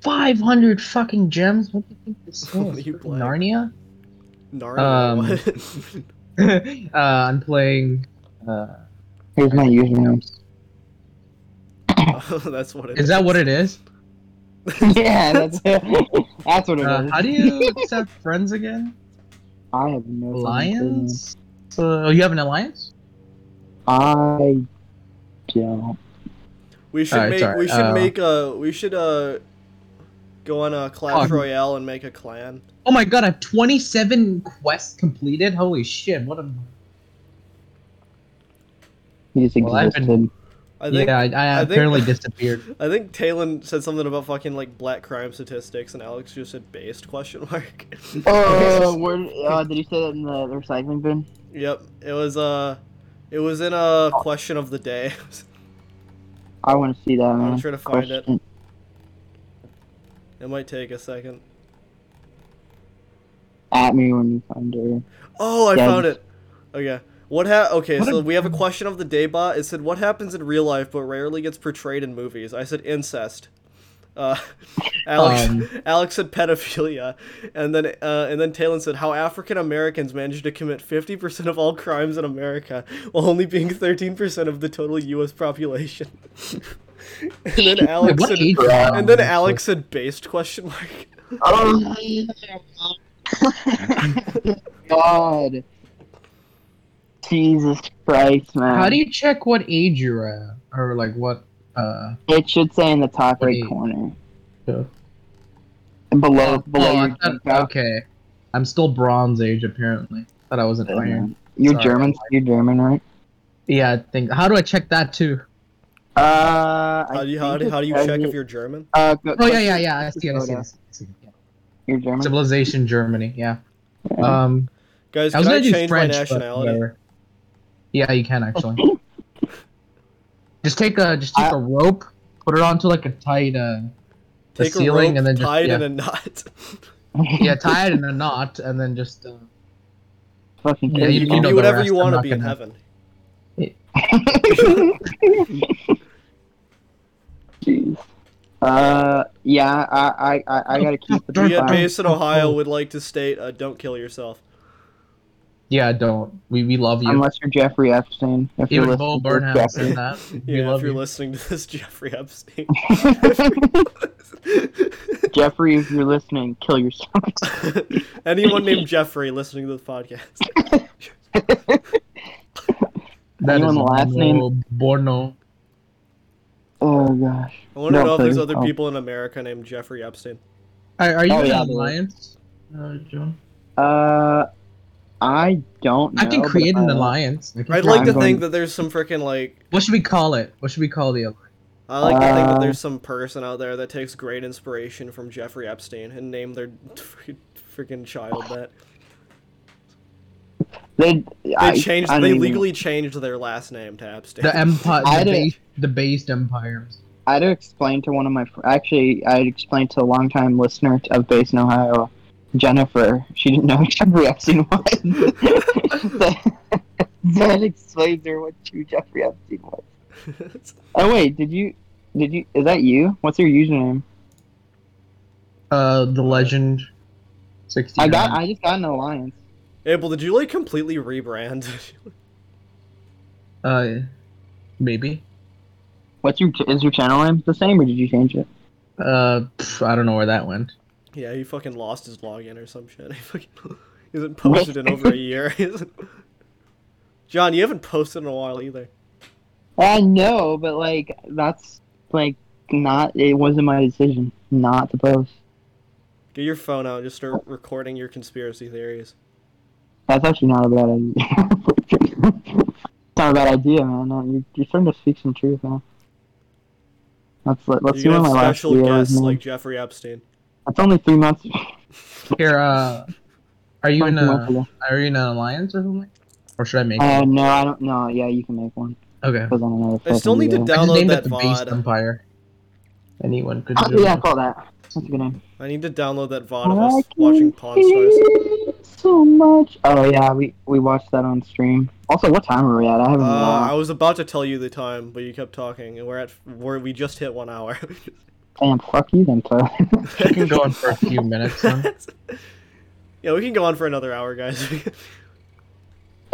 [SPEAKER 2] Five hundred fucking gems? What do you think this is?
[SPEAKER 3] You
[SPEAKER 2] Freaking
[SPEAKER 3] black.
[SPEAKER 2] Narnia? Um,
[SPEAKER 3] Narnia. what?
[SPEAKER 2] uh, I'm playing uh,
[SPEAKER 1] here's my username.
[SPEAKER 3] Oh, that's what it is.
[SPEAKER 2] is that what it is?
[SPEAKER 1] yeah, that's that's what it is.
[SPEAKER 2] Uh, how do you accept friends again?
[SPEAKER 1] I have no fucking
[SPEAKER 2] Alliance? Uh, you have an alliance?
[SPEAKER 1] clue. I don't.
[SPEAKER 3] We should
[SPEAKER 2] Alright,
[SPEAKER 3] make.
[SPEAKER 2] sorry,
[SPEAKER 3] We should
[SPEAKER 2] uh,
[SPEAKER 3] make a. We should uh. Go on a Clash
[SPEAKER 2] Oh.
[SPEAKER 3] Royale and make a clan.
[SPEAKER 2] Oh my god, I have 27 quests completed? Holy shit, what a.
[SPEAKER 1] He just
[SPEAKER 2] Well, I've
[SPEAKER 1] existed.
[SPEAKER 2] been-
[SPEAKER 3] I think.
[SPEAKER 2] yeah, I, I,
[SPEAKER 3] I think-
[SPEAKER 2] apparently disappeared.
[SPEAKER 3] I think Talon said something about fucking like black crime statistics, and Alex just said based question mark.
[SPEAKER 1] Oh, where, uh, did he say that in the, the recycling bin?
[SPEAKER 3] yep, it was uh, it was in a question of the day.
[SPEAKER 1] I want to see that.
[SPEAKER 3] I'm
[SPEAKER 1] man.
[SPEAKER 3] sure to find it.
[SPEAKER 1] Question.
[SPEAKER 3] It might take a second.
[SPEAKER 1] At me when you find it.
[SPEAKER 3] Oh, I
[SPEAKER 1] Yeah,
[SPEAKER 3] found it. Okay. What ha- Okay,
[SPEAKER 2] What
[SPEAKER 3] so
[SPEAKER 2] a-
[SPEAKER 3] we have a question of the day bot. It said, "What happens in real life but rarely gets portrayed in movies?" I said incest. Uh, Alex,
[SPEAKER 2] Um.
[SPEAKER 3] Alex said pedophilia, and then uh, and then Talon said how African Americans managed to commit fifty percent of all crimes in America while only being thirteen percent of the total U.S. population. and then
[SPEAKER 2] Wait,
[SPEAKER 3] Alex
[SPEAKER 2] what
[SPEAKER 3] said,
[SPEAKER 2] age um, are you on
[SPEAKER 3] and then
[SPEAKER 2] this
[SPEAKER 3] Alex said based question mark.
[SPEAKER 1] Oh, God. Jesus Christ, man.
[SPEAKER 2] list? How do you check what age you're at? Or, like, what. Uh,
[SPEAKER 1] It should say in the top right
[SPEAKER 2] Wait. Oh,
[SPEAKER 1] corner.
[SPEAKER 2] Below,
[SPEAKER 1] Below, below
[SPEAKER 2] Uh, I
[SPEAKER 1] your
[SPEAKER 2] thought-
[SPEAKER 1] deep out.
[SPEAKER 2] okay. I'm still bronze age, apparently. Thought I was an
[SPEAKER 1] Oh,
[SPEAKER 2] iron.
[SPEAKER 1] man. You're
[SPEAKER 2] Sorry.
[SPEAKER 1] German. You're German, right?
[SPEAKER 2] Yeah, I think. How do I check that, too?
[SPEAKER 1] Uh, I
[SPEAKER 3] How do you how
[SPEAKER 1] think
[SPEAKER 3] do,
[SPEAKER 1] it
[SPEAKER 3] how do you
[SPEAKER 1] says
[SPEAKER 3] check
[SPEAKER 1] it-
[SPEAKER 3] if you're German?
[SPEAKER 1] Uh, go-
[SPEAKER 2] Oh,
[SPEAKER 1] click
[SPEAKER 2] yeah, yeah, yeah. I see it. I see it. I
[SPEAKER 1] Minnesota.
[SPEAKER 2] see it, I see it. yeah.
[SPEAKER 1] You're German.
[SPEAKER 2] Civilization Germany, yeah.
[SPEAKER 1] Yeah.
[SPEAKER 2] Um,
[SPEAKER 3] Guys,
[SPEAKER 2] I
[SPEAKER 3] can
[SPEAKER 2] was
[SPEAKER 3] I,
[SPEAKER 2] gonna do
[SPEAKER 3] change
[SPEAKER 2] French,
[SPEAKER 3] my
[SPEAKER 2] but
[SPEAKER 3] nationality?
[SPEAKER 2] whatever. Yeah, you can actually. just take a just take a rope, put it onto like a tight uh, the
[SPEAKER 3] Take a
[SPEAKER 2] ceiling,
[SPEAKER 3] rope,
[SPEAKER 2] and then just
[SPEAKER 3] tie it
[SPEAKER 2] yeah,
[SPEAKER 3] in a knot.
[SPEAKER 2] yeah, tie it in a knot, and then just uh,
[SPEAKER 1] Fucking
[SPEAKER 2] Yeah,
[SPEAKER 1] kidding
[SPEAKER 3] you,
[SPEAKER 2] you
[SPEAKER 1] me.
[SPEAKER 3] can
[SPEAKER 2] know
[SPEAKER 3] do
[SPEAKER 2] the
[SPEAKER 3] whatever
[SPEAKER 2] rest,
[SPEAKER 3] you want
[SPEAKER 2] I'm
[SPEAKER 3] to
[SPEAKER 2] not
[SPEAKER 3] be in
[SPEAKER 2] gonna-
[SPEAKER 3] heaven.
[SPEAKER 1] Jeez. Uh, yeah, I, I, I, I gotta keep the.
[SPEAKER 2] Don't
[SPEAKER 3] We at
[SPEAKER 1] fire.
[SPEAKER 3] base in Ohio would like to state, uh, "Don't kill yourself."
[SPEAKER 2] yeah. Don't we we love you.
[SPEAKER 1] Unless you're Jeffrey Epstein. If you're
[SPEAKER 2] Even Bo
[SPEAKER 1] listening to this,
[SPEAKER 2] Burnham said
[SPEAKER 1] Jeffrey.
[SPEAKER 2] that. We
[SPEAKER 3] Yeah,
[SPEAKER 2] love
[SPEAKER 3] if you're
[SPEAKER 2] you.
[SPEAKER 3] listening to this, Jeffrey Epstein.
[SPEAKER 1] Jeffrey, if you're listening, kill yourself.
[SPEAKER 3] Anyone named Jeffrey listening to the podcast?
[SPEAKER 2] That is
[SPEAKER 1] Anyone last name-
[SPEAKER 2] Bo- Borno.
[SPEAKER 1] Oh gosh.
[SPEAKER 3] I want to
[SPEAKER 1] No,
[SPEAKER 3] know if
[SPEAKER 1] please,
[SPEAKER 3] there's other
[SPEAKER 1] no.
[SPEAKER 3] people in America named Jeffrey Epstein.
[SPEAKER 2] Are, are you
[SPEAKER 1] Oh,
[SPEAKER 2] in
[SPEAKER 1] yeah.
[SPEAKER 2] an alliance, uh, John?
[SPEAKER 1] Uh, I don't. Know,
[SPEAKER 2] I can
[SPEAKER 1] but
[SPEAKER 2] create an
[SPEAKER 1] I-
[SPEAKER 2] alliance. I can
[SPEAKER 3] I'd
[SPEAKER 2] create-
[SPEAKER 3] like to
[SPEAKER 1] I'm
[SPEAKER 3] think
[SPEAKER 1] going-
[SPEAKER 3] that there's some freaking like.
[SPEAKER 2] What should we call it? What should we call the alliance?
[SPEAKER 3] I like to think that
[SPEAKER 1] Uh,
[SPEAKER 3] there's some person out there that takes great inspiration from Jeffrey Epstein and name their freaking- freaking child that.
[SPEAKER 1] They, I,
[SPEAKER 3] They changed.
[SPEAKER 1] I don't
[SPEAKER 3] They
[SPEAKER 1] even-
[SPEAKER 3] legally changed their last name to Epstein.
[SPEAKER 2] The empire,
[SPEAKER 1] I
[SPEAKER 2] the,
[SPEAKER 1] did-
[SPEAKER 2] base, the based empire.
[SPEAKER 1] I had to explain to one of my fr- actually I had explained to a longtime listener t- of Basin, Ohio, Jennifer. She didn't know Jeffrey Epstein was. that, that explains her what true Jeffrey Epstein was. Oh wait, did you? Did you? Is that you? What's your username?
[SPEAKER 2] Uh, the legend. Sixty.
[SPEAKER 1] I got. I just got an alliance.
[SPEAKER 3] Abel, did you like completely rebrand?
[SPEAKER 2] Uh, maybe.
[SPEAKER 1] What's your? ch- Is your channel name the same, or did you change it?
[SPEAKER 2] Uh, pff, I don't know where that went.
[SPEAKER 3] yeah, he fucking lost his login or some shit. He fucking he hasn't posted in over a year. He hasn't- John, you haven't posted in a while either.
[SPEAKER 1] I know, but like that's like not. It wasn't my decision not to post.
[SPEAKER 3] Get your phone out and just start recording your conspiracy theories.
[SPEAKER 1] That's actually not a bad idea. it's not a bad idea, man. No, you're, you're starting to speak some truth, man. Let's let, let's see
[SPEAKER 3] You're
[SPEAKER 1] what
[SPEAKER 3] gonna
[SPEAKER 1] my
[SPEAKER 3] have
[SPEAKER 1] last
[SPEAKER 3] special
[SPEAKER 1] video is.
[SPEAKER 3] guests
[SPEAKER 1] man.
[SPEAKER 3] like Jeffrey Epstein.
[SPEAKER 1] That's only three months.
[SPEAKER 2] Here, uh, are you in
[SPEAKER 1] three months
[SPEAKER 2] a
[SPEAKER 1] ago.
[SPEAKER 2] are you in an alliance or something? Or should I make?
[SPEAKER 1] Uh,
[SPEAKER 2] one?
[SPEAKER 1] no, I don't. No, yeah, you can make one.
[SPEAKER 2] Okay.
[SPEAKER 1] was on another.
[SPEAKER 3] I still
[SPEAKER 1] fucking
[SPEAKER 3] need to
[SPEAKER 1] video.
[SPEAKER 2] I just
[SPEAKER 3] Download
[SPEAKER 2] named
[SPEAKER 3] that
[SPEAKER 2] it the Beast
[SPEAKER 3] VOD.
[SPEAKER 2] Empire. Anyone could
[SPEAKER 1] Uh,
[SPEAKER 2] do
[SPEAKER 1] yeah,
[SPEAKER 2] it.
[SPEAKER 1] call that. That's a good name.
[SPEAKER 3] I need to download that VOD of
[SPEAKER 1] I can
[SPEAKER 3] us watching Pawn Stars.
[SPEAKER 1] feel So much. Oh yeah, we we watched that on stream. Also, what time are we at? I haven't.
[SPEAKER 3] Uh, I
[SPEAKER 1] Uh,
[SPEAKER 3] was about to tell you the time, but you kept talking, and we're at we're, we just hit one hour.
[SPEAKER 1] Damn, fuck you then, Tyler.
[SPEAKER 2] You can go on for a few minutes. Huh?
[SPEAKER 3] yeah, we can go on for another hour, guys.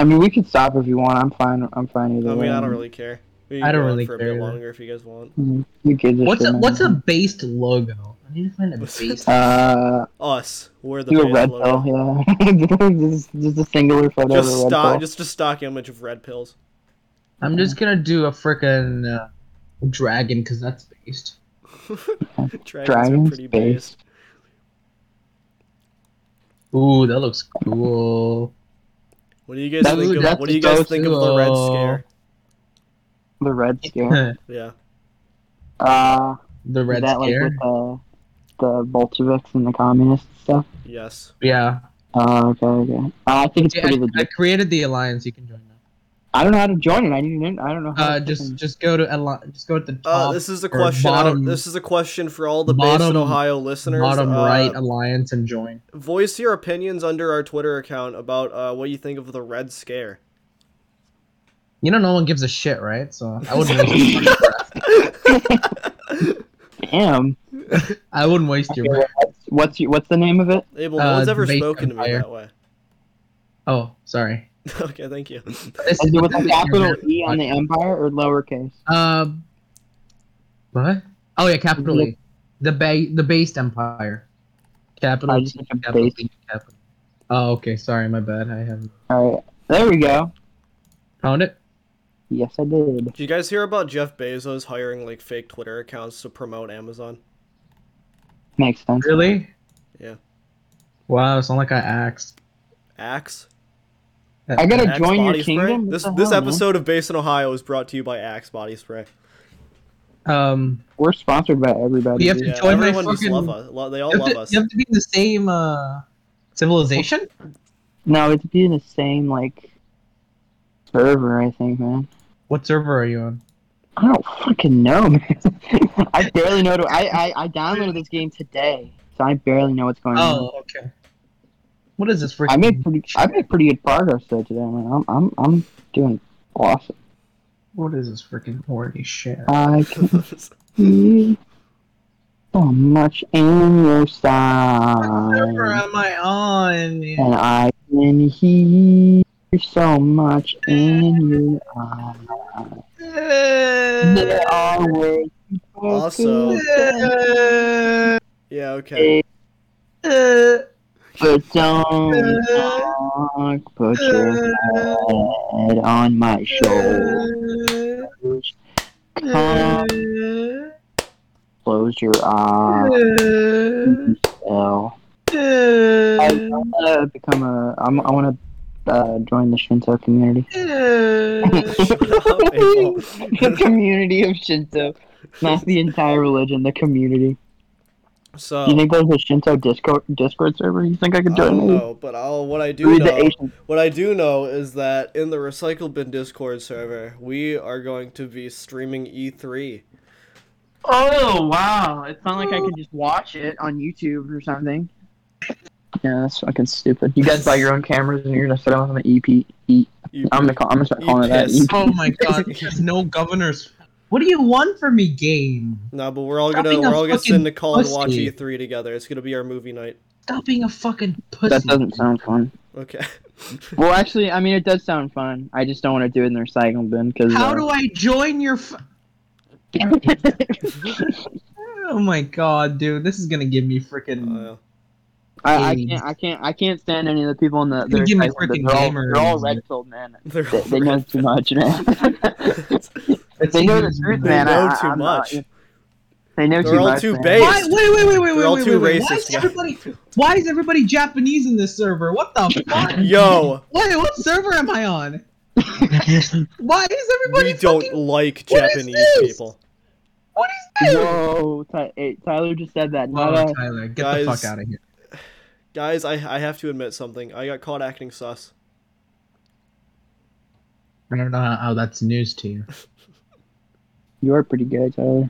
[SPEAKER 1] I mean, we could stop if you want. I'm fine. I'm fine either
[SPEAKER 3] I
[SPEAKER 1] way.
[SPEAKER 3] mean, I don't really care. We
[SPEAKER 2] Um, I
[SPEAKER 3] can go
[SPEAKER 2] don't
[SPEAKER 3] on
[SPEAKER 2] really
[SPEAKER 3] for a
[SPEAKER 2] care
[SPEAKER 3] bit
[SPEAKER 2] either.
[SPEAKER 3] longer if you guys want.
[SPEAKER 1] Mhm. You could just
[SPEAKER 2] What's
[SPEAKER 1] sit
[SPEAKER 2] a
[SPEAKER 1] down.
[SPEAKER 2] what's a based logo? I need to find a based.
[SPEAKER 1] Uh,
[SPEAKER 3] Us, we're the
[SPEAKER 1] do a
[SPEAKER 3] base
[SPEAKER 1] red
[SPEAKER 3] logo.
[SPEAKER 1] pill, yeah. just, just a singular photo
[SPEAKER 3] Just
[SPEAKER 1] of a red
[SPEAKER 3] stock,
[SPEAKER 1] pill.
[SPEAKER 3] just a stock image of red pills.
[SPEAKER 2] I'm just gonna do a frickin' uh, dragon because that's based.
[SPEAKER 3] Dragons, are
[SPEAKER 1] Dragon's
[SPEAKER 3] pretty
[SPEAKER 1] base.
[SPEAKER 3] based.
[SPEAKER 2] Ooh, that looks cool.
[SPEAKER 3] What do you guys
[SPEAKER 1] That
[SPEAKER 3] think?
[SPEAKER 1] was-
[SPEAKER 3] Of,
[SPEAKER 1] that's
[SPEAKER 3] what do you guys
[SPEAKER 1] so
[SPEAKER 3] think of the red
[SPEAKER 2] cool.
[SPEAKER 3] scare?
[SPEAKER 1] The red scare.
[SPEAKER 2] the
[SPEAKER 3] Yeah,
[SPEAKER 1] Uh,
[SPEAKER 2] red
[SPEAKER 1] that
[SPEAKER 2] scare.
[SPEAKER 1] like with the the Bolsheviks and the communists and stuff.
[SPEAKER 3] yes.
[SPEAKER 2] yeah.
[SPEAKER 1] Oh, okay, okay. Uh, I think it's
[SPEAKER 2] Yeah,
[SPEAKER 1] pretty
[SPEAKER 2] I, I
[SPEAKER 1] legit.
[SPEAKER 2] created the alliance. You can join now.
[SPEAKER 1] I don't know how to join it. I didn't. I don't know. How
[SPEAKER 2] Uh,
[SPEAKER 1] to
[SPEAKER 2] just
[SPEAKER 1] fucking-
[SPEAKER 2] just go to alli- just go to the
[SPEAKER 3] Uh,
[SPEAKER 2] top.
[SPEAKER 3] this is a
[SPEAKER 2] or
[SPEAKER 3] question. I don't-
[SPEAKER 2] bottom-
[SPEAKER 3] this is a question for all the base in
[SPEAKER 2] bottom-
[SPEAKER 3] Ohio listeners.
[SPEAKER 2] bottom
[SPEAKER 3] Uh,
[SPEAKER 2] right alliance and join.
[SPEAKER 3] voice your opinions under our Twitter account about uh, what you think of the Red Scare.
[SPEAKER 2] You know, no one gives a shit, right? So I wouldn't waste. your breath.
[SPEAKER 1] Damn.
[SPEAKER 2] I wouldn't waste your.
[SPEAKER 1] Okay,
[SPEAKER 2] breath.
[SPEAKER 1] what's, what's your- what's the name of it?
[SPEAKER 3] Abel, no
[SPEAKER 2] Uh,
[SPEAKER 3] one's ever
[SPEAKER 2] debate
[SPEAKER 3] spoken to me
[SPEAKER 2] empire.
[SPEAKER 3] that way.
[SPEAKER 2] Oh, sorry.
[SPEAKER 3] okay, thank you.
[SPEAKER 2] This
[SPEAKER 1] Is it with
[SPEAKER 2] this
[SPEAKER 1] a
[SPEAKER 2] your
[SPEAKER 1] capital
[SPEAKER 2] bad
[SPEAKER 1] E on
[SPEAKER 2] podcast.
[SPEAKER 1] the empire or lowercase?
[SPEAKER 2] Um, what? Oh yeah, capital E. The ba- the based empire. Capital.
[SPEAKER 1] I just
[SPEAKER 2] T,
[SPEAKER 1] think of
[SPEAKER 2] capital
[SPEAKER 1] base.
[SPEAKER 2] E, capital. Oh okay, sorry, my bad. I haven't
[SPEAKER 1] All right, there we go.
[SPEAKER 2] found it.
[SPEAKER 1] Yes, I did.
[SPEAKER 3] Did you guys hear about Jeff Bezos hiring like fake Twitter accounts to promote Amazon?
[SPEAKER 1] Makes sense.
[SPEAKER 2] Really?
[SPEAKER 3] Yeah.
[SPEAKER 2] Wow, it's not like I axed.
[SPEAKER 3] Axe.
[SPEAKER 1] I gotta
[SPEAKER 3] Axe
[SPEAKER 1] join your
[SPEAKER 3] body spray.
[SPEAKER 1] kingdom. What
[SPEAKER 3] This
[SPEAKER 1] the
[SPEAKER 3] this
[SPEAKER 1] hell, man?
[SPEAKER 3] episode of Base in Ohio is brought to you by Axe body spray.
[SPEAKER 2] Um,
[SPEAKER 1] We're sponsored by everybody.
[SPEAKER 2] We have
[SPEAKER 1] dude.
[SPEAKER 2] to
[SPEAKER 3] Yeah,
[SPEAKER 2] join my
[SPEAKER 3] everyone just
[SPEAKER 2] fucking-
[SPEAKER 3] love us. Lo- They all
[SPEAKER 2] you have,
[SPEAKER 3] love
[SPEAKER 2] to,
[SPEAKER 3] us.
[SPEAKER 2] you have to be in the same uh civilization.
[SPEAKER 1] No, it's being the same like server, I think, man.
[SPEAKER 2] What server are you on?
[SPEAKER 1] I don't fucking know, man. I barely know. what- I, I I downloaded this game today, so I barely know what's going on.
[SPEAKER 2] Oh, okay. What is this freaking?
[SPEAKER 1] Um, I made pretty I made pretty good progress though today, man. I'm I'm I'm doing awesome.
[SPEAKER 2] What is this freaking horny shit?
[SPEAKER 1] I can see so much in your
[SPEAKER 2] What server
[SPEAKER 1] side,
[SPEAKER 2] am I on?
[SPEAKER 1] and I can hear so much in your eyes.
[SPEAKER 2] Oh
[SPEAKER 1] They're always
[SPEAKER 3] Also-
[SPEAKER 1] broken,
[SPEAKER 3] yeah, okay.
[SPEAKER 1] babe, but don't talk. Put your head on my shoulders. Come, close your eyes. L. I want to become a. I'm, I want to uh, join the Shinto community.
[SPEAKER 3] up, Abel.
[SPEAKER 1] the community of Shinto, not the entire religion. The community.
[SPEAKER 3] So
[SPEAKER 1] Do you think there's a Shinto Discord Discord server? You think I could
[SPEAKER 3] I don't
[SPEAKER 1] join? it?
[SPEAKER 3] know, but I'll, what I do
[SPEAKER 1] Read the
[SPEAKER 3] Oh, know
[SPEAKER 1] Asian.
[SPEAKER 3] What I do know is that in the Recycle Bin Discord server, we are going to be streaming E E3.
[SPEAKER 1] Oh wow! It's not like I could just watch it on YouTube or something. Yeah, that's fucking stupid. You guys buy your own cameras and you're gonna set them on the EP. E-
[SPEAKER 3] You-
[SPEAKER 1] I'm gonna call. I'm gonna start
[SPEAKER 3] You
[SPEAKER 1] calling it that. E
[SPEAKER 3] piss.
[SPEAKER 1] EP.
[SPEAKER 2] Oh my god, there's no governors. What do you want from me, game?
[SPEAKER 3] No, but we're all
[SPEAKER 2] Stop
[SPEAKER 3] gonna
[SPEAKER 2] being a
[SPEAKER 3] we're all gonna sit in a call and watch
[SPEAKER 2] pussy.
[SPEAKER 3] E3 together. It's gonna be our movie night.
[SPEAKER 2] Stop being a fucking pussy.
[SPEAKER 1] That doesn't sound fun.
[SPEAKER 3] Okay.
[SPEAKER 1] Well, actually, I mean, it does sound fun. I just don't want to do it in the recycling bin because.
[SPEAKER 2] How do I join your? F- oh my god, dude, this is gonna give me freaking.
[SPEAKER 3] Uh,
[SPEAKER 1] I, I
[SPEAKER 2] Games.
[SPEAKER 1] can't I can't I can't stand any of the people in the
[SPEAKER 2] You
[SPEAKER 1] they're,
[SPEAKER 2] give me
[SPEAKER 1] excited, but they're all,
[SPEAKER 2] freaking
[SPEAKER 1] they're all
[SPEAKER 2] gamers.
[SPEAKER 1] red pilled men.
[SPEAKER 3] they're
[SPEAKER 1] They,
[SPEAKER 3] all
[SPEAKER 1] they know too much, man. they know the truth,
[SPEAKER 3] They
[SPEAKER 1] man.
[SPEAKER 3] know
[SPEAKER 1] I, I-
[SPEAKER 3] too
[SPEAKER 1] I'm not-
[SPEAKER 3] much.
[SPEAKER 1] they know
[SPEAKER 3] They're
[SPEAKER 1] too
[SPEAKER 3] all
[SPEAKER 1] much.
[SPEAKER 3] too
[SPEAKER 1] man.
[SPEAKER 3] based.
[SPEAKER 2] Why? Wait, wait, wait, wait,
[SPEAKER 3] They're
[SPEAKER 2] wait,
[SPEAKER 3] all
[SPEAKER 2] wait,
[SPEAKER 3] too
[SPEAKER 2] wait, wait. Why
[SPEAKER 3] racist,
[SPEAKER 2] is
[SPEAKER 3] man.
[SPEAKER 2] everybody? Why is everybody Japanese in this server? What the fuck?
[SPEAKER 3] Yo,
[SPEAKER 2] Wait, what server am I on? Why is everybody?
[SPEAKER 3] we don't
[SPEAKER 2] fucking-
[SPEAKER 3] like
[SPEAKER 2] What is
[SPEAKER 3] Japanese
[SPEAKER 2] this?
[SPEAKER 3] people.
[SPEAKER 2] What is this?
[SPEAKER 1] Whoa, Ty- hey, Tyler just said
[SPEAKER 3] Oh,
[SPEAKER 1] that. Not
[SPEAKER 2] Whoa,
[SPEAKER 1] a,
[SPEAKER 2] Tyler, get
[SPEAKER 3] Guys.
[SPEAKER 2] the fuck out of here.
[SPEAKER 3] Guys, I I have to admit something. I got caught acting sus.
[SPEAKER 2] I don't know how that's news to you.
[SPEAKER 1] You are pretty good, Tyler.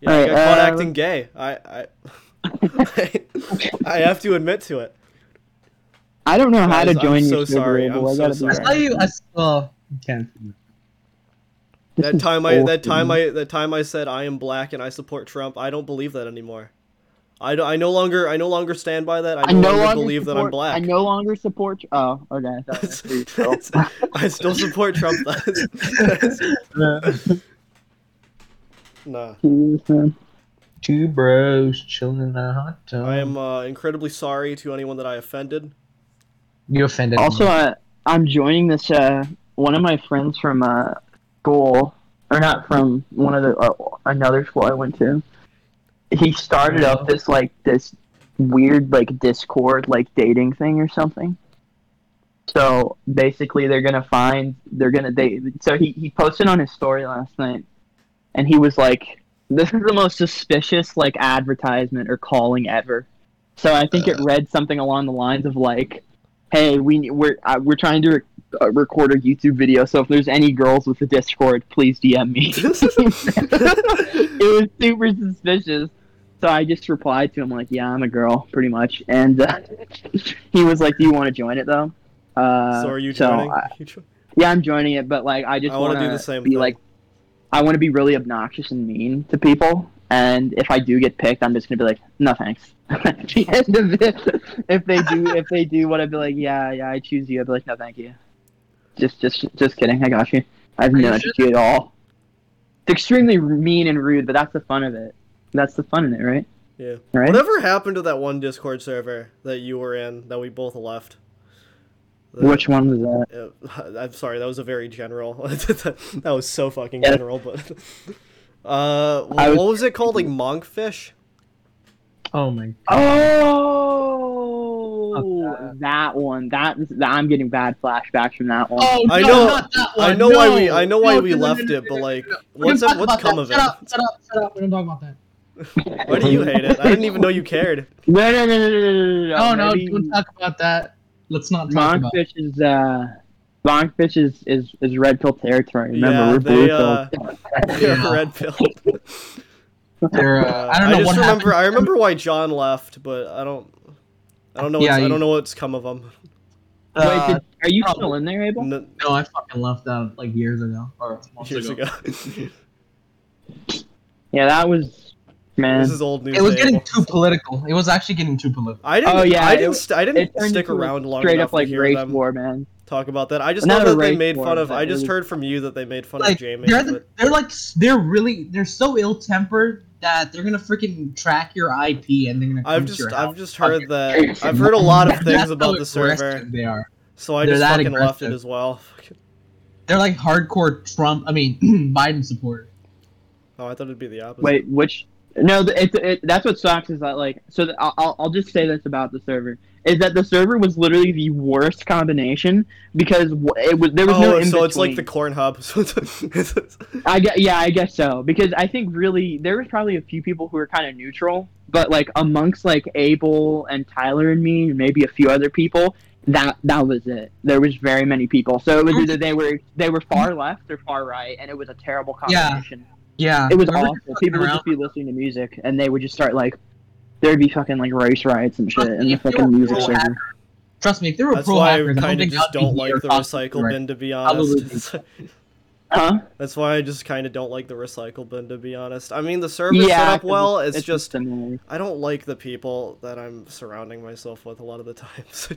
[SPEAKER 3] Yeah, I
[SPEAKER 1] Alright,
[SPEAKER 3] got caught
[SPEAKER 1] uh,
[SPEAKER 3] acting gay. I I, I have to admit to it.
[SPEAKER 1] I don't know how to
[SPEAKER 3] Guys, I'm
[SPEAKER 1] join
[SPEAKER 3] so
[SPEAKER 1] you. to
[SPEAKER 3] sorry.
[SPEAKER 1] agree, but
[SPEAKER 3] I'm
[SPEAKER 1] I
[SPEAKER 3] so
[SPEAKER 1] gotta be
[SPEAKER 3] sorry.
[SPEAKER 2] I saw
[SPEAKER 1] right.
[SPEAKER 2] you. I saw. Can't.
[SPEAKER 1] This
[SPEAKER 3] That
[SPEAKER 1] is
[SPEAKER 3] time I that
[SPEAKER 1] awesome.
[SPEAKER 3] time I that time I said I am black and I support Trump. I don't believe that anymore. I, do- I no longer I no longer stand by that. I no, longer, believe that I'm
[SPEAKER 1] support-
[SPEAKER 3] black.
[SPEAKER 1] I no longer support. Oh, okay. Sorry.
[SPEAKER 3] I still support Trump. That's, nah.
[SPEAKER 1] Jeez, man.
[SPEAKER 2] Two bros chilling in a hot tub.
[SPEAKER 3] I am uh, incredibly sorry to anyone that I offended.
[SPEAKER 2] You offended.
[SPEAKER 1] Also,
[SPEAKER 2] me.
[SPEAKER 1] uh, I'm joining this. Uh, one of my friends from uh, school, or not from one of the uh, another school I went to. He started up this like this weird like Discord like dating thing or something. So basically, they're gonna find they're gonna they. So he he posted on his story last night, and he was like, "This is the most suspicious like advertisement or calling ever." So I think
[SPEAKER 3] Uh.
[SPEAKER 1] it read something along the lines of like, hey, we we're uh, we're trying to rec- uh, record a YouTube video. So if there's any girls with the Discord, please DM me. it was super suspicious. So I just replied to him like, yeah, I'm a girl, pretty much. And uh, he was like, do you want to join it though? Uh,
[SPEAKER 3] so are you
[SPEAKER 1] so
[SPEAKER 3] joining?
[SPEAKER 1] I-
[SPEAKER 3] You jo-
[SPEAKER 1] yeah, I'm joining it, but like I just
[SPEAKER 3] I wanna
[SPEAKER 1] want
[SPEAKER 3] do the same
[SPEAKER 1] be
[SPEAKER 3] thing.
[SPEAKER 1] like, I want to be really obnoxious and mean to people. And if I do get picked, I'm just gonna be like, no thanks. At the end of it, if they do, if they do, what I'd be like, yeah, yeah, I choose you. I'd be like, no, thank you. Just, just, just kidding. I got you. I have
[SPEAKER 2] Are
[SPEAKER 1] no
[SPEAKER 2] you
[SPEAKER 1] interest in you at all. It's extremely mean and rude, but that's the fun of it. That's the fun in it, right?
[SPEAKER 3] yeah.
[SPEAKER 1] Right?
[SPEAKER 3] Whatever happened to that one Discord server that you were in that we both left? The-
[SPEAKER 1] Which one was that?
[SPEAKER 3] Uh, I'm sorry, that was a very general. that was so fucking
[SPEAKER 1] Yeah.
[SPEAKER 3] general, but. Uh, wh-
[SPEAKER 1] I was-
[SPEAKER 3] what was it called? Like monkfish?
[SPEAKER 2] Oh my.
[SPEAKER 1] Oh,
[SPEAKER 2] Okay.
[SPEAKER 1] that one. That I'm getting bad flashbacks from that one.
[SPEAKER 2] Oh
[SPEAKER 3] I
[SPEAKER 2] no,
[SPEAKER 3] know-
[SPEAKER 2] not that one.
[SPEAKER 3] I know why we I know why
[SPEAKER 2] No,
[SPEAKER 3] we
[SPEAKER 2] no, no, no,
[SPEAKER 3] left
[SPEAKER 2] no,
[SPEAKER 3] it,
[SPEAKER 2] no,
[SPEAKER 3] but
[SPEAKER 2] no,
[SPEAKER 3] like,
[SPEAKER 2] no, no. We
[SPEAKER 3] what's
[SPEAKER 2] didn't talk
[SPEAKER 3] what's
[SPEAKER 2] about
[SPEAKER 3] come
[SPEAKER 2] that.
[SPEAKER 3] of it?
[SPEAKER 2] Shut up! Shut up! Shut up! We didn't talk about that.
[SPEAKER 3] Why do you hate it? I didn't even know you cared.
[SPEAKER 1] No, no, no, no, no, no, no.
[SPEAKER 2] Oh no!
[SPEAKER 1] maybe
[SPEAKER 2] Don't talk about that. Let's not talk about.
[SPEAKER 1] Monkfish is uh, Monkfish is is, is red pill territory. Remember,
[SPEAKER 3] Yeah,
[SPEAKER 1] we're
[SPEAKER 3] they,
[SPEAKER 1] blue
[SPEAKER 3] uh,
[SPEAKER 1] pill.
[SPEAKER 2] Yeah.
[SPEAKER 3] Red pill.
[SPEAKER 2] it. They're,
[SPEAKER 3] Uh,
[SPEAKER 2] uh, I don't know
[SPEAKER 3] just
[SPEAKER 2] what
[SPEAKER 3] remember. I
[SPEAKER 2] happened.
[SPEAKER 3] remember why John left, but I don't. I don't know.
[SPEAKER 2] Yeah,
[SPEAKER 3] what's, I
[SPEAKER 2] you-
[SPEAKER 3] don't know what's come of him.
[SPEAKER 1] Wait,
[SPEAKER 2] Uh,
[SPEAKER 1] did, are you
[SPEAKER 2] oh.
[SPEAKER 1] still in there, Abel?
[SPEAKER 3] N-
[SPEAKER 2] no, I fucking left that like years ago or months
[SPEAKER 3] years
[SPEAKER 2] ago.
[SPEAKER 3] ago.
[SPEAKER 1] Yeah, that was man.
[SPEAKER 3] this is old news.
[SPEAKER 2] It was
[SPEAKER 3] to
[SPEAKER 2] getting
[SPEAKER 3] Abel.
[SPEAKER 2] too political. It was actually getting too political.
[SPEAKER 3] I didn't.
[SPEAKER 1] Oh, yeah,
[SPEAKER 3] I
[SPEAKER 1] it
[SPEAKER 3] didn't.
[SPEAKER 1] was-
[SPEAKER 3] st- I
[SPEAKER 1] it
[SPEAKER 3] didn't
[SPEAKER 1] turned
[SPEAKER 3] stick
[SPEAKER 1] into a
[SPEAKER 3] around long
[SPEAKER 1] straight
[SPEAKER 3] enough
[SPEAKER 1] up like
[SPEAKER 3] to hear
[SPEAKER 1] race
[SPEAKER 3] them
[SPEAKER 1] war, man.
[SPEAKER 3] talk about that. I just
[SPEAKER 1] Not
[SPEAKER 3] know
[SPEAKER 1] a
[SPEAKER 3] that they
[SPEAKER 1] race
[SPEAKER 3] made
[SPEAKER 1] war,
[SPEAKER 3] fun of.
[SPEAKER 1] but
[SPEAKER 3] I
[SPEAKER 1] it
[SPEAKER 3] just
[SPEAKER 1] was-
[SPEAKER 3] heard from you that they made fun of
[SPEAKER 2] like
[SPEAKER 3] Jamie.
[SPEAKER 2] they're, the,
[SPEAKER 3] but-
[SPEAKER 2] they're like s- they're really they're so ill tempered that they're gonna freaking track your IP and they're gonna.
[SPEAKER 3] I've
[SPEAKER 2] come to
[SPEAKER 3] just
[SPEAKER 2] your
[SPEAKER 3] I've
[SPEAKER 2] house.
[SPEAKER 3] just heard
[SPEAKER 2] Okay.
[SPEAKER 3] that I've heard a lot of
[SPEAKER 2] That's
[SPEAKER 3] things
[SPEAKER 2] how
[SPEAKER 3] about the server,
[SPEAKER 2] aggressive They are.
[SPEAKER 3] so I
[SPEAKER 2] They're
[SPEAKER 3] just
[SPEAKER 2] that
[SPEAKER 3] fucking left it
[SPEAKER 2] aggressive.
[SPEAKER 3] as well.
[SPEAKER 2] They're like hardcore Trump. I mean Biden supporters.
[SPEAKER 3] Oh, I thought it'd be the opposite.
[SPEAKER 1] Wait, which? No, th- it's it, that's what sucks is that like so. Th- I'll- I'll I'll just say this about the server is that the server was literally the worst combination because w- it was there was
[SPEAKER 3] oh,
[SPEAKER 1] no.
[SPEAKER 3] so it's like
[SPEAKER 1] in-between.
[SPEAKER 3] the corn hub. So it's-
[SPEAKER 1] I guess, yeah, I guess so because I think really there was probably a few people who were kind of neutral, but like amongst like Abel and Tyler and me, and maybe a few other people, that that was it. There was very many people, so it was either they were they were far left or far right, and it was a terrible
[SPEAKER 2] Yeah.
[SPEAKER 1] combination.
[SPEAKER 2] Yeah,
[SPEAKER 1] It was
[SPEAKER 2] they're
[SPEAKER 1] awful.
[SPEAKER 2] fucking
[SPEAKER 1] People would
[SPEAKER 2] around.
[SPEAKER 1] just be listening to music, and they would just start like there'd be fucking like race riots and shit in the
[SPEAKER 2] If you're
[SPEAKER 1] fucking
[SPEAKER 2] a
[SPEAKER 1] music
[SPEAKER 2] pro
[SPEAKER 1] server.
[SPEAKER 2] Trust me, if they were
[SPEAKER 3] That's
[SPEAKER 2] pro
[SPEAKER 3] why I
[SPEAKER 2] hackers, I
[SPEAKER 3] kind of
[SPEAKER 2] think
[SPEAKER 3] just
[SPEAKER 2] I'd be
[SPEAKER 3] don't
[SPEAKER 2] here
[SPEAKER 3] like the
[SPEAKER 2] talking to
[SPEAKER 3] recycle
[SPEAKER 2] you right
[SPEAKER 3] bin, to be honest.
[SPEAKER 2] Absolutely.
[SPEAKER 1] Huh?
[SPEAKER 3] That's why I just kind of don't like the recycle bin, to be honest. I mean, the server
[SPEAKER 1] Yeah.
[SPEAKER 3] set up
[SPEAKER 1] 'cause
[SPEAKER 3] well. It's, just
[SPEAKER 1] similar.
[SPEAKER 3] I don't like the people that I'm surrounding myself with a lot of the time. So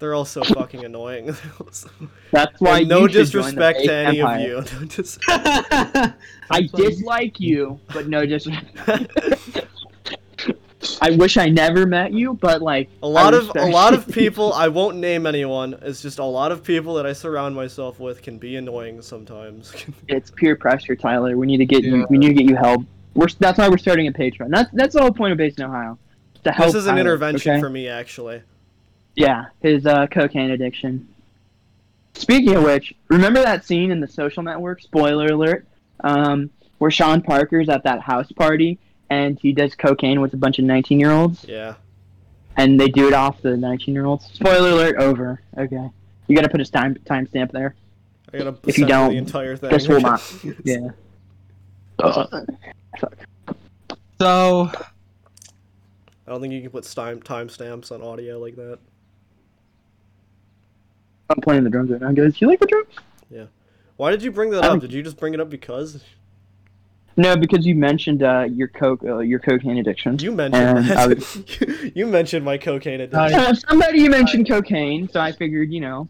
[SPEAKER 3] they're all so fucking annoying.
[SPEAKER 1] That's why
[SPEAKER 3] And no
[SPEAKER 1] you should join the
[SPEAKER 3] disrespect
[SPEAKER 1] fake
[SPEAKER 3] to any
[SPEAKER 1] empire.
[SPEAKER 3] of you. No dis-
[SPEAKER 2] now.
[SPEAKER 1] I
[SPEAKER 2] That's why you-
[SPEAKER 1] dislike you, but no disrespect. I wish I never met you, but like
[SPEAKER 3] a lot
[SPEAKER 1] I
[SPEAKER 3] of a
[SPEAKER 1] respect
[SPEAKER 3] lot of
[SPEAKER 1] you.
[SPEAKER 3] people. I won't name anyone. It's just a lot of people that I surround myself with can be annoying sometimes.
[SPEAKER 1] It's peer pressure, Tyler. We need to get
[SPEAKER 2] Yeah.
[SPEAKER 1] you. We need to get you help. We're that's why we're starting a Patreon. That's that's the whole point of Based in Ohio. To help
[SPEAKER 3] this is an
[SPEAKER 1] Tyler,
[SPEAKER 3] intervention
[SPEAKER 1] okay?
[SPEAKER 3] for me, actually.
[SPEAKER 1] Yeah, his uh, cocaine addiction. Speaking of which, remember that scene in The Social Network? Spoiler alert. Um, where Sean Parker's at that house party and he does cocaine with a bunch of nineteen-year-olds,
[SPEAKER 3] Yeah.
[SPEAKER 1] and they do it off the nineteen-year-olds. Spoiler alert over. Okay, you got to put a time timestamp there.
[SPEAKER 3] I gotta
[SPEAKER 1] If you
[SPEAKER 3] send her
[SPEAKER 1] don't,
[SPEAKER 3] the entire thing.
[SPEAKER 1] This will not. Yeah.
[SPEAKER 2] So
[SPEAKER 3] I don't think you can put time timestamps on audio like that.
[SPEAKER 1] I'm playing the drums right now, guys. You like the drums?
[SPEAKER 3] Why did you bring that
[SPEAKER 1] I
[SPEAKER 3] up?
[SPEAKER 1] don't-
[SPEAKER 3] Did you just bring it up because
[SPEAKER 1] No, because you mentioned uh, your coke, uh, your cocaine addiction.
[SPEAKER 3] you mentioned
[SPEAKER 1] Um, I
[SPEAKER 3] that? you mentioned my cocaine addiction.
[SPEAKER 1] Uh, somebody you mentioned cocaine, so I figured you know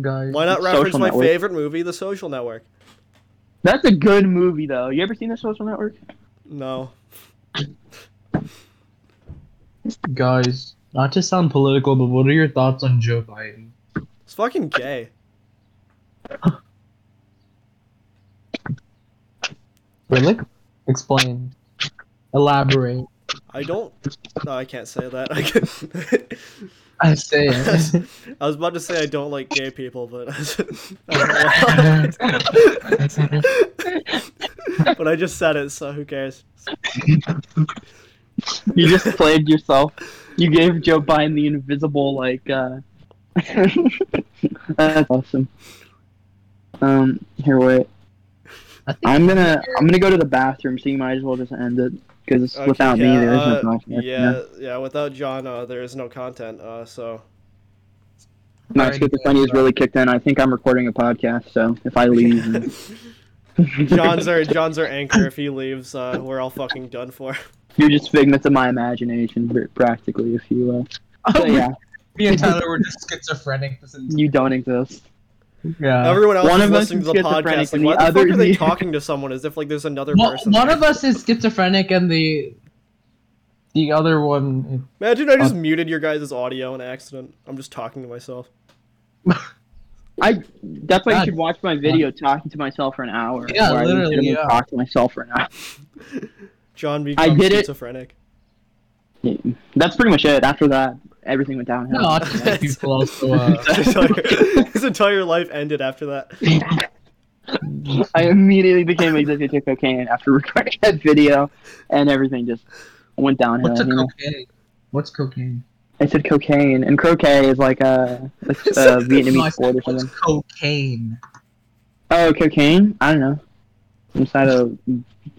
[SPEAKER 2] guys,
[SPEAKER 3] Why not
[SPEAKER 1] Social
[SPEAKER 3] reference my
[SPEAKER 1] Network.
[SPEAKER 3] favorite movie, The Social Network?
[SPEAKER 1] that's a good movie though. You ever seen The Social Network?
[SPEAKER 3] No.
[SPEAKER 2] guys, not to sound political, but what are your thoughts on Joe Biden?
[SPEAKER 3] It's fucking gay.
[SPEAKER 2] Really? Explain. Elaborate.
[SPEAKER 3] I don't. No, I can't say that. I, can...
[SPEAKER 2] I say it.
[SPEAKER 3] I was about to say I don't like gay people, but but I just said it, so who cares?
[SPEAKER 1] You just played yourself. You gave Joe Biden the invisible like. uh... That's awesome. Um, here wait.
[SPEAKER 2] I think
[SPEAKER 1] I'm gonna I'm gonna go to the bathroom, so you might as well just end it because
[SPEAKER 3] Okay,
[SPEAKER 1] without me,
[SPEAKER 3] yeah,
[SPEAKER 1] there's
[SPEAKER 3] uh,
[SPEAKER 1] nothing. I can-
[SPEAKER 3] Yeah, yeah. Without John, uh, there is no content. Uh, so
[SPEAKER 1] My schizophrenia is really kicked in. I think I'm recording a podcast, so if I leave, and-
[SPEAKER 3] John's our John's our anchor. If he leaves, uh, we're all fucking done for.
[SPEAKER 1] you're just figments of my imagination, pr- practically. If you, uh, so
[SPEAKER 2] Oh,
[SPEAKER 1] yeah,
[SPEAKER 2] me and Tyler were just schizophrenic. This is-
[SPEAKER 1] you don't exist.
[SPEAKER 2] Yeah.
[SPEAKER 3] Everyone else
[SPEAKER 1] one
[SPEAKER 3] is
[SPEAKER 1] of us
[SPEAKER 3] listening
[SPEAKER 1] is
[SPEAKER 3] to the
[SPEAKER 1] schizophrenic
[SPEAKER 3] podcast. Like,
[SPEAKER 1] and
[SPEAKER 3] why
[SPEAKER 1] the
[SPEAKER 3] the
[SPEAKER 1] other
[SPEAKER 3] fuck are they
[SPEAKER 1] is-
[SPEAKER 3] talking to someone as if like there's another
[SPEAKER 2] Well,
[SPEAKER 3] person?
[SPEAKER 2] one
[SPEAKER 3] there?
[SPEAKER 2] of us is schizophrenic, and the the other one.
[SPEAKER 3] Imagine I just muted your guys' audio on accident. I'm just talking to myself.
[SPEAKER 1] I. That's why you
[SPEAKER 2] God.
[SPEAKER 1] should watch my video talking to myself for an hour.
[SPEAKER 2] Yeah,
[SPEAKER 1] where I
[SPEAKER 2] literally,
[SPEAKER 1] legitimately
[SPEAKER 2] yeah.
[SPEAKER 1] Talk to myself for an hour.
[SPEAKER 3] John becomes
[SPEAKER 1] did it.
[SPEAKER 3] schizophrenic.
[SPEAKER 1] Yeah. That's pretty much it. After that, everything went downhill.
[SPEAKER 2] No, autistic people also. Uh,
[SPEAKER 3] His entire, his entire life ended after that.
[SPEAKER 2] uh,
[SPEAKER 1] I immediately became addicted to cocaine after recording that video, and everything just went downhill.
[SPEAKER 2] what's a
[SPEAKER 1] you know?
[SPEAKER 2] cocaine? What's cocaine?
[SPEAKER 1] I said cocaine, and croquet is like a, it's a
[SPEAKER 2] No, I
[SPEAKER 1] Vietnamese
[SPEAKER 2] said,
[SPEAKER 1] sport or
[SPEAKER 2] what's
[SPEAKER 1] something.
[SPEAKER 2] cocaine?
[SPEAKER 1] Oh, cocaine? I don't know. Inside a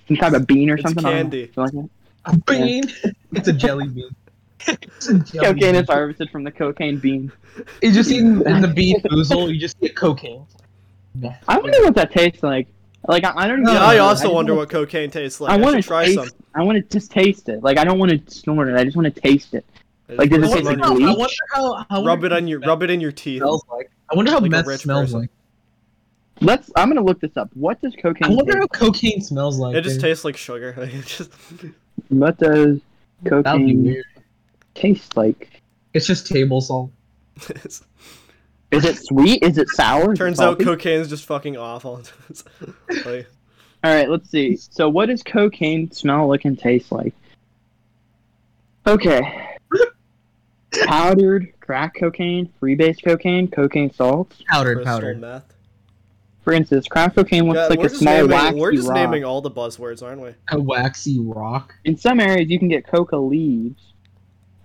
[SPEAKER 1] inside a bean or
[SPEAKER 3] It's
[SPEAKER 1] something. I don't know.
[SPEAKER 3] candy.
[SPEAKER 1] Something like
[SPEAKER 2] A bean. it's a jelly bean. It's a
[SPEAKER 1] that.
[SPEAKER 2] jelly
[SPEAKER 1] Cocaine
[SPEAKER 2] bean.
[SPEAKER 1] is harvested from the cocaine bean.
[SPEAKER 2] You just eat in, in the bean boozle. You just get cocaine.
[SPEAKER 1] I wonder what that tastes like. Like I, I don't.
[SPEAKER 2] No,
[SPEAKER 1] even
[SPEAKER 3] Yeah,
[SPEAKER 1] know.
[SPEAKER 3] I also
[SPEAKER 1] just
[SPEAKER 3] wonder
[SPEAKER 1] wanna-
[SPEAKER 3] what cocaine tastes like.
[SPEAKER 1] I
[SPEAKER 3] I,
[SPEAKER 1] want
[SPEAKER 3] should
[SPEAKER 1] to
[SPEAKER 3] try
[SPEAKER 1] taste.
[SPEAKER 3] some.
[SPEAKER 1] I want to just taste it. Like I don't want to snort it. I just want to taste it. like, does
[SPEAKER 2] I
[SPEAKER 1] it
[SPEAKER 2] wonder
[SPEAKER 1] taste like
[SPEAKER 2] how. I
[SPEAKER 1] leech?
[SPEAKER 2] wonder how. I wonder
[SPEAKER 3] Rub it
[SPEAKER 2] how
[SPEAKER 3] on your
[SPEAKER 2] meth
[SPEAKER 3] rub it in your teeth.
[SPEAKER 2] Smells like. I wonder how
[SPEAKER 3] Like a
[SPEAKER 2] meth
[SPEAKER 3] rich
[SPEAKER 2] smells
[SPEAKER 3] person.
[SPEAKER 2] like.
[SPEAKER 1] Let's. I'm gonna look this up. What does
[SPEAKER 2] I
[SPEAKER 1] cocaine?
[SPEAKER 2] wonder
[SPEAKER 1] taste?
[SPEAKER 2] how cocaine smells like.
[SPEAKER 3] It just
[SPEAKER 2] dude.
[SPEAKER 3] tastes like sugar. Like, it just-
[SPEAKER 1] What does
[SPEAKER 2] That would be
[SPEAKER 1] cocaine
[SPEAKER 2] weird.
[SPEAKER 1] taste like?
[SPEAKER 2] It's just table salt.
[SPEAKER 3] it's-
[SPEAKER 1] Is it sweet? Is it sour? Is it
[SPEAKER 3] turns out
[SPEAKER 1] salty?
[SPEAKER 3] cocaine's just fucking awful. It's like,
[SPEAKER 1] All right, let's see. So, what does cocaine smell, look, and taste like? Okay. Powdered crack cocaine, freebase cocaine, cocaine salts.
[SPEAKER 2] Powdered,
[SPEAKER 3] crystal
[SPEAKER 2] powdered.
[SPEAKER 3] meth.
[SPEAKER 1] For instance, crack cocaine looks
[SPEAKER 3] Yeah,
[SPEAKER 1] like
[SPEAKER 3] we're
[SPEAKER 1] a
[SPEAKER 3] just,
[SPEAKER 1] small
[SPEAKER 3] naming, we're
[SPEAKER 1] waxy
[SPEAKER 3] just
[SPEAKER 1] rock.
[SPEAKER 3] naming all the buzzwords, aren't we?
[SPEAKER 2] A waxy rock.
[SPEAKER 1] In some areas, you can get coca leaves.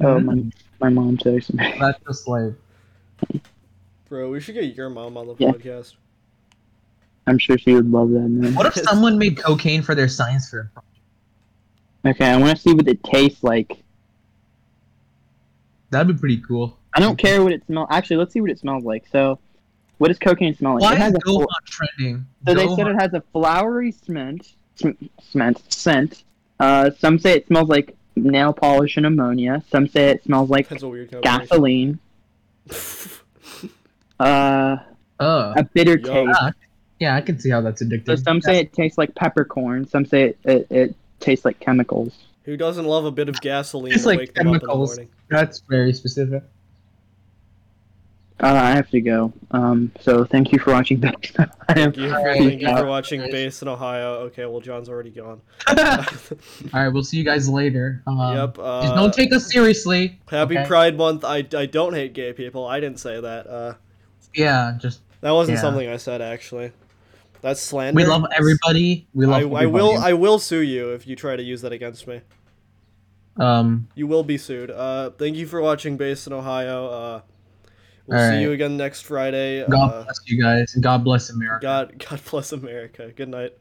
[SPEAKER 1] Oh, my, my mom texted me.
[SPEAKER 2] That's just like
[SPEAKER 3] Bro, we should get your mom on the
[SPEAKER 1] Yeah.
[SPEAKER 3] podcast.
[SPEAKER 1] I'm sure she would love that. Man.
[SPEAKER 2] What if someone made cocaine for their science fair?
[SPEAKER 1] Okay, I want to see what it tastes like.
[SPEAKER 2] That'd be pretty cool.
[SPEAKER 1] I don't care what it smells. Actually, let's see what it smells like. So, what does cocaine smell like?
[SPEAKER 2] Why
[SPEAKER 1] Oh, it
[SPEAKER 2] is
[SPEAKER 1] has a fl-
[SPEAKER 2] Gohan trending?
[SPEAKER 1] So they said it has a flowery smint, sm- smint scent. Uh, some say it smells like nail polish and ammonia. Some say it smells like
[SPEAKER 3] That's a weird combination.
[SPEAKER 1] gasoline. Uh,
[SPEAKER 2] Uh,
[SPEAKER 1] a bitter
[SPEAKER 3] Yo.
[SPEAKER 1] taste.
[SPEAKER 2] yeah, I can see how that's
[SPEAKER 1] So
[SPEAKER 2] addictive.
[SPEAKER 1] some say it tastes like peppercorn. Some say it, it, it tastes like chemicals.
[SPEAKER 3] Who doesn't love a bit of gasoline
[SPEAKER 2] It's
[SPEAKER 3] to
[SPEAKER 2] like
[SPEAKER 3] wake them up in the
[SPEAKER 2] chemicals.
[SPEAKER 3] morning?
[SPEAKER 2] that's very specific.
[SPEAKER 1] Uh, I have to go. Um, so thank you for watching. I am
[SPEAKER 3] Thank you,
[SPEAKER 2] Alright,
[SPEAKER 3] thank you
[SPEAKER 1] yeah.
[SPEAKER 3] for watching
[SPEAKER 2] Alright.
[SPEAKER 3] Base in Ohio. Okay, well, John's already gone.
[SPEAKER 2] All right, we'll see you guys later. Um,
[SPEAKER 3] yep.
[SPEAKER 2] just
[SPEAKER 3] Uh,
[SPEAKER 2] don't take us seriously.
[SPEAKER 3] happy
[SPEAKER 2] okay?
[SPEAKER 3] Pride Month. I, I don't hate gay people. I didn't say that. Uh,
[SPEAKER 2] Yeah, just
[SPEAKER 3] that wasn't
[SPEAKER 2] Yeah.
[SPEAKER 3] something I said actually. That's slander.
[SPEAKER 2] we love everybody. We
[SPEAKER 3] I,
[SPEAKER 2] love.
[SPEAKER 3] I
[SPEAKER 2] everybody.
[SPEAKER 3] will I will sue you if you try to use that against me.
[SPEAKER 2] um.
[SPEAKER 3] You will be sued. Uh, thank you for watching Base in Ohio. Uh, We'll
[SPEAKER 2] All
[SPEAKER 3] see
[SPEAKER 2] right.
[SPEAKER 3] you again next Friday.
[SPEAKER 2] God
[SPEAKER 3] Uh,
[SPEAKER 2] bless you guys. and God bless America.
[SPEAKER 3] God, God bless America. Good night.